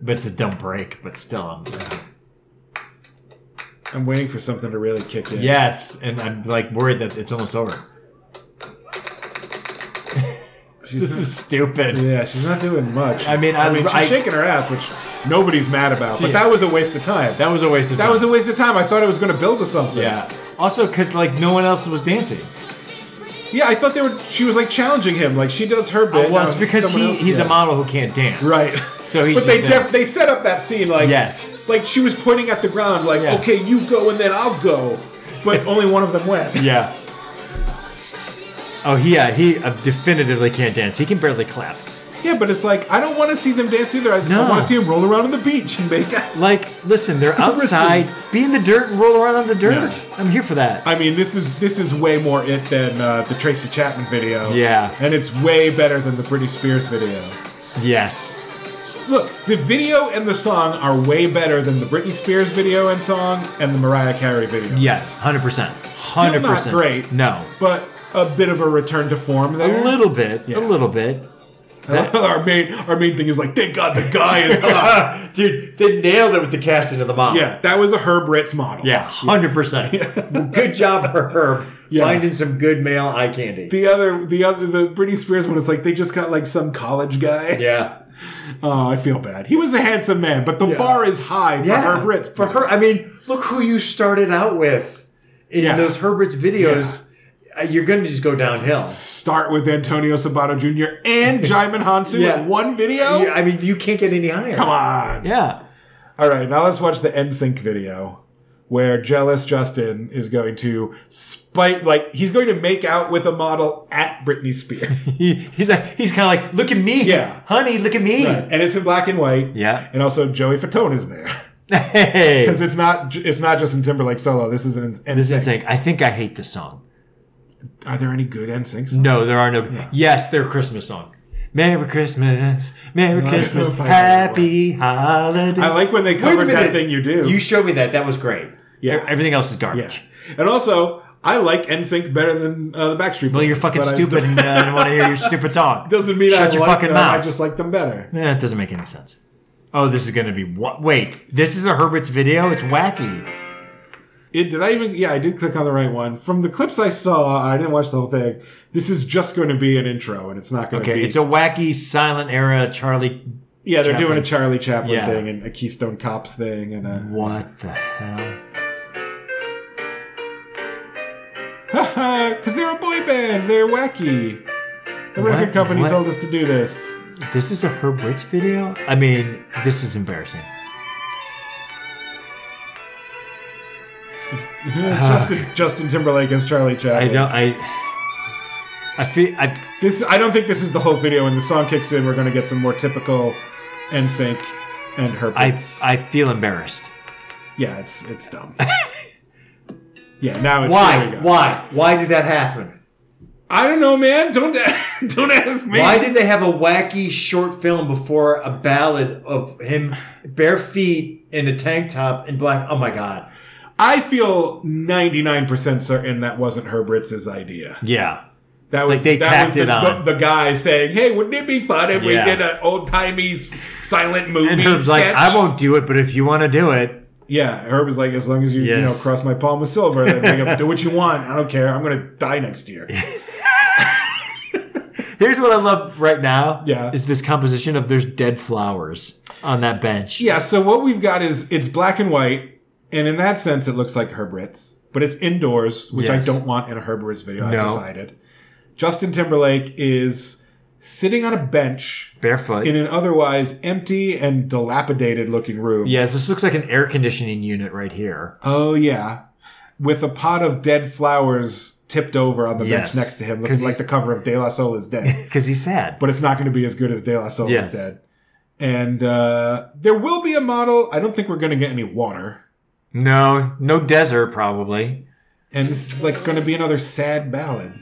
Speaker 2: But it's a dumb break, but still. I'm,
Speaker 1: I'm waiting for something to really kick in.
Speaker 2: Yes, and I'm like worried that it's almost over.
Speaker 1: she's
Speaker 2: This
Speaker 1: not,
Speaker 2: is stupid.
Speaker 1: yeah, she's not doing much.
Speaker 2: I mean, I-
Speaker 1: she's
Speaker 2: I-
Speaker 1: shaking her ass, which nobody's mad about. But
Speaker 2: Yeah.
Speaker 1: that was a waste of time.
Speaker 2: That was a waste of
Speaker 1: That
Speaker 2: time.
Speaker 1: was a waste of time. I thought it was going to build to something.
Speaker 2: yeah. Also, because like no one else was dancing.
Speaker 1: yeah. I thought they were. She was like challenging him, like she does her bit.
Speaker 2: Well,
Speaker 1: now
Speaker 2: it's because
Speaker 1: someone
Speaker 2: he,
Speaker 1: else-
Speaker 2: he's
Speaker 1: yeah.
Speaker 2: a model who can't dance.
Speaker 1: right?
Speaker 2: <laughs> So he's
Speaker 1: But they
Speaker 2: just there.
Speaker 1: def- they set up that scene like
Speaker 2: Yes.
Speaker 1: like she was pointing at the ground, like
Speaker 2: Yeah.
Speaker 1: okay, you go and then I'll go. But only one of them went.
Speaker 2: <laughs> Yeah. Oh, he, yeah, he uh, definitively can't dance. He can barely clap.
Speaker 1: Yeah, but it's like I don't want to see them dance either. I just
Speaker 2: No.
Speaker 1: want to see them roll around on the beach and make.
Speaker 2: Like, listen, they're
Speaker 1: Seriously.
Speaker 2: outside, be in the dirt and roll around on the dirt.
Speaker 1: Yeah.
Speaker 2: I'm here for that.
Speaker 1: I mean, this is this is way more it than uh, the Tracy Chapman video.
Speaker 2: Yeah.
Speaker 1: and it's way better than the Britney Spears video.
Speaker 2: yes.
Speaker 1: Look, the video and the song are way better than the Britney Spears video and song and the Mariah Carey video.
Speaker 2: Yes, 100%. 100%.
Speaker 1: still not great.
Speaker 2: No.
Speaker 1: but a bit of a return to form there.
Speaker 2: A little bit.
Speaker 1: Yeah.
Speaker 2: A little bit.
Speaker 1: <laughs> our main our main thing is like, thank God the guy
Speaker 2: <laughs>
Speaker 1: is. hot."
Speaker 2: <laughs> Dude, they nailed it with the casting of the mom.
Speaker 1: yeah, that was a Herb Ritz model.
Speaker 2: Yeah, hundred percent. Good job for Herb
Speaker 1: Yeah.
Speaker 2: finding some good male eye candy.
Speaker 1: The other, the other, the Britney Spears one is like they just got like some college guy.
Speaker 2: yeah,
Speaker 1: Oh, I feel bad. He was a handsome man, but the
Speaker 2: Yeah.
Speaker 1: bar is high for
Speaker 2: yeah.
Speaker 1: Herb Ritz.
Speaker 2: for her. I mean, look who you started out with in
Speaker 1: Yeah.
Speaker 2: those Herb Ritz videos. Uh, You're going to just go downhill.
Speaker 1: Start with Antonio Sabato Jr.
Speaker 2: <laughs>
Speaker 1: and Jaimin Hansu
Speaker 2: Yeah.
Speaker 1: in one video.
Speaker 2: You- I mean, you can't get any higher.
Speaker 1: Come on.
Speaker 2: Yeah.
Speaker 1: All right, now let's watch the NSYNC video where jealous Justin is going to spite like he's going to make out with a model at Britney Spears.
Speaker 2: <laughs> He, he's like, he's kind of like, look at me,
Speaker 1: Yeah.
Speaker 2: honey, look at me.
Speaker 1: Right. and it's in black and white.
Speaker 2: Yeah.
Speaker 1: and also Joey Fatone is there
Speaker 2: <laughs> Hey,
Speaker 1: because it's not it's not just in Timberlake solo. This is an
Speaker 2: this
Speaker 1: NSYNC.
Speaker 2: is like, I think I hate this song.
Speaker 1: Are there any good NSYNC? songs?
Speaker 2: No, there are no. Yes, they're Christmas song. Merry Christmas, Merry
Speaker 1: No, I
Speaker 2: Christmas,
Speaker 1: don't know if I know
Speaker 2: Happy Holidays.
Speaker 1: I like when they
Speaker 2: Wait a
Speaker 1: covered that
Speaker 2: minute.
Speaker 1: thing you do.
Speaker 2: You showed me that. That was great.
Speaker 1: Yeah.
Speaker 2: E- Everything else is
Speaker 1: yeah,
Speaker 2: garbage.
Speaker 1: and also I like NSYNC better than uh, the Backstreet Boys.
Speaker 2: Well, you're fucking
Speaker 1: but I
Speaker 2: stupid
Speaker 1: still-
Speaker 2: and uh, I don't want to hear your stupid
Speaker 1: <laughs>
Speaker 2: talk.
Speaker 1: doesn't mean
Speaker 2: Shut
Speaker 1: I
Speaker 2: your
Speaker 1: like
Speaker 2: fucking
Speaker 1: them,
Speaker 2: mouth.
Speaker 1: I just like them better.
Speaker 2: Eh, it doesn't make any sense. Oh, this is going to be what? Wait, this is a Herbert's video? It's wacky.
Speaker 1: It, did I even? Yeah, I did click on the right one. From the clips I saw, and I didn't watch the whole thing. This is just going to be an intro, and it's not going to
Speaker 2: Okay,
Speaker 1: be.
Speaker 2: it's a wacky silent era Charlie.
Speaker 1: yeah, they're
Speaker 2: Chaplin.
Speaker 1: doing a Charlie Chaplin
Speaker 2: Yeah.
Speaker 1: thing and a Keystone Cops thing, and a <laughs>
Speaker 2: What the hell?
Speaker 1: because they're a boy band. They're wacky. The record
Speaker 2: What-
Speaker 1: company
Speaker 2: what-
Speaker 1: told us to do this.
Speaker 2: This is a Herbert's video? I mean, this is embarrassing.
Speaker 1: Justin Justin Timberlake as Charlie
Speaker 2: Uh-huh. I
Speaker 1: Chaplin.
Speaker 2: don't. I. I feel. I,
Speaker 1: This I don't think this is the whole video. When the song kicks in, we're going to get some more typical NSYNC and her.
Speaker 2: I.
Speaker 1: bits.
Speaker 2: I feel embarrassed.
Speaker 1: yeah, it's it's dumb. <laughs> yeah, now it's here we go.
Speaker 2: Why? Why did that happen?
Speaker 1: I don't know, man. Don't <laughs> don't ask me.
Speaker 2: Why did they have a wacky short film before a ballad of him bare feet in a tank top and black? Oh my god!
Speaker 1: I feel ninety nine percent certain that wasn't Herb Ritz's idea.
Speaker 2: Yeah,
Speaker 1: That was
Speaker 2: they
Speaker 1: that
Speaker 2: tacked
Speaker 1: was the,
Speaker 2: it on.
Speaker 1: The, the guy saying, "Hey, wouldn't it be fun if
Speaker 2: Yeah.
Speaker 1: we did an old timey s- silent movie?"
Speaker 2: and Herb's like,
Speaker 1: sketch?"
Speaker 2: I won't do it, but if you want to do it,
Speaker 1: Yeah, Herb was like, as long as you you
Speaker 2: Yes.
Speaker 1: know cross my palm with silver, then we
Speaker 2: <laughs>
Speaker 1: go, do what you want. I don't care. I'm gonna die next year.
Speaker 2: here's what I love right now.
Speaker 1: Yeah.
Speaker 2: is this composition of "There's Dead Flowers" on that bench.
Speaker 1: Yeah, so what we've got is it's black and white, and in that sense, it looks like Herb Ritz, but it's indoors, which I
Speaker 2: Yes.
Speaker 1: don't want in a Herb Ritz video.
Speaker 2: No.
Speaker 1: I've decided. Justin Timberlake is sitting on a bench
Speaker 2: Barefoot.
Speaker 1: in an otherwise empty and dilapidated looking room.
Speaker 2: yeah, this looks like an air conditioning unit right here. <laughs>
Speaker 1: Oh yeah, with a pot of dead flowers tipped over on the
Speaker 2: Yes.
Speaker 1: bench next to him,
Speaker 2: 'Cause
Speaker 1: looking like
Speaker 2: he's-
Speaker 1: the cover of De La Soul is
Speaker 2: <laughs>
Speaker 1: dead.
Speaker 2: Because he's sad.
Speaker 1: but it's not going to be as good as De La Soul
Speaker 2: Yes.
Speaker 1: is Dead. And uh, there will be a model. I don't think we're going to get any water.
Speaker 2: No, no desert probably.
Speaker 1: And this is like going to be another sad ballad.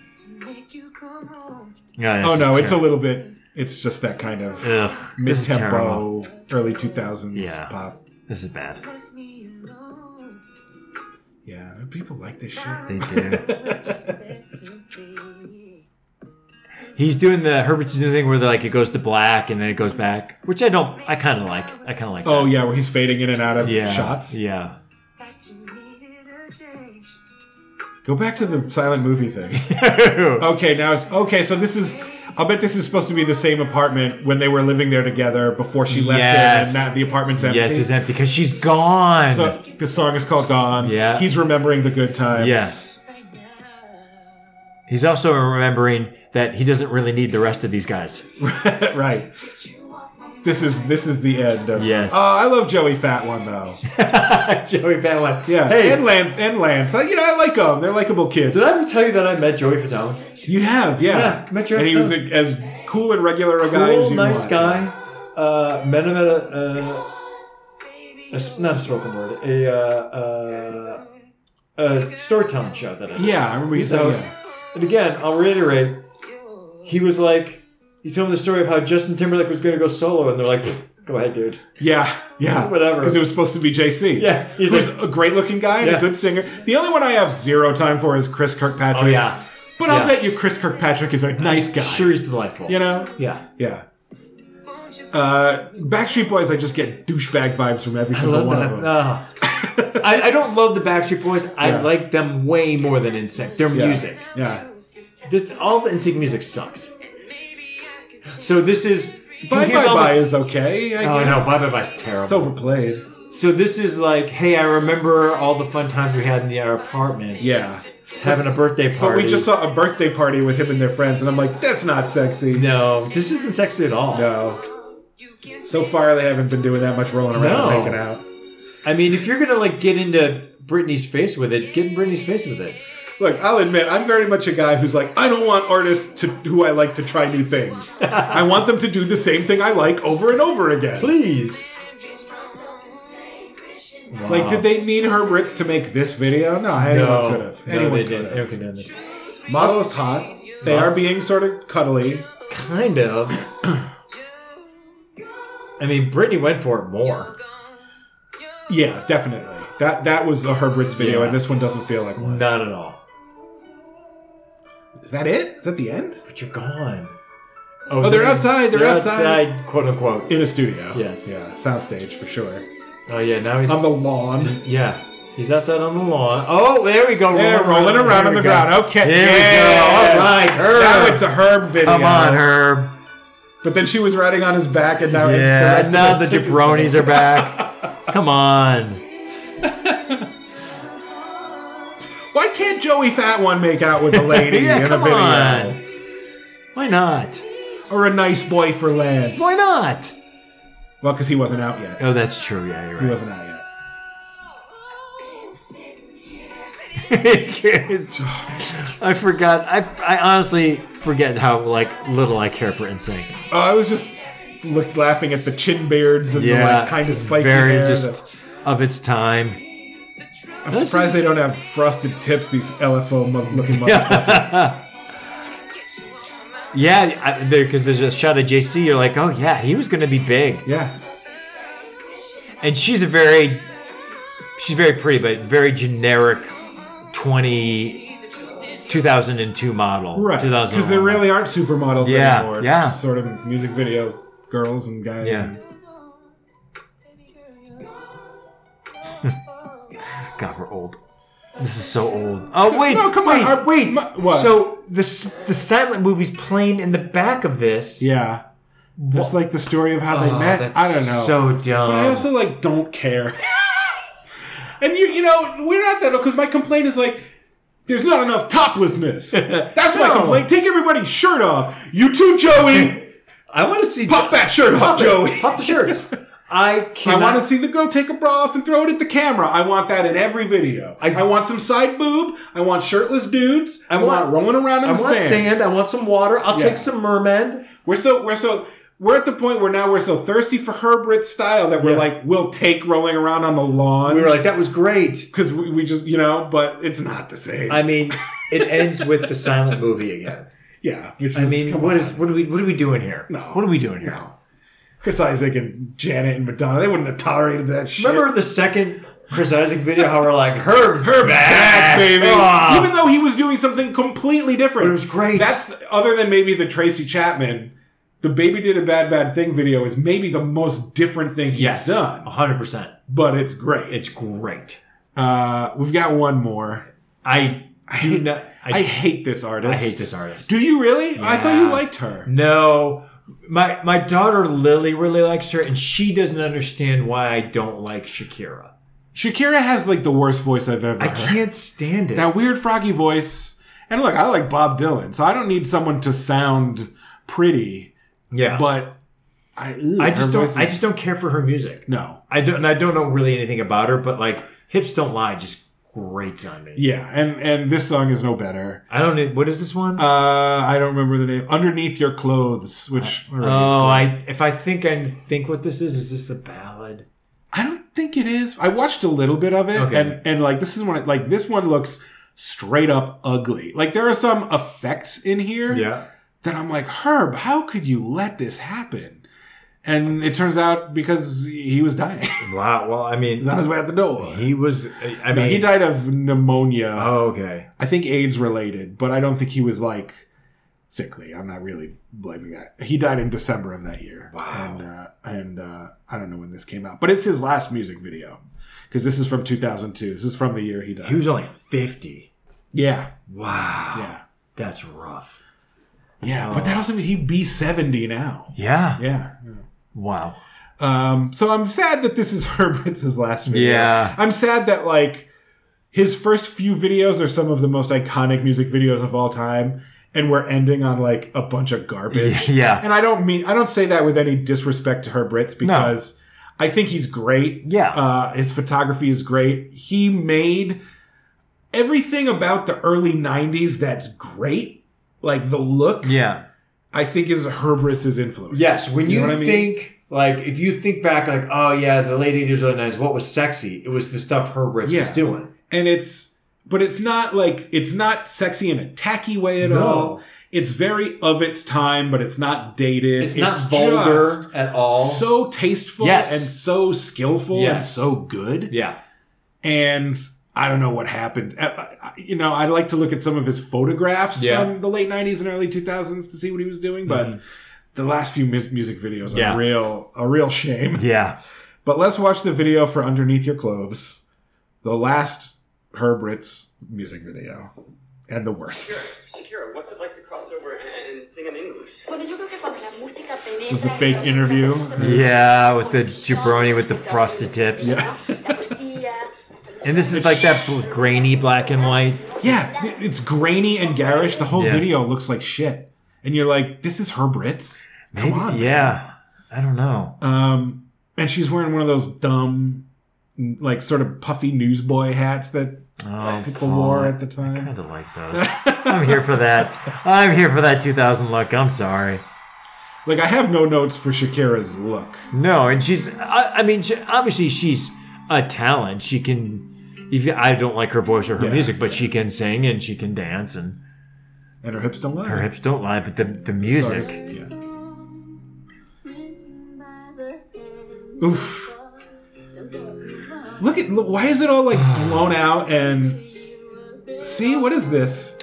Speaker 3: Make you come home.
Speaker 2: Yeah,
Speaker 1: oh
Speaker 2: this
Speaker 1: no,
Speaker 2: is
Speaker 1: it's a
Speaker 2: terrible.
Speaker 1: little bit. It's just that kind of
Speaker 2: Ugh,
Speaker 1: mid
Speaker 2: this is terrible.
Speaker 1: tempo, early two thousands
Speaker 2: Yeah.
Speaker 1: pop.
Speaker 2: This is bad.
Speaker 3: Let me alone.
Speaker 1: Yeah, people like this shit.
Speaker 2: They do.
Speaker 3: What you said to me.
Speaker 2: He's doing the Herbert's doing the thing where like it goes to black and then it goes back, which I don't. I kind of like. I kind of like.
Speaker 1: Oh
Speaker 2: that.
Speaker 1: yeah, where he's fading in and out of
Speaker 2: yeah,
Speaker 1: <laughs> shots.
Speaker 2: Yeah,
Speaker 3: That you needed
Speaker 1: Go back to the silent movie thing. <laughs> okay, now it's okay. So this is. I'll bet this is supposed to be the same apartment when they were living there together before she left
Speaker 2: Yes.
Speaker 1: him, and now the apartment's empty.
Speaker 2: yes, it's empty because she's gone.
Speaker 1: So the song is called "Gone."
Speaker 2: Yeah.
Speaker 1: he's remembering the good times.
Speaker 2: yes. He's also remembering that he doesn't really need the rest of these guys.
Speaker 1: <laughs> right. This is this is the end. Of,
Speaker 2: Yes.
Speaker 1: Oh, I love Joey Fat One though.
Speaker 2: <laughs> Joey Fatland.
Speaker 1: Yeah.
Speaker 2: Hey,
Speaker 1: And Lance and Lance. I, you know, I like them. They're likable kids.
Speaker 2: did I ever tell you that I met Joey Fatland?
Speaker 1: You have, yeah.
Speaker 2: Yeah, met Joey
Speaker 1: and he
Speaker 2: Fat
Speaker 1: was
Speaker 2: One.
Speaker 1: a, as cool and regular a guy as
Speaker 2: Cool,
Speaker 1: you
Speaker 2: nice
Speaker 1: want.
Speaker 2: guy. Uh, met him at a, uh, a s- not a spoken word, a, uh, uh, a storytelling show that I did.
Speaker 1: Yeah, I remember you
Speaker 2: He's the
Speaker 1: saying.
Speaker 2: host. And again, I'll reiterate. He was like, he told me the story of how Justin Timberlake was going to go solo, and they're like, "Go ahead, dude."
Speaker 1: Yeah, yeah.
Speaker 2: Whatever.
Speaker 1: Because it was supposed to be JC.
Speaker 2: <laughs> Yeah, he's
Speaker 1: Who's
Speaker 2: like-
Speaker 1: a great looking guy and a
Speaker 2: Yeah.
Speaker 1: good singer. The only one I have zero time for is Chris Kirkpatrick. But I'll
Speaker 2: Oh, Yeah.
Speaker 1: bet you Chris Kirkpatrick is a nice guy.
Speaker 2: sure he's delightful.
Speaker 1: You know?
Speaker 2: yeah.
Speaker 1: Yeah. Uh, Backstreet Boys, I just get douchebag vibes from every
Speaker 2: I
Speaker 1: single
Speaker 2: love
Speaker 1: one
Speaker 2: that. Uh,
Speaker 1: of them.
Speaker 2: Ugh.
Speaker 1: <laughs>
Speaker 2: I, I don't love the Backstreet Boys. I
Speaker 1: Yeah.
Speaker 2: like them way more than Insect. Their
Speaker 1: yeah.
Speaker 2: music,
Speaker 1: Yeah.
Speaker 2: this, all the Insect music sucks. So this is
Speaker 1: Bye
Speaker 2: here's
Speaker 1: Bye
Speaker 2: all the-
Speaker 1: Bye is okay, I
Speaker 2: Oh
Speaker 1: guess.
Speaker 2: no, Bye Bye Bye's terrible.
Speaker 1: It's overplayed.
Speaker 2: so this is like, hey, I remember all the fun times we had in the, our apartment.
Speaker 1: Yeah.
Speaker 2: having a birthday
Speaker 1: But
Speaker 2: party.
Speaker 1: we just saw a birthday party with him and their friends, and I'm like, that's not sexy.
Speaker 2: No, this isn't sexy at all.
Speaker 1: No. So far, they haven't been doing that much rolling around
Speaker 2: No.
Speaker 1: and making out.
Speaker 2: I mean, if you're gonna like get into Britney's face with it, get in Britney's face with it.
Speaker 1: Look, I'll admit, I'm very much a guy who's like, I don't want artists to who I like to try new
Speaker 2: <laughs>
Speaker 1: things. I want them to do the same thing I like over and over again.
Speaker 2: Please.
Speaker 1: Like, did they need her Ritz to make this video? No, anyone could have.
Speaker 2: No,
Speaker 1: anyone
Speaker 2: they
Speaker 1: could
Speaker 2: didn't. Anyone
Speaker 1: have.
Speaker 2: could have done this.
Speaker 1: Model's hot. They are being sort of cuddly.
Speaker 2: Kind of. I mean, Britney went for it more.
Speaker 1: Yeah, definitely. That that was a Herb Ritz video,
Speaker 2: Yeah.
Speaker 1: and this one doesn't feel like one.
Speaker 2: Not at all.
Speaker 1: Is that it? Is that the end?
Speaker 2: But you're gone.
Speaker 1: Oh, they're
Speaker 2: this is-
Speaker 1: outside, they're outside.
Speaker 2: Quote unquote.
Speaker 1: In a studio.
Speaker 2: Yes.
Speaker 1: Yeah, soundstage for sure.
Speaker 2: Oh yeah. Now he's.
Speaker 1: On the lawn.
Speaker 2: yeah. He's outside on the lawn. Oh, there we go.
Speaker 1: Yeah, rolling around
Speaker 2: There
Speaker 1: on
Speaker 2: we
Speaker 1: the
Speaker 2: go.
Speaker 1: ground. Okay.
Speaker 2: There
Speaker 1: yeah.
Speaker 2: we go. All right, Herb.
Speaker 1: Now it's a Herb video.
Speaker 2: Come on, Herb.
Speaker 1: But then she was riding on his back, and now it's the
Speaker 2: yeah,
Speaker 1: rest
Speaker 2: now
Speaker 1: of
Speaker 2: the
Speaker 1: it's sick as
Speaker 2: jabronis are
Speaker 1: <laughs>
Speaker 2: back. Come on.
Speaker 1: hell. Why can't Joey Fat One make out with a
Speaker 2: <laughs>
Speaker 1: lady
Speaker 2: yeah,
Speaker 1: in
Speaker 2: come
Speaker 1: a video?
Speaker 2: on. Why not?
Speaker 1: Or a nice boy for Lance?
Speaker 2: Why not?
Speaker 1: Well, because he wasn't out yet.
Speaker 2: Oh, that's true. Yeah,
Speaker 1: He
Speaker 2: <laughs> you're
Speaker 1: wasn't out yet.
Speaker 2: right.
Speaker 1: uh,
Speaker 2: I forgot. I, I honestly forget how like little I care for NSYNC.
Speaker 1: Oh, I was just look, laughing at the chin beards and the like, kind of spiky
Speaker 2: very
Speaker 1: hair.
Speaker 2: just of
Speaker 1: <laughs>
Speaker 2: its time. <laughs>
Speaker 1: I'm surprised they don't have frosted tips. These LFO mo- looking motherfuckers.
Speaker 2: Yeah, I- there because there's a shot of JC. You're like, oh yeah, he was gonna be big.
Speaker 1: yeah.
Speaker 2: and she's a very she's very pretty but very generic 20 2002 model
Speaker 1: Right.
Speaker 2: 2001
Speaker 1: Because there really aren't supermodels
Speaker 2: Yeah,
Speaker 1: anymore. It's
Speaker 2: yeah.
Speaker 1: just sort of music video girls and guys.
Speaker 2: Yeah.
Speaker 1: and-
Speaker 2: god we're old this is so old oh wait
Speaker 1: no, come on,
Speaker 2: wait,
Speaker 1: our-
Speaker 2: wait
Speaker 1: my- what?
Speaker 2: so the s- the silent movie's playing in the back of this
Speaker 1: Yeah. That's like the story of how they
Speaker 2: Oh,
Speaker 1: met.
Speaker 2: that's
Speaker 1: I don't know.
Speaker 2: so
Speaker 1: but I
Speaker 2: dumb
Speaker 1: also like don't care. <laughs> and you you know, we're not that because my complaint is like there's not enough toplessness.
Speaker 2: <laughs>
Speaker 1: That's my
Speaker 2: No.
Speaker 1: complaint. Take everybody's shirt off. You too,
Speaker 2: <laughs>
Speaker 1: Joey.
Speaker 2: i want to see
Speaker 1: Pop that shirt off,
Speaker 2: Pop it.
Speaker 1: Joey.
Speaker 2: pop
Speaker 1: <laughs>
Speaker 2: the shirts i
Speaker 1: I
Speaker 2: cannot
Speaker 1: want to see the girl take a bra off and throw it at the camera. I want that in every video. I,
Speaker 2: I-
Speaker 1: want some side boob. I want shirtless dudes. I, want,
Speaker 2: want-
Speaker 1: rolling around in
Speaker 2: I
Speaker 1: the
Speaker 2: want
Speaker 1: sand.
Speaker 2: sand. I want some water. I'll
Speaker 1: Yeah.
Speaker 2: take some merman.
Speaker 1: We're so we're so we're at the point where now we're so thirsty for Herbert's style that we're
Speaker 2: Yeah.
Speaker 1: like we'll take rolling around on the lawn.
Speaker 2: We were like, that was great.
Speaker 1: because we, we just you know, but it's not the same.
Speaker 2: I mean, it ends with the silent movie
Speaker 1: <laughs>
Speaker 2: again.
Speaker 1: yeah, which
Speaker 2: I
Speaker 1: is-
Speaker 2: mean,
Speaker 1: come
Speaker 2: what
Speaker 1: on.
Speaker 2: is what are we what are we doing here?
Speaker 1: No.
Speaker 2: what are we doing here?
Speaker 1: no? Chris Isaac and Janet and Madonna they wouldn't have tolerated that shit.
Speaker 2: Remember the second Chris Isaac video? How we're like Herb,
Speaker 1: her
Speaker 2: Herb,
Speaker 1: back, baby.
Speaker 2: Ah.
Speaker 1: Even though he was doing something completely different,
Speaker 2: But it was great.
Speaker 1: That's other than maybe the Tracy Chapman. The baby did a bad bad thing video is maybe the most different thing he's
Speaker 2: yes,
Speaker 1: done,
Speaker 2: hundred percent.
Speaker 1: but it's great.
Speaker 2: It's great.
Speaker 1: Uh, we've got one more.
Speaker 2: I
Speaker 1: I
Speaker 2: do
Speaker 1: hate,
Speaker 2: not.
Speaker 1: I, hate this artist.
Speaker 2: I hate this artist.
Speaker 1: Do you really? I thought you
Speaker 2: Yeah.
Speaker 1: liked her.
Speaker 2: No, my my daughter Lily really likes her, and she doesn't understand why I don't like Shakira.
Speaker 1: Shakira has like the worst voice I've ever
Speaker 2: I
Speaker 1: heard.
Speaker 2: can't stand it.
Speaker 1: Uh-huh. That weird froggy voice. And look, I like Bob Dylan, so I don't need someone to sound pretty,
Speaker 2: yeah,
Speaker 1: but I, ugh,
Speaker 2: I
Speaker 1: her
Speaker 2: just don't.
Speaker 1: voice
Speaker 2: I
Speaker 1: is-
Speaker 2: just don't care for her music.
Speaker 1: no.
Speaker 2: I don't. And I don't know really anything about her, but like hips don't lie just grates on me.
Speaker 1: Yeah, and and this song is no better.
Speaker 2: I don't. know- What is this one?
Speaker 1: Uh, I don't remember the name. Underneath your clothes, which whatever it is
Speaker 2: oh,
Speaker 1: called.
Speaker 2: I if I think I think what this is, is this the ballad?
Speaker 1: I don't think it is. I watched a little bit of it,
Speaker 2: Okay.
Speaker 1: and and like this is one like this one looks straight up ugly. Like there are some effects in here that I'm like Herb, how could you let this happen? And it turns out because he was dying. <laughs>
Speaker 2: Wow. Well, I mean,
Speaker 1: He's on his way out the door.
Speaker 2: he was. I mean,
Speaker 1: No, he died of pneumonia.
Speaker 2: Oh, okay.
Speaker 1: I think AIDS related, but I don't think he was like sickly. I'm not really blaming that. He died in December of that year.
Speaker 2: Wow.
Speaker 1: And uh, and uh, I don't know when this came out, but it's his last music video because this is from 2002. This is from the year he died.
Speaker 2: He was only fifty.
Speaker 1: yeah,
Speaker 2: Wow.
Speaker 1: yeah,
Speaker 2: That's rough.
Speaker 1: yeah. But that also he'd be 70 now.
Speaker 2: Yeah.
Speaker 1: Yeah.
Speaker 2: Wow.
Speaker 1: Um, so I'm sad that this is <laughs> Herbert's last video. <laughs>
Speaker 2: Yeah.
Speaker 1: I'm sad that like his first few videos are some of the most iconic music videos of all time, and we're ending on like a bunch of garbage.
Speaker 2: <laughs> Yeah.
Speaker 1: And I don't mean I don't say that with any disrespect to Herbert because I think he's great.
Speaker 2: Yeah.
Speaker 1: Uh, his photography is great. He made everything about the early '90s that's great. Like the look,
Speaker 2: Yeah.
Speaker 1: I think is Herbert's influence.
Speaker 2: Yes. When you,
Speaker 1: know what I mean?
Speaker 2: think like if you think back like oh yeah the late eighties early nineties what was sexy it was the stuff Herbert
Speaker 1: Yeah.
Speaker 2: was doing.
Speaker 1: and it's but it's not like it's not sexy in a tacky way at
Speaker 2: No.
Speaker 1: all. It's very of its time, but it's not dated.
Speaker 2: It's, not vulgar
Speaker 1: just
Speaker 2: at all.
Speaker 1: So tasteful
Speaker 2: Yes.
Speaker 1: and so skillful and
Speaker 2: Yes.
Speaker 1: so good.
Speaker 2: yeah.
Speaker 1: And I don't know what happened. Uh, uh, You know, I like to look at some of his photographs
Speaker 2: Yeah. Mm-hmm.
Speaker 1: from the late '90s and early 2000s to see what he was doing, but the last few mus- music videos are
Speaker 2: Yeah.
Speaker 1: real a real shame.
Speaker 2: Yeah.
Speaker 1: But let's watch the video for Underneath Your Clothes, the last Herbert's music video, and the worst.
Speaker 4: Shakira, what's it like to cross over and, and sing in English?
Speaker 5: Bueno, yo creo que cuando la música
Speaker 1: <laughs>
Speaker 5: penetra
Speaker 1: With the fake
Speaker 5: en los
Speaker 1: interview.
Speaker 5: corazones,
Speaker 2: Yeah, with the jabroni with the frosted tips.
Speaker 1: Yeah.
Speaker 5: la poesía, las
Speaker 2: <laughs> And this is like that bl- grainy black and white.
Speaker 1: Yeah, i- it's grainy and garish. The whole
Speaker 2: Yeah.
Speaker 1: video looks like shit. And you're like, this is Herbert's? Come
Speaker 2: Maybe-
Speaker 1: on.
Speaker 2: Yeah. I don't know. Oh,
Speaker 1: Um, and she's wearing one of those dumb, like, sort of puffy newsboy hats that
Speaker 2: Oh,
Speaker 1: people
Speaker 2: Paul,
Speaker 1: wore at the
Speaker 2: I kind
Speaker 1: time.
Speaker 2: of like those. I'm here for that. I'm here for that 2000 look. I'm sorry.
Speaker 1: <laughs> Like, I have no notes for Shakira's look.
Speaker 2: No, and she's. I, I mean, she, obviously she's a talent. She can. If I don't like her voice or her
Speaker 1: Yeah.
Speaker 2: music, but she can sing and she can dance, and
Speaker 1: And her hips don't lie.
Speaker 2: her hips don't lie. But the the music.
Speaker 1: Sorry. Yeah. Oof. Look at look, why is it
Speaker 2: <sighs>
Speaker 1: all like blown out and see what is this?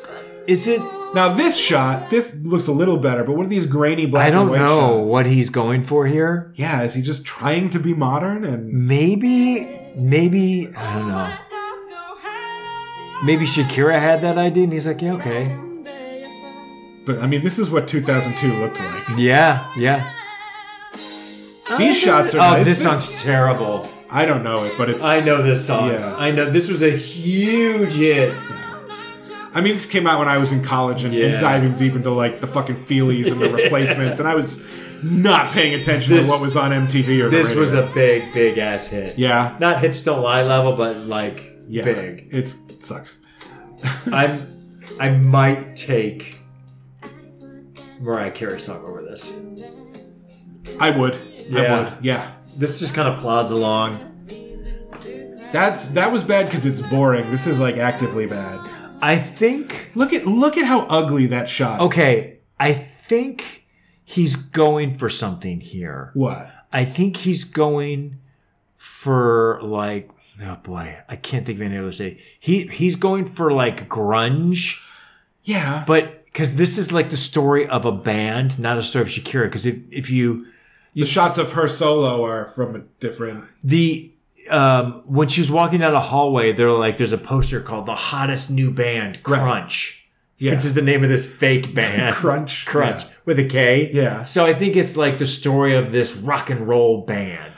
Speaker 2: Is it?
Speaker 1: Now this shot, this looks a little better, but what are these grainy black?
Speaker 2: I don't
Speaker 1: and white
Speaker 2: know
Speaker 1: shots?
Speaker 2: what he's going for here.
Speaker 1: Yeah, is he just trying to be modern and
Speaker 2: Maybe, maybe I don't know. Maybe Shakira had that idea, and he's like, yeah, okay,
Speaker 1: but I mean this is what 2002 looked like.
Speaker 2: yeah, yeah.
Speaker 1: These shots are
Speaker 2: Oh,
Speaker 1: nice.
Speaker 2: this song's terrible.
Speaker 1: I don't know it, but it's
Speaker 2: I know this song.
Speaker 1: Yeah.
Speaker 2: I know this was a huge hit.
Speaker 1: I mean this came out when I was in college and, and
Speaker 2: Yeah.
Speaker 1: diving deep into like the fucking feelies
Speaker 2: <laughs>
Speaker 1: and the replacements and I was not paying attention
Speaker 2: This-
Speaker 1: to what was on MTV or the
Speaker 2: This was
Speaker 1: radio.
Speaker 2: a big, big ass hit.
Speaker 1: yeah.
Speaker 2: Not hips don't lie level, but like
Speaker 1: Yeah.
Speaker 2: big.
Speaker 1: It's it sucks.
Speaker 2: I'm I might take Mariah Carey song over this.
Speaker 1: I would. I
Speaker 2: Yeah.
Speaker 1: would. Yeah.
Speaker 2: This just kind of plods along.
Speaker 1: That's that was bad because it's boring. This is like actively bad.
Speaker 2: I think
Speaker 1: Look at look at how ugly that shot. is.
Speaker 2: okay, I think he's going for something here.
Speaker 1: What?
Speaker 2: I think he's going for like oh boy, I can't think of any other say. He he's going for like grunge.
Speaker 1: Yeah.
Speaker 2: but because this is like the story of a band, not a story of Shakira. Because if, if you
Speaker 1: the shots of her solo are from a different.
Speaker 2: the
Speaker 5: um, when she was walking down a hallway, they're like, "There's a poster called the hottest new band,
Speaker 1: Right.
Speaker 5: Crunch."
Speaker 1: Yeah.
Speaker 5: Which is the name of this fake
Speaker 1: <laughs>
Speaker 5: band,
Speaker 1: Crunch,
Speaker 5: Crunch
Speaker 1: yeah.
Speaker 5: with a K.
Speaker 1: Yeah.
Speaker 5: So I think it's like the story of this rock and roll band.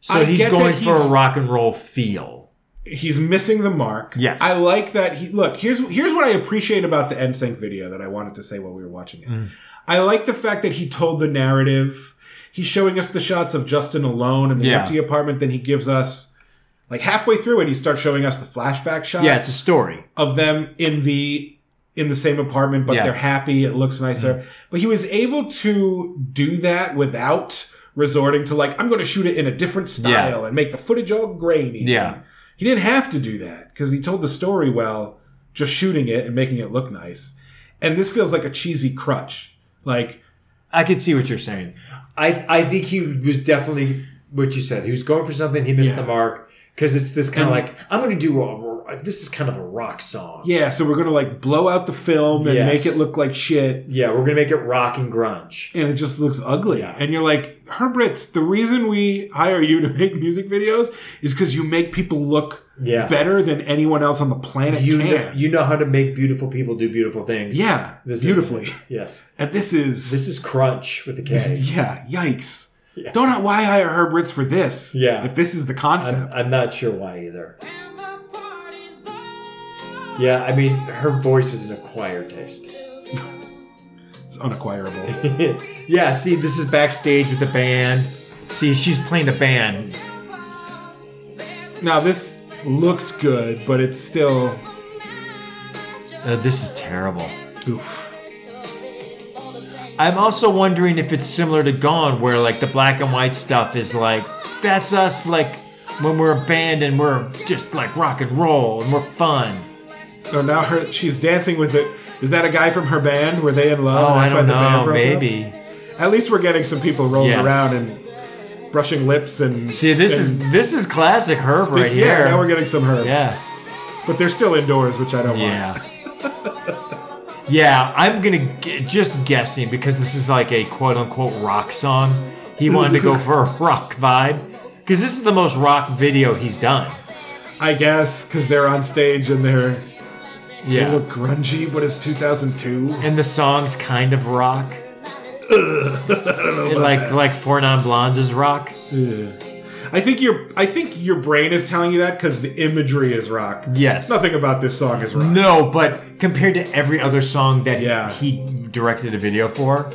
Speaker 5: So
Speaker 1: I
Speaker 5: he's
Speaker 1: get
Speaker 5: going
Speaker 1: that
Speaker 5: for a
Speaker 1: he's-
Speaker 5: rock and roll feel.
Speaker 1: he's missing the mark.
Speaker 5: Yes.
Speaker 1: I like that he look, here's here's what I appreciate about the NSYNC video that I wanted to say while we were watching it.
Speaker 5: Mm.
Speaker 1: I like the fact that he told the narrative. He's showing us the shots of Justin alone in the
Speaker 5: Yeah.
Speaker 1: empty apartment, then he gives us like halfway through it, he starts showing us the flashback shots
Speaker 5: Yeah, it's a story.
Speaker 1: of them in the in the same apartment, but
Speaker 5: Yeah. Mm-hmm.
Speaker 1: they're happy. It looks nicer. But he was able to do that without resorting to like, I'm going to shoot it in a different style and make the footage all grainy.
Speaker 5: Yeah.
Speaker 1: He didn't have to do that because he told the story well, just shooting it and making it look nice. And this feels like a cheesy crutch. Like,
Speaker 5: I can see what you're saying. I I think he was definitely what you said. He was going for something. He missed
Speaker 1: Yeah.
Speaker 5: the mark because it's this kind of
Speaker 1: And-
Speaker 5: like I'm going to do a, this is kind of a rock song.
Speaker 1: yeah, so we're going to like blow out the film and
Speaker 5: Yes.
Speaker 1: make it look like shit.
Speaker 5: Yeah, we're gonna make it rock and grunge.
Speaker 1: and it just looks ugly. And you're like, Herbritz, the reason we hire you to make music videos is because you make people look
Speaker 5: Yeah.
Speaker 1: better than anyone else on the planet
Speaker 5: You
Speaker 1: can.
Speaker 5: know, you know how to make beautiful people do beautiful things.
Speaker 1: yeah,
Speaker 5: This is-
Speaker 1: beautifully.
Speaker 5: <laughs> Yes.
Speaker 1: and this is,
Speaker 5: This is crunch with a K.
Speaker 1: <laughs> yeah, yikes.
Speaker 5: Yeah.
Speaker 1: Don't know why hire Herbritz for this.
Speaker 5: Yeah.
Speaker 1: if this is the
Speaker 5: I'm,
Speaker 1: concept.
Speaker 5: I'm not sure why either. Yeah, I mean, her voice is an acquired taste. <laughs>
Speaker 1: it's unacquirable.
Speaker 5: yeah, see, this is backstage with the band. See, she's playing the band.
Speaker 1: now this looks good, but it's still
Speaker 5: Uh, this is terrible.
Speaker 1: oof.
Speaker 5: I'm also wondering if it's similar to Gone, where like the black and white stuff is like, that's us, like when we're a band and we're just like rock and roll and we're fun.
Speaker 1: Oh, now her she's dancing with it. Is that a guy from her band? Were they in love?
Speaker 5: Oh,
Speaker 1: and
Speaker 5: I
Speaker 1: that's
Speaker 5: don't
Speaker 1: why the band
Speaker 5: know,
Speaker 1: broke up?
Speaker 5: maybe.
Speaker 1: At least we're getting some people rolling
Speaker 5: Yes.
Speaker 1: around and brushing lips and
Speaker 5: See, this
Speaker 1: and
Speaker 5: is this is classic Herb
Speaker 1: this-
Speaker 5: right here.
Speaker 1: Yeah, now we're getting some herb.
Speaker 5: yeah,
Speaker 1: But they're still indoors, which I don't want.
Speaker 5: yeah. Yeah, I'm gonna g- just guessing because this is like a quote unquote rock song. He
Speaker 1: <laughs>
Speaker 5: wanted to go for a rock vibe because this is the most rock video he's done.
Speaker 1: I guess because they're on stage and they're they
Speaker 5: Yeah,
Speaker 1: look grungy, but it's 2002.
Speaker 5: and the song's kind of rock.
Speaker 1: <laughs> I don't know
Speaker 5: It,
Speaker 1: about
Speaker 5: like
Speaker 1: that.
Speaker 5: like four non blondes is rock.
Speaker 1: Yeah. I think your I think your brain is telling you that because the imagery is rock.
Speaker 5: Yes.
Speaker 1: Nothing about this song is rock.
Speaker 5: No, but compared to every other song that
Speaker 1: Yeah.
Speaker 5: he directed a video for,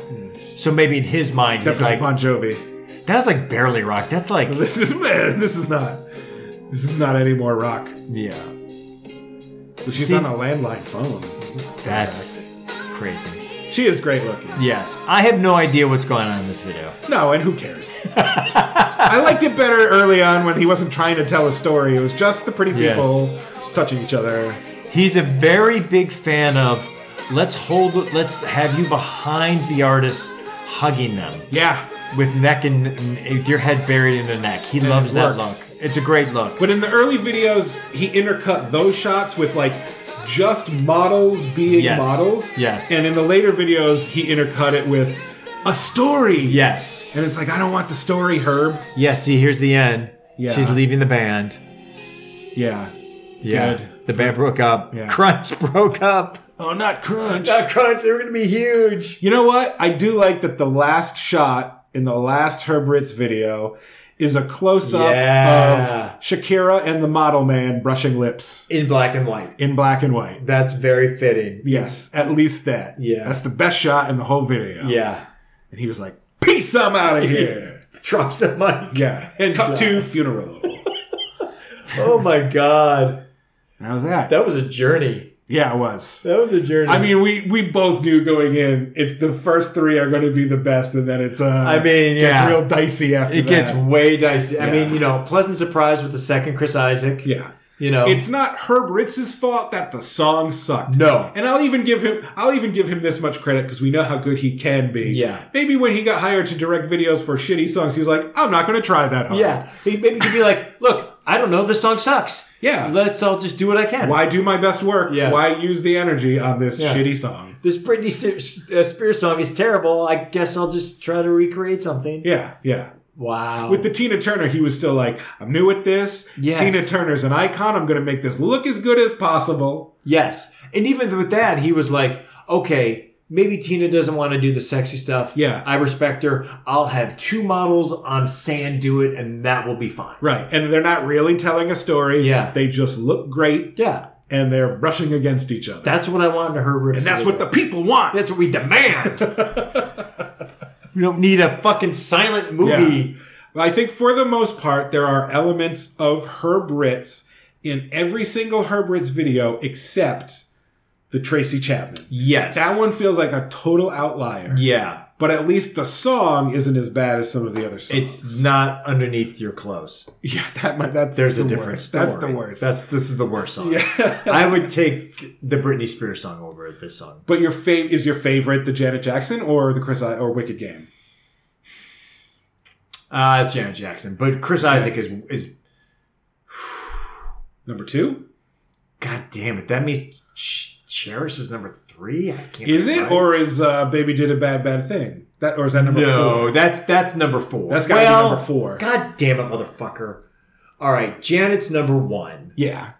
Speaker 5: so maybe in his mind
Speaker 1: Except
Speaker 5: he's
Speaker 1: for
Speaker 5: like,
Speaker 1: Bon Jovi. <laughs>
Speaker 5: that's like barely rock. That's like
Speaker 1: This is man. This is not. This is not any more rock.
Speaker 5: yeah,
Speaker 1: She's
Speaker 5: See-
Speaker 1: on a landline phone. This is
Speaker 5: that's crazy.
Speaker 1: fantastic. She is great looking.
Speaker 5: Yes, I have no idea what's going on in this video.
Speaker 1: No, and who cares? <laughs> I liked it better early on when he wasn't trying to tell a story. It was just the pretty
Speaker 5: Yes.
Speaker 1: people touching each other.
Speaker 5: He's a very big fan of let's hold, let's have you behind the artist hugging them.
Speaker 1: Yeah.
Speaker 5: With neck and, and with your head buried in the neck, he
Speaker 1: it
Speaker 5: loves that
Speaker 1: works.
Speaker 5: look. It's a great look.
Speaker 1: But in the early videos, he intercut those shots with like just models being
Speaker 5: Yes.
Speaker 1: models.
Speaker 5: Yes.
Speaker 1: And in the later videos, he intercut it with a story.
Speaker 5: yes,
Speaker 1: And it's like, I don't want the story, Herb.
Speaker 5: Yes, see, here's the end.
Speaker 1: Yeah.
Speaker 5: She's leaving the band.
Speaker 1: Yeah.
Speaker 5: Yeah.
Speaker 1: Good.
Speaker 5: The band broke up.
Speaker 1: Yeah.
Speaker 5: Crunch <laughs> broke up.
Speaker 1: Oh, not Crunch.
Speaker 5: Crunch, they were going to be huge.
Speaker 1: You know what? I do like that the last shot in the last Herbritz video is a close up
Speaker 5: Yeah.
Speaker 1: of Shakira and the model man brushing lips
Speaker 5: In black and white.
Speaker 1: in black and white.
Speaker 5: That's very fitting.
Speaker 1: Yes, at least that.
Speaker 5: Yeah.
Speaker 1: That's the best shot in the whole video.
Speaker 5: Yeah.
Speaker 1: And he was like, Peace, I'm out of here.
Speaker 5: Drops the mic.
Speaker 1: yeah.
Speaker 5: <laughs> And
Speaker 1: Cut
Speaker 5: died.
Speaker 1: to
Speaker 5: <laughs>
Speaker 1: funeral.
Speaker 5: Oh my God.
Speaker 1: How was that?
Speaker 5: That was a journey.
Speaker 1: yeah, it was.
Speaker 5: That was a journey.
Speaker 1: I mean, we, we both knew going in, it's the first three are going to be the best, and then it's uh,
Speaker 5: I mean, yeah.
Speaker 1: gets real dicey after
Speaker 5: it
Speaker 1: that.
Speaker 5: gets way dicey. I
Speaker 1: Yeah.
Speaker 5: mean, you know, pleasant surprise with the second Chris Isaac.
Speaker 1: yeah.
Speaker 5: You know,
Speaker 1: It's not Herb Ritz's fault that the song sucked.
Speaker 5: No.
Speaker 1: and I'll even give him I'll even give him this much credit because we know how good he can be.
Speaker 5: Yeah.
Speaker 1: maybe when he got hired to direct videos for shitty songs, he's like, I'm not going to try that hard.
Speaker 5: yeah. He maybe could be like, look, I don't know. This song sucks.
Speaker 1: Yeah.
Speaker 5: Let's all just do what I can.
Speaker 1: why do my best work?
Speaker 5: Yeah.
Speaker 1: why use the energy on this
Speaker 5: Yeah.
Speaker 1: shitty song?
Speaker 5: this Britney Se- uh, Spears song is terrible. I guess I'll just try to recreate something.
Speaker 1: Yeah, yeah.
Speaker 5: Wow.
Speaker 1: With the Tina Turner, he was still like, I'm new at this.
Speaker 5: Yes.
Speaker 1: Tina Turner's an icon. I'm going to make this look as good as possible.
Speaker 5: yes. And even with that, he was like, okay, maybe Tina doesn't want to do the sexy stuff.
Speaker 1: Yeah.
Speaker 5: I respect her. I'll have two models on sand do it, and that will be fine.
Speaker 1: Right. And they're not really telling a story.
Speaker 5: Yeah.
Speaker 1: They just look great
Speaker 5: Yeah.
Speaker 1: and they're brushing against each other.
Speaker 5: That's what I wanted her rip.
Speaker 1: and that's
Speaker 5: to do.
Speaker 1: what the people want.
Speaker 5: That's what we <laughs> demand. we don't need a fucking silent movie.
Speaker 1: I think for the most part, there are elements of Herb Ritz in every single Herb Ritz video except the Tracy Chapman.
Speaker 5: Yes.
Speaker 1: That one feels like a total outlier.
Speaker 5: Yeah.
Speaker 1: But at least the song isn't as bad as some of the other songs.
Speaker 5: It's not underneath your clothes.
Speaker 1: <laughs> yeah, that might that's
Speaker 5: There's
Speaker 1: the
Speaker 5: a difference.
Speaker 1: worst. That's the worst.
Speaker 5: That's this is the worst
Speaker 1: <laughs>
Speaker 5: song.
Speaker 1: yeah.
Speaker 5: I would take the Britney Spears song over this song.
Speaker 1: But your fav is your favorite the Janet Jackson or the Chris I- or Wicked Game?
Speaker 5: Uh, it's Janet Jackson, but Chris Isaac is is
Speaker 1: Number two
Speaker 5: God damn it. That means Ch- Cherish is number three. I can't.
Speaker 1: is
Speaker 5: be
Speaker 1: it
Speaker 5: right.
Speaker 1: or is uh, Baby Did a Bad Bad Thing? That or is that number
Speaker 5: no?
Speaker 1: four?
Speaker 5: That's that's number four.
Speaker 1: That's gotta be number four.
Speaker 5: God damn it, motherfucker! All right, Janet's number one.
Speaker 1: Yeah,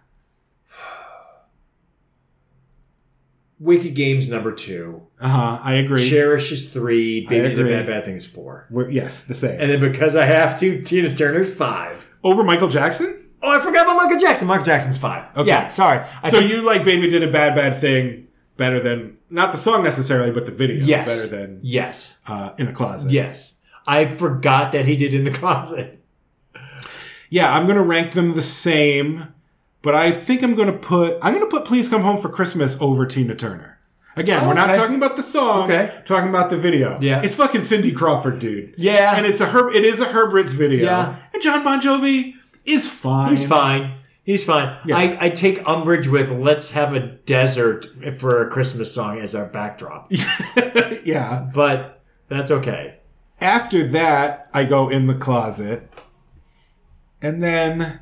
Speaker 5: Wicked Games number two.
Speaker 1: uh huh. I agree.
Speaker 5: Cherish is three. Baby Did a
Speaker 1: agree.
Speaker 5: Bad Bad Thing is four.
Speaker 1: We're, yes, the same.
Speaker 5: And then because I have to, Tina Turner's five.
Speaker 1: Over Michael Jackson.
Speaker 5: Oh, I forgot about Michael Jackson. Michael Jackson's five.
Speaker 1: Okay.
Speaker 5: Yeah, sorry. I
Speaker 1: so
Speaker 5: think-
Speaker 1: you like Baby Did a Bad Bad Thing better than not the song necessarily, but the video.
Speaker 5: yes,
Speaker 1: better than
Speaker 5: yes,
Speaker 1: uh, in the closet.
Speaker 5: yes. I forgot that he did in the <laughs> closet.
Speaker 1: yeah. I'm gonna rank them the same, but I think I'm gonna put I'm gonna put Please Come Home for Christmas over Tina Turner. Again,
Speaker 5: Oh,
Speaker 1: we're not
Speaker 5: okay.
Speaker 1: talking about the song.
Speaker 5: Okay.
Speaker 1: Talking about the video.
Speaker 5: Yeah.
Speaker 1: It's fucking Cindy Crawford, dude.
Speaker 5: Yeah,
Speaker 1: And it's a Herb. It is a Herb Ritz video.
Speaker 5: Yeah.
Speaker 1: And John Bon Jovi is fine.
Speaker 5: he's fine. He's fine.
Speaker 1: Yeah.
Speaker 5: I, I take umbrage with "Let's Have a Desert" for a Christmas song as our backdrop,
Speaker 1: <laughs> yeah.
Speaker 5: but that's okay.
Speaker 1: After that, I go in the closet. And then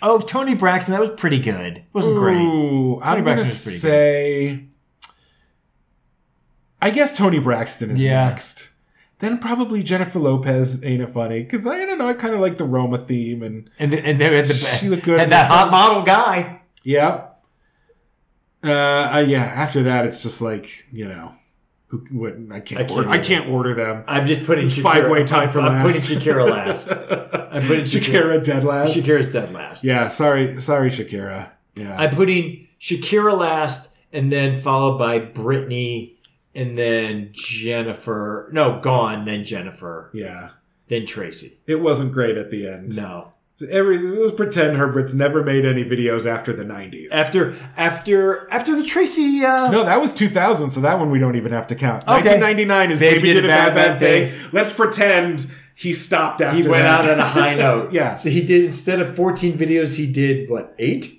Speaker 5: Oh, Tony Braxton, that was pretty good. Wasn't great.
Speaker 1: Ooh, I'm going to
Speaker 5: Braxton is pretty good.
Speaker 1: say I guess Tony Braxton is
Speaker 5: Yeah.
Speaker 1: next. Then probably Jennifer Lopez ain't it funny cuz I don't know, I kind of like the Roma theme and
Speaker 5: And and they had <laughs> the
Speaker 1: She looked good in
Speaker 5: and that
Speaker 1: the
Speaker 5: hot model guy.
Speaker 1: yeah. Uh, uh, yeah, after that it's just like, you know, who what, I can't
Speaker 5: I can't
Speaker 1: order, I can't order them.
Speaker 5: I'm just putting
Speaker 1: It's
Speaker 5: Shakira,
Speaker 1: five-way tie for
Speaker 5: I'm
Speaker 1: last.
Speaker 5: putting Shakira
Speaker 1: <laughs>
Speaker 5: last. I'm putting Shakira.
Speaker 1: Shakira dead last.
Speaker 5: Shakira's dead last.
Speaker 1: Yeah, sorry, sorry Shakira. Yeah.
Speaker 5: I'm putting Shakira last, and then followed by Britney, and then Jennifer. No, gone. Then Jennifer.
Speaker 1: yeah.
Speaker 5: Then Tracy.
Speaker 1: It wasn't great at the end.
Speaker 5: No.
Speaker 1: Every let's pretend Herbert's never made any videos after the '90s.
Speaker 5: After after after the Tracy. Uh,
Speaker 1: no, that was 2000, so that one we don't even have to count.
Speaker 5: Okay.
Speaker 1: 1999 is Baby, Did, a Bad Bad, thing. Let's pretend he stopped after.
Speaker 5: He went
Speaker 1: that.
Speaker 5: out on
Speaker 1: <laughs>
Speaker 5: a <laughs> high note.
Speaker 1: Yeah.
Speaker 5: So he did instead of 14 videos, he did what eight.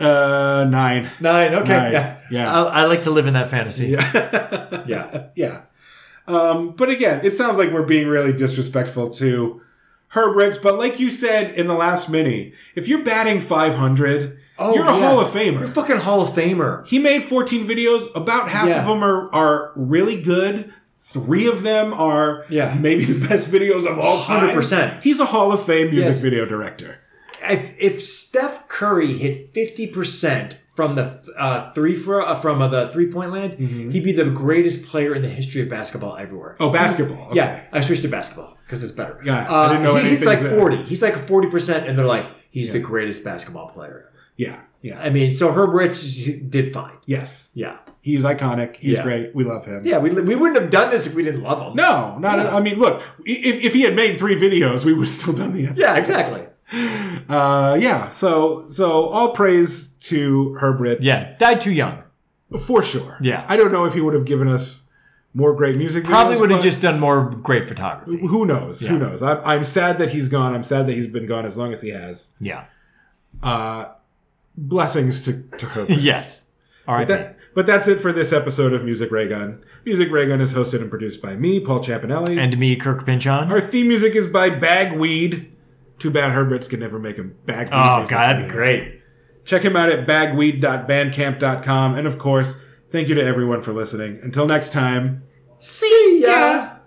Speaker 1: Uh, nine.
Speaker 5: Nine. Okay.
Speaker 1: Nine,
Speaker 5: Yeah.
Speaker 1: yeah. Uh,
Speaker 5: I, I like to live in that fantasy. Yeah. yeah.
Speaker 1: Yeah. Um, but again, it sounds like we're being really disrespectful to Herbert's. But like you said in the last mini, if you're batting 500, you're a
Speaker 5: Oh, yeah.
Speaker 1: Hall of
Speaker 5: You're a
Speaker 1: Famer.
Speaker 5: fucking Hall of Famer.
Speaker 1: He made 14 videos. About half
Speaker 5: Yeah.
Speaker 1: of them are, are really good. Three of them are
Speaker 5: Yeah.
Speaker 1: maybe the best videos of all time.
Speaker 5: 100%.
Speaker 1: He's a Hall of Fame music
Speaker 5: Yes.
Speaker 1: video director.
Speaker 5: If, if Steph Curry hit 50% from the uh, three for, uh, from uh, the three point land, he'd be the greatest player in the history of basketball everywhere.
Speaker 1: Oh, basketball. Okay.
Speaker 5: Yeah, I switched to basketball because it's better. Uh,
Speaker 1: Yeah, I didn't know
Speaker 5: he-
Speaker 1: anything
Speaker 5: He's like
Speaker 1: there.
Speaker 5: 40. He's like 40%, and they're like, he's the greatest basketball player.
Speaker 1: Yeah. Yeah.
Speaker 5: I mean, so Herb Ritz did fine.
Speaker 1: Yes.
Speaker 5: Yeah.
Speaker 1: He's iconic. He's
Speaker 5: Yeah.
Speaker 1: great. We love him.
Speaker 5: Yeah, we, we wouldn't have done this if we didn't love him.
Speaker 1: No, not.
Speaker 5: Yeah.
Speaker 1: I mean, look. If, if he had made three videos, we would have still done the episode.
Speaker 5: Yeah, exactly.
Speaker 1: Uh, yeah. So, so all praise to Herb Ritz.
Speaker 5: died too young.
Speaker 1: for sure.
Speaker 5: Yeah.
Speaker 1: I don't know if he would have given us more great music. videos, but-
Speaker 5: done more great photography.
Speaker 1: Who knows?
Speaker 5: Yeah.
Speaker 1: Who knows? I'm, I'm sad that he's gone. I'm sad that he's been gone as long as he has.
Speaker 5: Yeah.
Speaker 1: Blessings to to Herb. Ritz.
Speaker 5: All right.
Speaker 1: That- but that's it for this episode of Music Ray Gun. Music Ray Gun is hosted and produced by me, Paul Chapinelli.
Speaker 5: and me, Kirk Pinchon.
Speaker 1: Our theme music is by Bagweed. Too bad Herberts could never make him Bagweed.
Speaker 5: Oh, God,
Speaker 1: music
Speaker 5: that'd be
Speaker 1: video.
Speaker 5: great.
Speaker 1: Check him out at bagweed.bandcamp.com. And of course, thank you to everyone for listening. Until next time.
Speaker 5: See ya.